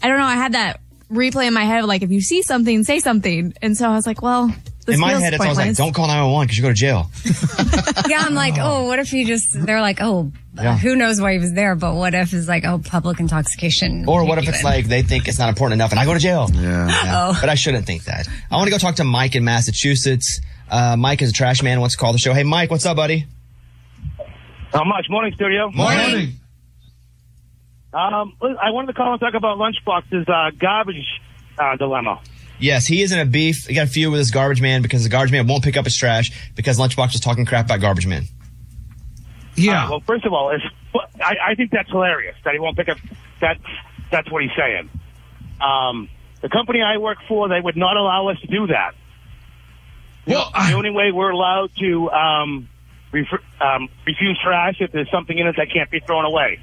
[SPEAKER 12] I don't know. I had that replay in my head of like if you see something, say something. And so I was like, "Well, this
[SPEAKER 1] In my
[SPEAKER 12] feels
[SPEAKER 1] head, it's always like,
[SPEAKER 12] pointless.
[SPEAKER 1] don't call 911 because you go to jail.
[SPEAKER 8] yeah, I'm like, oh, what if you just, they're like, oh,
[SPEAKER 1] Yeah.
[SPEAKER 8] who knows why he was there, but what if it's like, oh, public intoxication.
[SPEAKER 1] Or what if it's like they think it's not important enough and I go to jail? Yeah.
[SPEAKER 8] Uh-oh.
[SPEAKER 1] But I shouldn't think that. I want to go talk to Mike in Massachusetts. Uh, Mike is a trash man. Wants to call the show. Hey, Mike, what's up, buddy?
[SPEAKER 18] How much? Morning, studio.
[SPEAKER 1] Morning.
[SPEAKER 18] Um, I wanted to call and talk about Lunchbox's uh, garbage uh, dilemma.
[SPEAKER 1] Yes, he is in a beef. He got a feud with this garbage man because the garbage man won't pick up his trash because Lunchbox was talking crap about garbage men.
[SPEAKER 18] Yeah. Uh, well, first of all, it's, I, I think that's hilarious that he won't pick up. That that's what he's saying. Um, the company I work for, they would not allow us to do that. Well, the only way we're allowed to um, refer, um, refuse trash if there's something in it that can't be thrown away.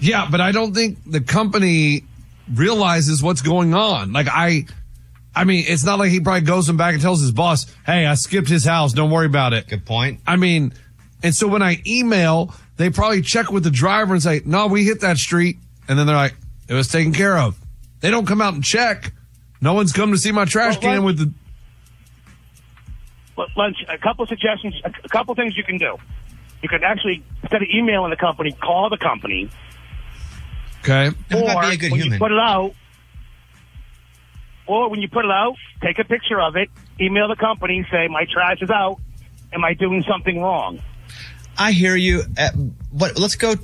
[SPEAKER 7] Yeah, but I don't think the company realizes what's going on. Like I I mean, it's not like he probably goes and back and tells his boss, "Hey, I skipped his house. Don't worry about it."
[SPEAKER 1] Good point.
[SPEAKER 7] I mean, and so when I email, they probably check with the driver and say, "No, we hit that street," and then they're like, "It was taken care of." They don't come out and check. No one's come to see my trash can with the
[SPEAKER 18] L- lunch. A couple suggestions. A a couple things you can do. You can actually instead of emailing the company, call the company.
[SPEAKER 7] okay.
[SPEAKER 18] or when you put it out, or when you put it out, take a picture of it, email the company, say my trash is out. Am I doing something wrong?
[SPEAKER 1] I hear you, uh, but let's go.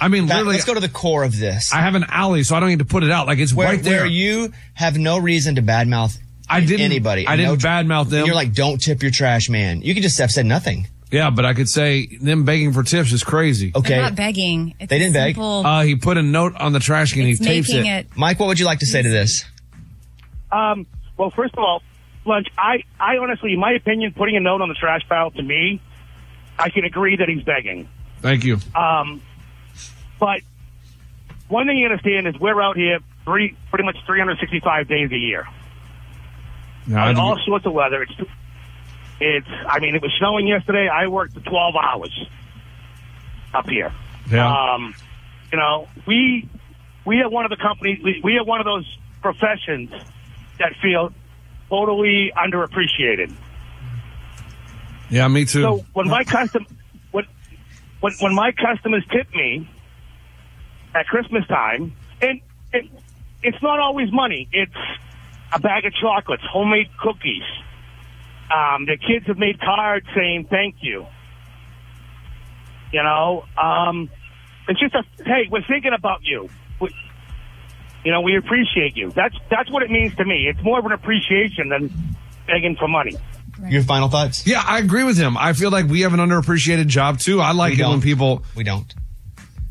[SPEAKER 7] I mean,
[SPEAKER 1] literally, let's go to the core of this.
[SPEAKER 7] I have an alley, so I don't need to put it out. Like it's
[SPEAKER 1] where,
[SPEAKER 7] right there.
[SPEAKER 1] where you have no reason to badmouth.
[SPEAKER 7] I didn't-
[SPEAKER 1] anybody.
[SPEAKER 7] I
[SPEAKER 1] and
[SPEAKER 7] didn't badmouth them.
[SPEAKER 1] You're like, don't tip your trash man. You could just have said nothing.
[SPEAKER 7] yeah, but I could say them begging for tips is crazy.
[SPEAKER 8] They're not begging. It's
[SPEAKER 1] They didn't beg.
[SPEAKER 8] simple-
[SPEAKER 7] Uh, he put a note on the trash can.
[SPEAKER 8] It's
[SPEAKER 7] he tapes
[SPEAKER 8] making
[SPEAKER 7] it.
[SPEAKER 8] it-
[SPEAKER 1] Mike, what would you like to say to this?
[SPEAKER 18] Um, well, first of all, lunch. I, I honestly, in my opinion, putting a note on the trash pile to me, I can agree that he's begging.
[SPEAKER 7] Thank you.
[SPEAKER 18] Um, but one thing you understand is we're out here three, pretty much 365 days a year.
[SPEAKER 7] Yeah, I
[SPEAKER 18] in
[SPEAKER 7] didn't-
[SPEAKER 18] all sorts of weather. It's, it's. I mean, it was snowing yesterday. I worked 12 hours up here.
[SPEAKER 7] Yeah.
[SPEAKER 18] Um, you know, we we are one of the companies. We, we are one of those professions that feel totally underappreciated.
[SPEAKER 7] yeah, me too.
[SPEAKER 18] So when my custom when, when when my customers tip me at Christmas time, and it, it's not always money. It's a bag of chocolates, homemade cookies. Um, the kids have made cards saying thank you. You know, um, it's just a hey, we're thinking about you. We, you know, we appreciate you. That's that's what it means to me. It's more of an appreciation than begging for money.
[SPEAKER 1] Your final thoughts?
[SPEAKER 7] Yeah, I agree with him. I feel like we have an underappreciated job too. I like
[SPEAKER 1] We
[SPEAKER 7] it when
[SPEAKER 1] don't.
[SPEAKER 7] people.
[SPEAKER 1] We don't.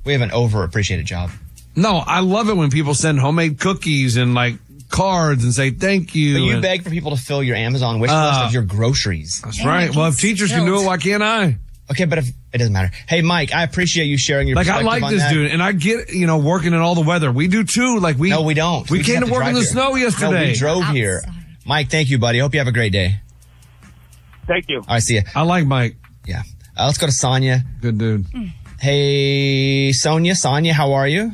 [SPEAKER 1] We have an overappreciated job.
[SPEAKER 7] No, I love it when people send homemade cookies and like cards and say thank you.
[SPEAKER 1] But you
[SPEAKER 7] and-
[SPEAKER 1] beg for people to fill your Amazon wish list
[SPEAKER 7] Uh,
[SPEAKER 1] of your groceries.
[SPEAKER 7] That's right. Well, if teachers can do it, why can't I?
[SPEAKER 1] Okay, but if it doesn't matter. Hey, Mike, I appreciate you sharing your.
[SPEAKER 7] like I
[SPEAKER 1] perspective
[SPEAKER 7] like
[SPEAKER 1] on
[SPEAKER 7] this
[SPEAKER 1] that.
[SPEAKER 7] dude, and I get you know working in all the weather. We do too. Like we
[SPEAKER 1] no, we don't.
[SPEAKER 7] We,
[SPEAKER 1] just
[SPEAKER 7] came
[SPEAKER 1] have
[SPEAKER 7] to work
[SPEAKER 1] drive
[SPEAKER 7] in the
[SPEAKER 1] here.
[SPEAKER 7] snow yesterday.
[SPEAKER 1] No, we drove here. Mike, thank you, buddy. Hope you have a great day.
[SPEAKER 18] Thank you.
[SPEAKER 1] All right, see ya.
[SPEAKER 7] I like Mike.
[SPEAKER 1] Yeah. Uh, let's go to Sonia.
[SPEAKER 7] Good dude.
[SPEAKER 1] Hey, Sonia. Sonia, how are you?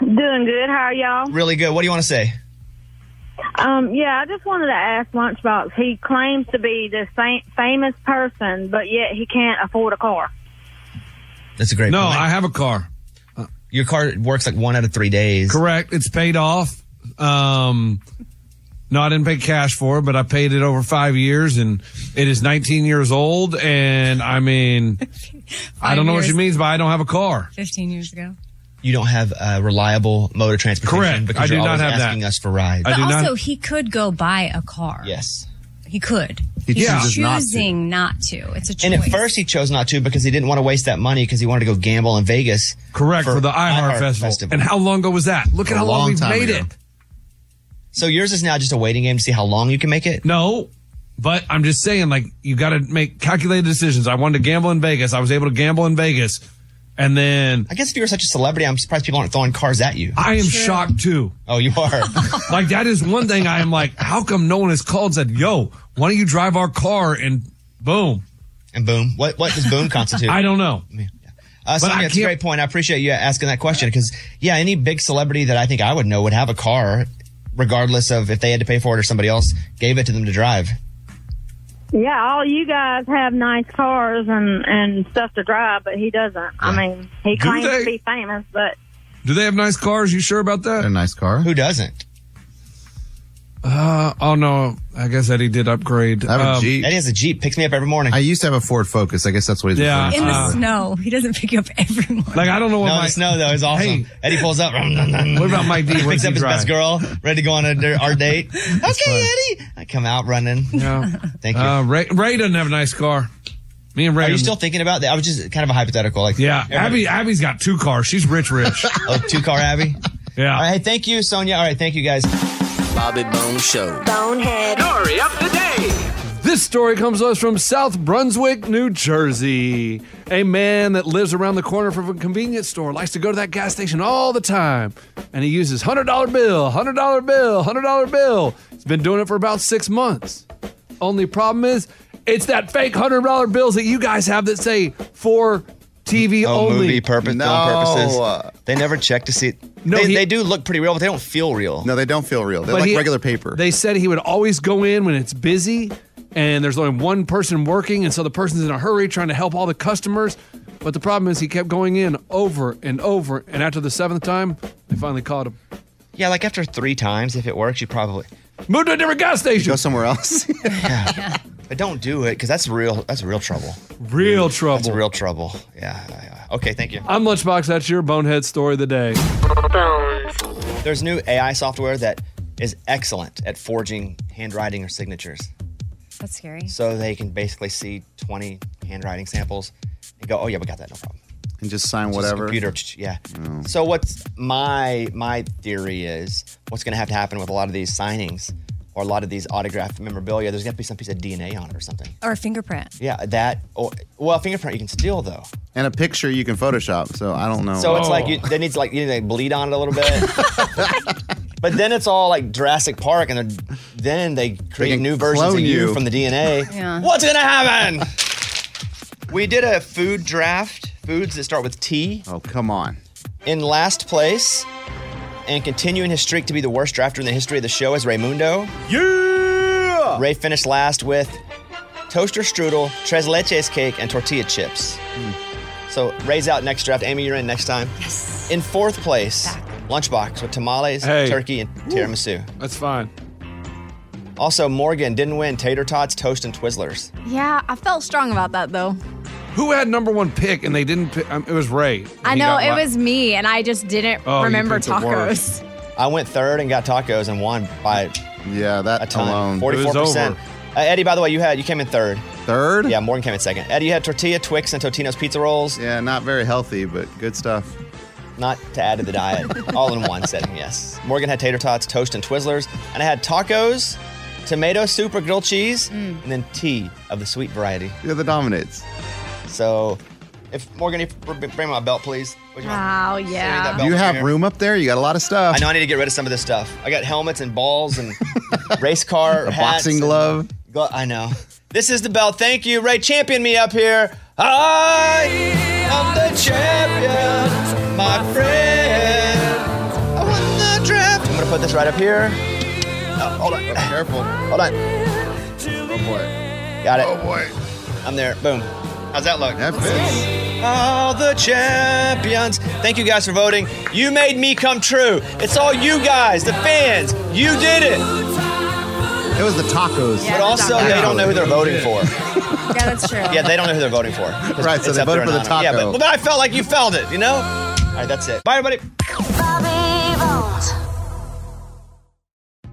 [SPEAKER 3] Doing good. How are y'all?
[SPEAKER 1] Really good. What do you want to say?
[SPEAKER 3] Um, yeah, I just wanted to ask Lunchbox. He claims to be this fam- famous person, but yet he can't afford a car.
[SPEAKER 1] That's a great.
[SPEAKER 7] No, I have a car.
[SPEAKER 1] Your car works like one out of three days.
[SPEAKER 7] Correct. It's paid off. Um, no, I didn't pay cash for it, but I paid it over five years, and it is 19 years old. And I mean, I don't know what
[SPEAKER 8] years.
[SPEAKER 7] she means, by I don't have a car.
[SPEAKER 8] 15 years ago.
[SPEAKER 1] You don't have a Uh, reliable mode of transportation.
[SPEAKER 7] Correct.
[SPEAKER 1] Because
[SPEAKER 7] I do
[SPEAKER 1] you're
[SPEAKER 7] not
[SPEAKER 1] always
[SPEAKER 7] have that.
[SPEAKER 1] asking us for rides.
[SPEAKER 8] but also, he could go buy a car.
[SPEAKER 1] Yes.
[SPEAKER 8] He could.
[SPEAKER 1] He
[SPEAKER 8] You're
[SPEAKER 1] chooses not to.
[SPEAKER 8] choosing not to. It's a choice.
[SPEAKER 1] And at first, he chose not to because he didn't want to waste that money because he wanted to go gamble in Vegas.
[SPEAKER 7] Correct for, the iHeart
[SPEAKER 1] iHeart
[SPEAKER 7] Festival.
[SPEAKER 1] Festival.
[SPEAKER 7] And how long ago was that? Look at
[SPEAKER 1] A
[SPEAKER 7] how long,
[SPEAKER 1] long
[SPEAKER 7] we've
[SPEAKER 1] time
[SPEAKER 7] made
[SPEAKER 1] ago.
[SPEAKER 7] it.
[SPEAKER 1] So yours is now just a waiting game to see how long you can make it.
[SPEAKER 7] No, but I'm just saying, like you got to make calculated decisions. I wanted to gamble in Vegas. I was able to gamble in Vegas, and then
[SPEAKER 1] I guess if you were such a celebrity, I'm surprised people aren't throwing cars at you.
[SPEAKER 7] I am shocked too.
[SPEAKER 1] Oh, you are.
[SPEAKER 7] like that is one thing I am like, how come no one has called and said, "Yo, why don't you drive our car?" And boom,
[SPEAKER 1] and boom. What what does boom
[SPEAKER 7] (laughs)
[SPEAKER 1] constitute?
[SPEAKER 7] I don't know.
[SPEAKER 1] Uh,
[SPEAKER 7] But I
[SPEAKER 1] Sonia, that's a
[SPEAKER 7] can't-
[SPEAKER 1] great point. I appreciate you asking that question because, yeah, any big celebrity that I think I would know would have a car, regardless of if they had to pay for it or somebody else gave it to them to drive.
[SPEAKER 3] Yeah, all you guys have nice cars and and stuff to drive, but he doesn't. I mean, he
[SPEAKER 7] Do
[SPEAKER 3] claims
[SPEAKER 7] they?
[SPEAKER 3] to be famous, but
[SPEAKER 7] Do they have nice cars? You sure about that? A
[SPEAKER 6] nice car.
[SPEAKER 1] Who doesn't?
[SPEAKER 7] Uh, oh no, I guess Eddie did upgrade. Um,
[SPEAKER 6] I have a Jeep.
[SPEAKER 1] Eddie has a Jeep. Picks me up every morning.
[SPEAKER 6] I used to have a Ford Focus. I guess that's what he's
[SPEAKER 7] Yeah.
[SPEAKER 6] referring to.
[SPEAKER 8] in the snow, he doesn't pick you up every morning.
[SPEAKER 7] Like I don't know what
[SPEAKER 1] No,
[SPEAKER 7] my
[SPEAKER 1] the snow though is awesome.
[SPEAKER 7] Hey.
[SPEAKER 1] Eddie pulls up.
[SPEAKER 7] What about Mike D?
[SPEAKER 1] He
[SPEAKER 7] What's
[SPEAKER 1] picks
[SPEAKER 7] he
[SPEAKER 1] up his
[SPEAKER 7] drive?
[SPEAKER 1] best girl, ready to go on a, their-
[SPEAKER 7] (laughs)
[SPEAKER 1] our date. okay, Eddie. I come out running.
[SPEAKER 7] Yeah.
[SPEAKER 1] Thank you.
[SPEAKER 7] Uh, Ray, Ray doesn't have a nice car. Me and Ray.
[SPEAKER 1] Are you
[SPEAKER 7] didn't-
[SPEAKER 1] still thinking about that? I was just kind of a hypothetical. Like,
[SPEAKER 7] Yeah, Abby. Abby's got two cars. She's rich, rich.
[SPEAKER 1] (laughs) oh, two car Abby.
[SPEAKER 7] Yeah.
[SPEAKER 1] All right. Hey, thank you, Sonia. All right. Thank you, guys.
[SPEAKER 17] Bobby Bone Show.
[SPEAKER 14] Bonehead. Story of the day.
[SPEAKER 20] This story comes to us from South Brunswick, New Jersey. A man that lives around the corner from a convenience store likes to go to that gas station all the time, and he uses $100 bill, $100 bill, $100 bill. He's been doing it for about six months. Only problem is, it's that fake $100 bills that you guys have that say for TV
[SPEAKER 1] Oh,
[SPEAKER 20] only.
[SPEAKER 1] movie purpose,
[SPEAKER 20] No.
[SPEAKER 1] film purposes. They never check to see.
[SPEAKER 20] No,
[SPEAKER 1] No, they,
[SPEAKER 20] he-
[SPEAKER 1] they do look pretty real, but they don't feel real.
[SPEAKER 6] No, they don't feel real. They're
[SPEAKER 20] But
[SPEAKER 6] like
[SPEAKER 20] he-
[SPEAKER 6] regular paper.
[SPEAKER 20] They said he would always go in when it's busy and there's only one person working. And so the person's in a hurry trying to help all the customers. But the problem is he kept going in over and over. And after the seventh time, they finally caught him.
[SPEAKER 1] Yeah, like after three times, if it works, you probably
[SPEAKER 20] move to a different gas station.
[SPEAKER 1] Go somewhere else. But don't do it because that's real. That's real trouble.
[SPEAKER 20] Real trouble.
[SPEAKER 1] That's real trouble. Yeah, yeah. Okay. Thank you.
[SPEAKER 20] I'm Lunchbox. That's your bonehead story of the day.
[SPEAKER 1] There's new AI software that is excellent at forging handwriting or signatures.
[SPEAKER 8] That's scary.
[SPEAKER 1] So they can basically see 20 handwriting samples and go, "Oh yeah, we got that. No problem."
[SPEAKER 6] and just sign
[SPEAKER 1] Just
[SPEAKER 6] whatever. Oh.
[SPEAKER 1] computer, ch- yeah. So what's my my theory is what's going to have to happen with a lot of these signings or a lot of these autographed memorabilia? There's going to be some piece of DNA on it or something.
[SPEAKER 8] Or a fingerprint.
[SPEAKER 1] Yeah, that or well, a fingerprint you can steal though.
[SPEAKER 6] And a picture you can Photoshop. So I don't know.
[SPEAKER 1] So it's like you, they need to like you need to like bleed on it a little bit. but then it's all like Jurassic Park, and they're- then they create
[SPEAKER 6] can
[SPEAKER 1] new versions of
[SPEAKER 6] clone
[SPEAKER 1] you.
[SPEAKER 6] you.
[SPEAKER 1] from the DNA.
[SPEAKER 8] Yeah.
[SPEAKER 1] What's gonna happen? we did a food draft. Foods that start with T.
[SPEAKER 6] Oh come on.
[SPEAKER 1] In last place, and continuing his streak to be the worst drafter in the history of the show is Raymundo. Yeah. Ray finished last with toaster strudel, tres leches cake, and tortilla chips.
[SPEAKER 16] Hmm.
[SPEAKER 1] So Ray's out next draft. Amy, you're in next time. Yes. In fourth place, lunchbox with tamales,
[SPEAKER 20] Hey.
[SPEAKER 1] turkey, and tiramisu.
[SPEAKER 20] That's fine.
[SPEAKER 1] Also, Morgan didn't win tater tots, toast, and Twizzlers.
[SPEAKER 19] Yeah, I felt strong about that though.
[SPEAKER 7] Who had number one pick and they didn't pick? Um, it was Ray. And
[SPEAKER 19] I
[SPEAKER 7] he
[SPEAKER 19] know
[SPEAKER 7] got
[SPEAKER 19] it
[SPEAKER 7] la-
[SPEAKER 19] was me, and I just didn't
[SPEAKER 7] Oh, you
[SPEAKER 19] remember
[SPEAKER 7] picked the worst.
[SPEAKER 19] tacos.
[SPEAKER 1] I went third and got tacos and won by
[SPEAKER 6] yeah that
[SPEAKER 1] a ton,
[SPEAKER 6] alone. It was
[SPEAKER 1] forty-four percent.
[SPEAKER 6] over.
[SPEAKER 1] Uh, Eddie, by the way, you had you came in third.
[SPEAKER 6] Third?
[SPEAKER 1] Yeah, Morgan came in second. Eddie, you had tortilla, Twix, and Totino's pizza rolls.
[SPEAKER 6] Yeah, not very healthy, but good stuff.
[SPEAKER 1] Not to add to the
[SPEAKER 6] (laughs)
[SPEAKER 1] diet, all in one setting. Yes. Morgan had tater tots, toast, and Twizzlers, and I had tacos, tomato soup or grilled cheese,
[SPEAKER 19] Mm.
[SPEAKER 1] and then tea of the sweet variety.
[SPEAKER 6] You're the dominates.
[SPEAKER 1] So, if Morgan, if, bring my belt, please. Would you mind?
[SPEAKER 19] Wow,
[SPEAKER 1] that
[SPEAKER 19] Oh, yeah.
[SPEAKER 1] belt
[SPEAKER 6] you
[SPEAKER 1] from
[SPEAKER 6] have
[SPEAKER 1] here.
[SPEAKER 6] room up there. You got a lot of stuff.
[SPEAKER 1] I know I need to get rid of some of this stuff. I got helmets and balls
[SPEAKER 6] (laughs)
[SPEAKER 1] and race car,
[SPEAKER 6] A
[SPEAKER 1] hats
[SPEAKER 6] boxing
[SPEAKER 1] and-
[SPEAKER 6] glove.
[SPEAKER 1] Glo- I know. This is the bell. Thank you, Ray. Champion me up here. I am the champion, my friend. I won the draft. I'm gonna put this right up here. Oh, hold on.
[SPEAKER 6] careful.
[SPEAKER 1] Hold on.
[SPEAKER 6] Oh boy.
[SPEAKER 1] Got it.
[SPEAKER 6] Oh boy.
[SPEAKER 1] I'm there. Boom. How's that look?
[SPEAKER 6] That fits.
[SPEAKER 1] All the champions. Thank you guys for voting. You made me come true. It's all you guys, the fans. You did it.
[SPEAKER 6] It was the tacos.
[SPEAKER 1] but also, they don't know who they're voting for.
[SPEAKER 8] Yeah, that's true.
[SPEAKER 1] Yeah, they don't know who they're voting for.
[SPEAKER 6] Right, so
[SPEAKER 1] It's
[SPEAKER 6] they
[SPEAKER 1] up there
[SPEAKER 6] voted for the
[SPEAKER 1] anonymous. Yeah,
[SPEAKER 6] taco.
[SPEAKER 1] but, but I felt like you felt it, you know? All right, that's it. Bye, everybody.